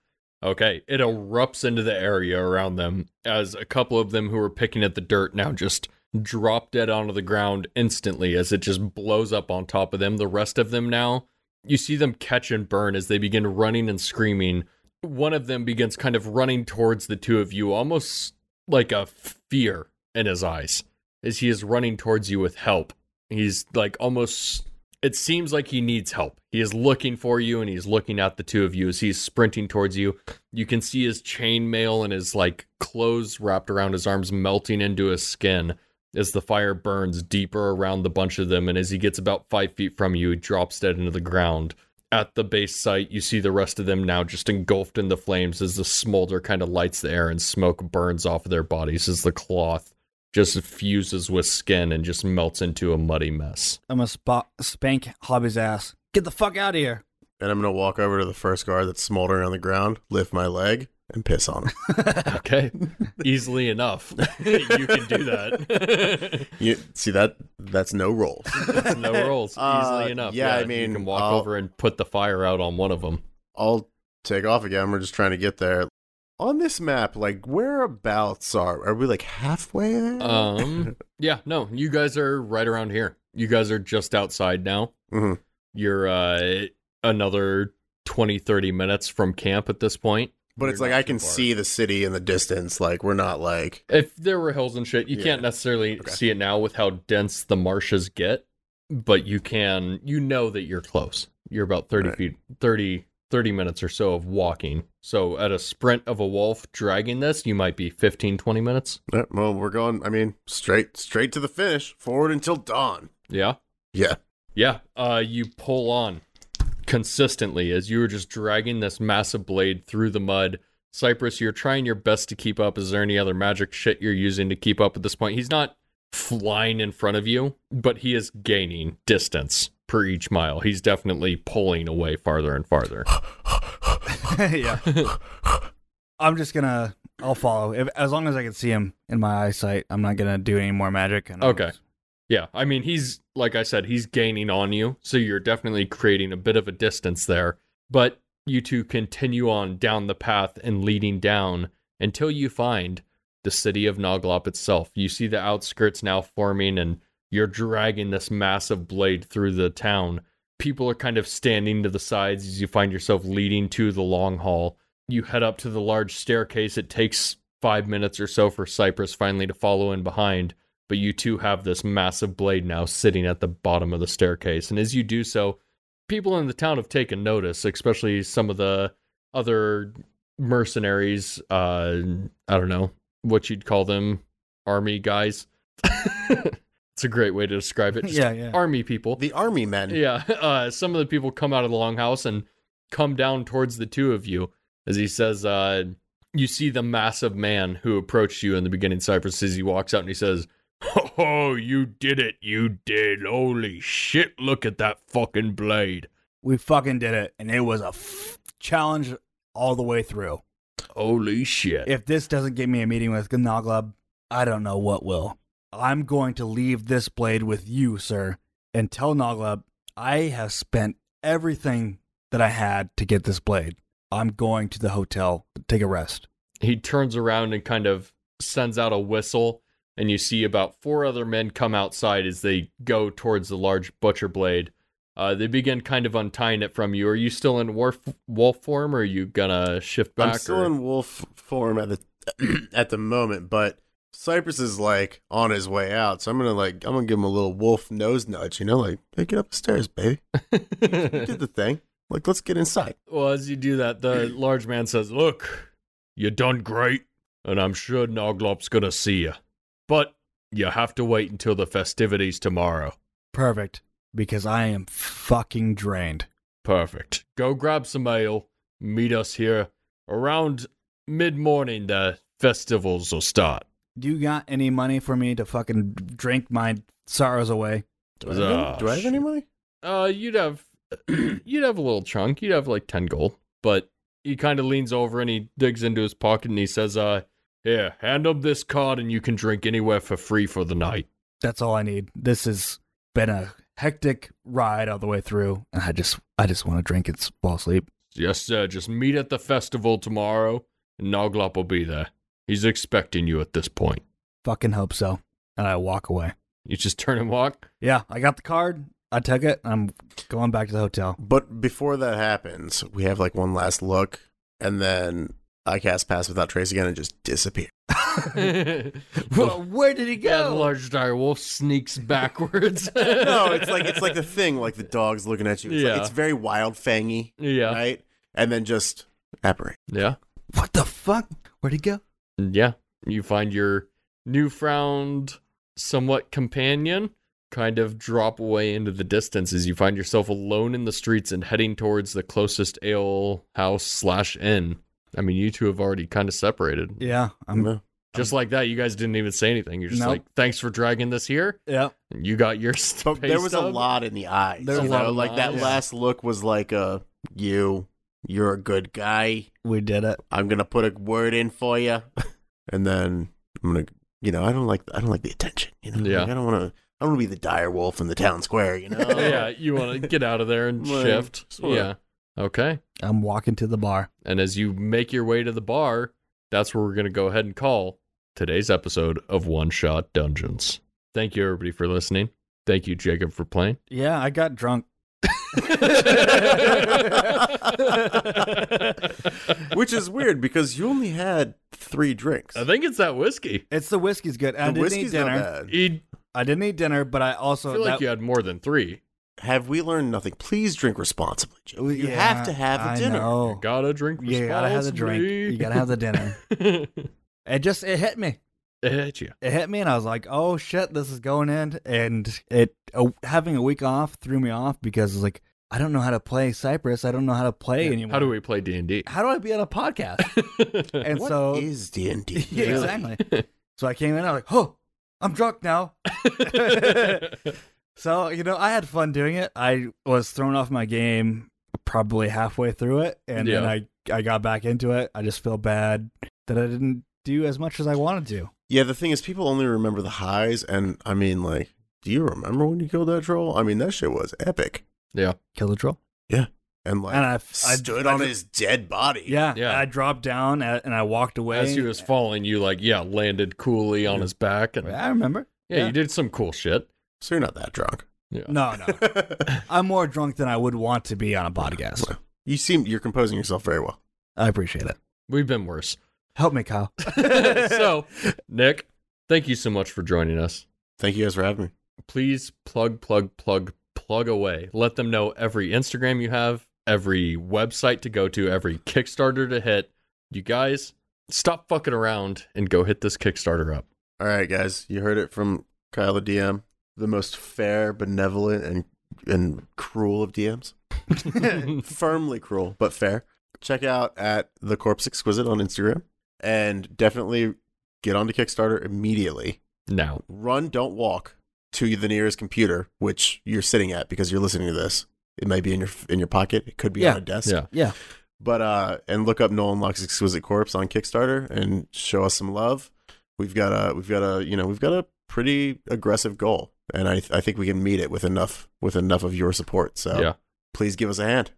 [SPEAKER 1] Okay. It erupts into the area around them as a couple of them who were picking at the dirt now just drop dead onto the ground instantly as it just blows up on top of them. The rest of them now, you see them catch and burn as they begin running and screaming. One of them begins kind of running towards the two of you, almost like a fear in his eyes as he is running towards you with help. He's like almost it seems like he needs help. He is looking for you and he's looking at the two of you as he's sprinting towards you. You can see his chainmail and his like clothes wrapped around his arms melting into his skin as the fire burns deeper around the bunch of them. And as he gets about five feet from you, he drops dead into the ground. At the base site, you see the rest of them now just engulfed in the flames as the smolder kind of lights the air and smoke burns off of their bodies as the cloth just fuses with skin and just melts into a muddy mess.
[SPEAKER 2] I'm gonna spot spank Hobby's ass. Get the fuck out of here!
[SPEAKER 3] and I'm gonna walk over to the first guard that's smoldering on the ground, lift my leg, and piss on him.
[SPEAKER 1] Okay. Easily enough. you can do that.
[SPEAKER 3] you see that? That's no roll.
[SPEAKER 1] That's no rolls. Easily
[SPEAKER 3] Uh,
[SPEAKER 1] enough.
[SPEAKER 3] yeah, I
[SPEAKER 1] you
[SPEAKER 3] mean,
[SPEAKER 1] can walk
[SPEAKER 3] I'll-
[SPEAKER 1] over and put the fire out on one of them.
[SPEAKER 3] I'll take off again. We're just trying to get there. On this map, like whereabouts are? Are we like halfway there?
[SPEAKER 1] Um, yeah, no, you guys are right around here. You guys are just outside now.
[SPEAKER 3] Mhm.
[SPEAKER 1] You're uh, another 20, 30 minutes from camp at this point.
[SPEAKER 3] but it's
[SPEAKER 1] you're
[SPEAKER 3] like
[SPEAKER 1] not
[SPEAKER 3] I
[SPEAKER 1] too
[SPEAKER 3] can
[SPEAKER 1] far.
[SPEAKER 3] see the city in the distance. Like we're not like
[SPEAKER 1] If there were hills and shit, you
[SPEAKER 3] Yeah.
[SPEAKER 1] can't necessarily
[SPEAKER 3] Okay.
[SPEAKER 1] see it now with how dense the marshes get, but you can, you know that you're close. You're about 30
[SPEAKER 3] Right.
[SPEAKER 1] feet, 30, 30 minutes or so of walking. So at a sprint of a wolf dragging this, you might be 15, 20 minutes.
[SPEAKER 3] eh, well, we're going. I mean, straight straight to the finish, forward until dawn.
[SPEAKER 1] Yeah.
[SPEAKER 3] Yeah.
[SPEAKER 1] Yeah, uh, you pull on consistently as you are just dragging this massive blade through the mud. Cypress, you're trying your best to keep up. Is there any other magic shit you're using to keep up at this point? He's not flying in front of you, but he is gaining distance per each mile. He's definitely pulling away farther and farther.
[SPEAKER 2] yeah. I'm just gonna. I'll follow if, as long as I can see him in my eyesight. I'm not gonna do any more magic. And I'll
[SPEAKER 1] Okay.
[SPEAKER 2] just-
[SPEAKER 1] Yeah, I mean, he's like I said, he's gaining on you, so you're definitely creating a bit of a distance there. But you two continue on down the path and leading down until you find the city of Noglop itself. You see the outskirts now forming, and you're dragging this massive blade through the town. People are kind of standing to the sides as you find yourself leading to the long hall. You head up to the large staircase. It takes five minutes or so for Cypress finally to follow in behind but you two have this massive blade now sitting at the bottom of the staircase. And as you do so, people in the town have taken notice, especially some of the other mercenaries. Uh, I don't know what you'd call them, army guys. it's a great way to describe it. Just
[SPEAKER 2] Yeah, yeah.
[SPEAKER 1] Army people.
[SPEAKER 3] The army men.
[SPEAKER 1] Yeah, uh, some of the people come out of the longhouse and come down towards the two of you as he says, uh, "You see the massive man who approached you in the beginning." Cypress as he walks out and he says, "Oh, you did it! You did! Holy shit! Look at that fucking blade!
[SPEAKER 2] We fucking did it, and it was a f- challenge all the way through.
[SPEAKER 1] Holy shit!"
[SPEAKER 2] If this doesn't get me a meeting with Gnoglub, I don't know what will. I'm going to leave this blade with you, sir, and tell Noglub I have spent everything that I had to get this blade. I'm going to the hotel to take a rest.
[SPEAKER 1] he turns around and kind of sends out a whistle and you see about four other men come outside as they go towards the large butcher blade uh, they begin kind of untying it from you are you still in wolf, wolf form or are you gonna shift back
[SPEAKER 3] I'm still
[SPEAKER 1] or-
[SPEAKER 3] in wolf form at the at the moment, but Cypress is like on his way out, so I'm gonna like I'm gonna give him a little wolf nose nudge, you know, like hey, get up the stairs, baby, did the thing, like let's get inside.
[SPEAKER 1] well as you do that the large man says look you done great and i'm sure noglop's gonna see you but you have to wait until the festivities tomorrow
[SPEAKER 2] Perfect, because I am fucking drained.
[SPEAKER 1] Perfect. Go grab some ale. Meet us here around mid morning. The festivals will start.
[SPEAKER 2] Do you got any money for me to fucking drink my sorrows away?
[SPEAKER 3] Do I have, any-
[SPEAKER 1] Ah,
[SPEAKER 3] do I have any
[SPEAKER 1] shit.
[SPEAKER 3] money?
[SPEAKER 1] Uh, you'd have you'd have a little chunk. You'd have like ten gold. But he kind of leans over and he digs into his pocket and he says, "Uh, here, hand him this card and you can drink anywhere for free for the night."
[SPEAKER 2] That's all I need. This has been a hectic ride all the way through, and I just I just want to drink and s- fall asleep.
[SPEAKER 1] Yes, sir. Just meet at the festival tomorrow, and Noglop will be there. He's expecting you at this point.
[SPEAKER 2] Fucking hope so. And I walk away.
[SPEAKER 1] You just turn and walk.
[SPEAKER 2] Yeah, I got the card. I took it. and I'm going back to the hotel.
[SPEAKER 3] But before that happens, we have like one last look, and then I cast pass without trace again and just disappear.
[SPEAKER 5] Well, where did he
[SPEAKER 1] Yeah, the
[SPEAKER 5] go?
[SPEAKER 1] large dire wolf sneaks backwards.
[SPEAKER 3] no, it's like it's like the thing, like the dog's looking at you. It's, like,
[SPEAKER 1] Yeah.
[SPEAKER 3] it's very wild fangy,
[SPEAKER 1] yeah,
[SPEAKER 3] right? And then just apparate.
[SPEAKER 1] yeah,
[SPEAKER 5] what the fuck? Where'd he go?
[SPEAKER 1] yeah. You find your newfound, somewhat companion kind of drop away into the distance as you find yourself alone in the streets and heading towards the closest ale house slash inn. I mean, you two have already kind of separated.
[SPEAKER 2] Yeah, I'm.
[SPEAKER 3] No.
[SPEAKER 1] Just like that, you guys didn't even say anything. You're just
[SPEAKER 2] Nope.
[SPEAKER 1] like, "Thanks for dragging this here."
[SPEAKER 2] Yeah,
[SPEAKER 1] And you got your
[SPEAKER 3] But
[SPEAKER 1] pay
[SPEAKER 3] there was a
[SPEAKER 1] stub.
[SPEAKER 3] lot in the eyes.
[SPEAKER 2] There
[SPEAKER 3] you
[SPEAKER 2] was a
[SPEAKER 3] know,
[SPEAKER 1] lot in the
[SPEAKER 3] like that
[SPEAKER 1] eyes.
[SPEAKER 3] last look was like a you, you're a good guy.
[SPEAKER 6] We did it.
[SPEAKER 3] I'm gonna put a word in for you, and then I'm gonna, you know, I don't like, I don't like the attention. You know,
[SPEAKER 1] Yeah.
[SPEAKER 3] Like, I don't want to, I don't want to be the dire wolf in the town square. You know,
[SPEAKER 1] yeah, you want to get out of there and
[SPEAKER 3] Well,
[SPEAKER 1] shift.
[SPEAKER 3] sort
[SPEAKER 1] Yeah.
[SPEAKER 3] of.
[SPEAKER 1] Okay.
[SPEAKER 6] I'm walking to the bar.
[SPEAKER 1] And as you make your way to the bar, that's where we're going to go ahead and call today's episode of One Shot Dungeons. Thank you, everybody, for listening. Thank you, Jacob, for playing.
[SPEAKER 2] Yeah, I got drunk.
[SPEAKER 1] I
[SPEAKER 3] Which is weird because you only had three drinks.
[SPEAKER 1] think it's that whiskey.
[SPEAKER 2] It's the whiskey's good. I
[SPEAKER 3] the
[SPEAKER 2] didn't
[SPEAKER 3] whiskey's
[SPEAKER 2] eat
[SPEAKER 3] not
[SPEAKER 2] dinner.
[SPEAKER 3] bad.
[SPEAKER 1] You
[SPEAKER 2] I didn't eat dinner, but I also
[SPEAKER 1] feel like
[SPEAKER 2] that-
[SPEAKER 1] you had more than three.
[SPEAKER 3] Have we learned nothing? Please drink responsibly, Joe. You
[SPEAKER 2] Yeah,
[SPEAKER 3] have to have a
[SPEAKER 2] I
[SPEAKER 3] dinner.
[SPEAKER 2] know.
[SPEAKER 1] Gotta drink
[SPEAKER 2] Yeah, you gotta have the drink. You gotta have the dinner.
[SPEAKER 1] responsibly.
[SPEAKER 2] it just it hit me.
[SPEAKER 1] It hit you.
[SPEAKER 2] It hit me, and I was like, "Oh shit, this is going in." And it uh, having a week off threw me off because it's like I don't know how to play Cyprus. I don't know how to play anymore.
[SPEAKER 1] How do we play D and D?
[SPEAKER 2] How do I be on a podcast? And
[SPEAKER 3] What
[SPEAKER 2] so
[SPEAKER 3] is D and D?
[SPEAKER 2] yeah, exactly. so I came in. I was like, "Oh, I'm drunk now." So, you know, I had fun doing it. I was thrown off my game probably halfway through it, and
[SPEAKER 1] Yeah.
[SPEAKER 2] then I, I got back into it. I just feel bad that I didn't do as much as I wanted to.
[SPEAKER 3] Yeah, the thing is, people only remember the highs, and I mean, like, do you remember when you killed that troll? I mean, that shit was epic,
[SPEAKER 2] Kill the troll.
[SPEAKER 3] and like,
[SPEAKER 2] And I, I
[SPEAKER 3] stood
[SPEAKER 2] I
[SPEAKER 3] on
[SPEAKER 2] ju-
[SPEAKER 3] his dead body.
[SPEAKER 2] Yeah,
[SPEAKER 1] Yeah.
[SPEAKER 2] I dropped down a- and I walked away.
[SPEAKER 1] As he was falling, you like yeah landed coolly on his back, and yeah,
[SPEAKER 2] I remember.
[SPEAKER 1] you did some cool shit.
[SPEAKER 3] so you're not that drunk.
[SPEAKER 1] Yeah.
[SPEAKER 2] No, no. I'm more drunk than I would want to be on a podcast.
[SPEAKER 3] you seem you're composing yourself very well.
[SPEAKER 2] I appreciate it.
[SPEAKER 1] We've been worse.
[SPEAKER 2] Help me, Kyle.
[SPEAKER 1] so, Nick, thank you so much for joining us.
[SPEAKER 3] Thank you guys for having me.
[SPEAKER 1] Please plug, plug, plug, plug away. Let them know every Instagram you have, every website to go to, every Kickstarter to hit. You guys, stop fucking around and go hit this Kickstarter up.
[SPEAKER 3] All right, guys, you heard it from Kyle the DM, the most fair, benevolent, and and cruel of DMs. Firmly cruel, but fair. Check out at the Corpse Exquisite on Instagram, and definitely get onto Kickstarter immediately.
[SPEAKER 1] Now,
[SPEAKER 3] Run, don't walk to the nearest computer, which you're sitting at because you're listening to this. It may be in your in your pocket. It could be
[SPEAKER 2] Yeah.
[SPEAKER 3] on a desk.
[SPEAKER 1] yeah,
[SPEAKER 3] But uh, and look up Nolan Locke's Exquisite Corpse on Kickstarter and show us some love. We've got a we've got a you know we've got a pretty aggressive goal, and I I think we can meet it with enough with enough of your support. So
[SPEAKER 1] yeah.
[SPEAKER 3] please give us a hand.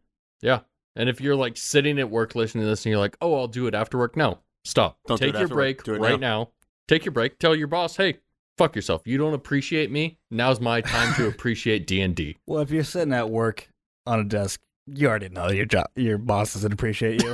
[SPEAKER 1] And if you're like sitting at work listening to this and you're like, oh, I'll do it after work, no, stop.
[SPEAKER 3] Don't do
[SPEAKER 1] Take
[SPEAKER 3] it
[SPEAKER 1] your
[SPEAKER 3] after work.
[SPEAKER 1] break
[SPEAKER 3] Do it
[SPEAKER 1] right now. Take your break. Tell your boss, hey, fuck yourself. You don't appreciate me. Now's my time to appreciate D and D.
[SPEAKER 2] Well, if you're sitting at work on a desk, you already know your job. Your boss doesn't appreciate you.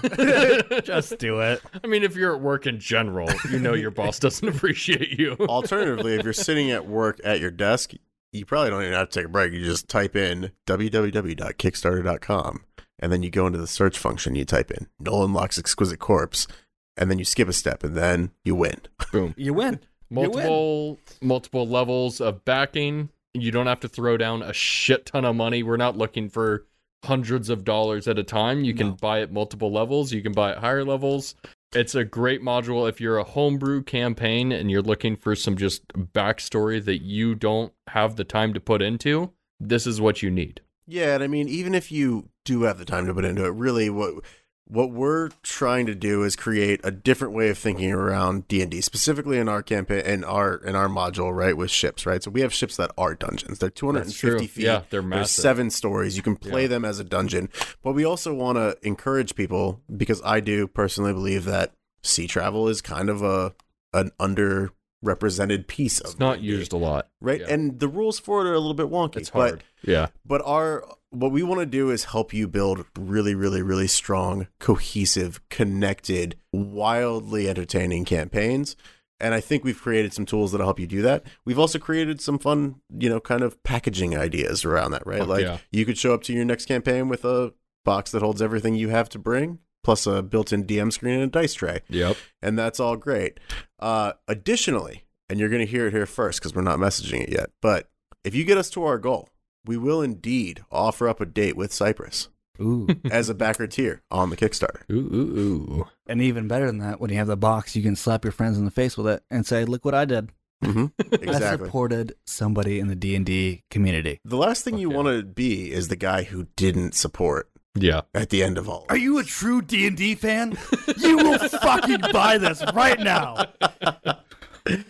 [SPEAKER 2] Just do it.
[SPEAKER 1] I mean, if you're at work in general, you know your boss doesn't appreciate you.
[SPEAKER 3] Alternatively, if you're sitting at work at your desk, you probably don't even have to take a break. You just type in www.kickstarter.com, and then you go into the search function. You type in Nolan Locke's Exquisite Corpse, and then you skip a step, and then you win.
[SPEAKER 1] Boom.
[SPEAKER 2] You win. win.
[SPEAKER 1] Multiple multiple levels of backing. You don't have to throw down a shit ton of money. We're not looking for hundreds of dollars at a time. You can buy at multiple levels. You can buy at higher levels. It's a great module if you're a homebrew campaign and you're looking for some just backstory that you don't have the time to put into. This is what you need.
[SPEAKER 3] Yeah, and I mean, even if you do have the time to put into it, really, what what we're trying to do is create a different way of thinking around D and D, specifically in our campaign, in our in our module, right, with ships, right. So we have ships that are dungeons. They're two hundred and
[SPEAKER 1] That's true.
[SPEAKER 3] fifty feet.
[SPEAKER 1] Yeah, they're
[SPEAKER 3] There's
[SPEAKER 1] massive.
[SPEAKER 3] seven stories. You can play
[SPEAKER 1] Yeah.
[SPEAKER 3] them as a dungeon, but we also want to encourage people because I do personally believe that sea travel is kind of a an underrepresented piece of
[SPEAKER 1] It's not
[SPEAKER 3] D&D,
[SPEAKER 1] used a lot.
[SPEAKER 3] right,
[SPEAKER 1] yeah.
[SPEAKER 3] and the rules for it are a little bit wonky.
[SPEAKER 1] It's
[SPEAKER 3] but
[SPEAKER 1] hard. yeah.
[SPEAKER 3] but our what we want to do is help you build really really really strong cohesive connected wildly entertaining campaigns and i think we've created some tools that'll help you do that we've also created some fun you know kind of packaging ideas around that right
[SPEAKER 1] Fuck
[SPEAKER 3] like
[SPEAKER 1] yeah.
[SPEAKER 3] you could show up to your next campaign with a box that holds everything you have to bring plus a built-in dm screen and a dice tray
[SPEAKER 1] Yep.
[SPEAKER 3] and that's all great. Uh, additionally, and you're going to hear it here first because we're not messaging it yet, but if you get us to our goal, we will indeed offer up a date with Cyprus
[SPEAKER 2] Ooh.
[SPEAKER 3] as a backer tier on the Kickstarter.
[SPEAKER 1] Ooh ooh ooh.
[SPEAKER 2] and even better than that, when you have the box, you can slap your friends in the face with it and say, "Look what I did.
[SPEAKER 3] hmm
[SPEAKER 2] I
[SPEAKER 3] Exactly.
[SPEAKER 2] supported somebody in the D and D community."
[SPEAKER 3] The last thing you
[SPEAKER 1] Okay.
[SPEAKER 3] want to be is the guy who didn't support
[SPEAKER 1] Yeah.
[SPEAKER 3] at the end of all.
[SPEAKER 2] Are you a true D and D fan? you will fucking buy this right now.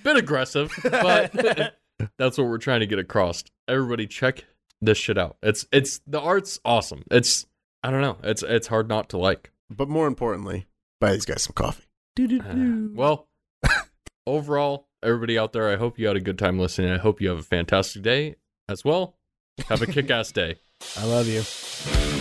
[SPEAKER 1] Bit aggressive, but that's what we're trying to get across. Everybody check this shit out. It's it's the art's awesome. It's I don't know. It's it's hard not to like.
[SPEAKER 3] But more importantly, buy these guys some coffee.
[SPEAKER 1] Uh, well, overall, everybody out there, I hope you had a good time listening. I hope you have a fantastic day as well. Have a kick ass day.
[SPEAKER 2] I love you.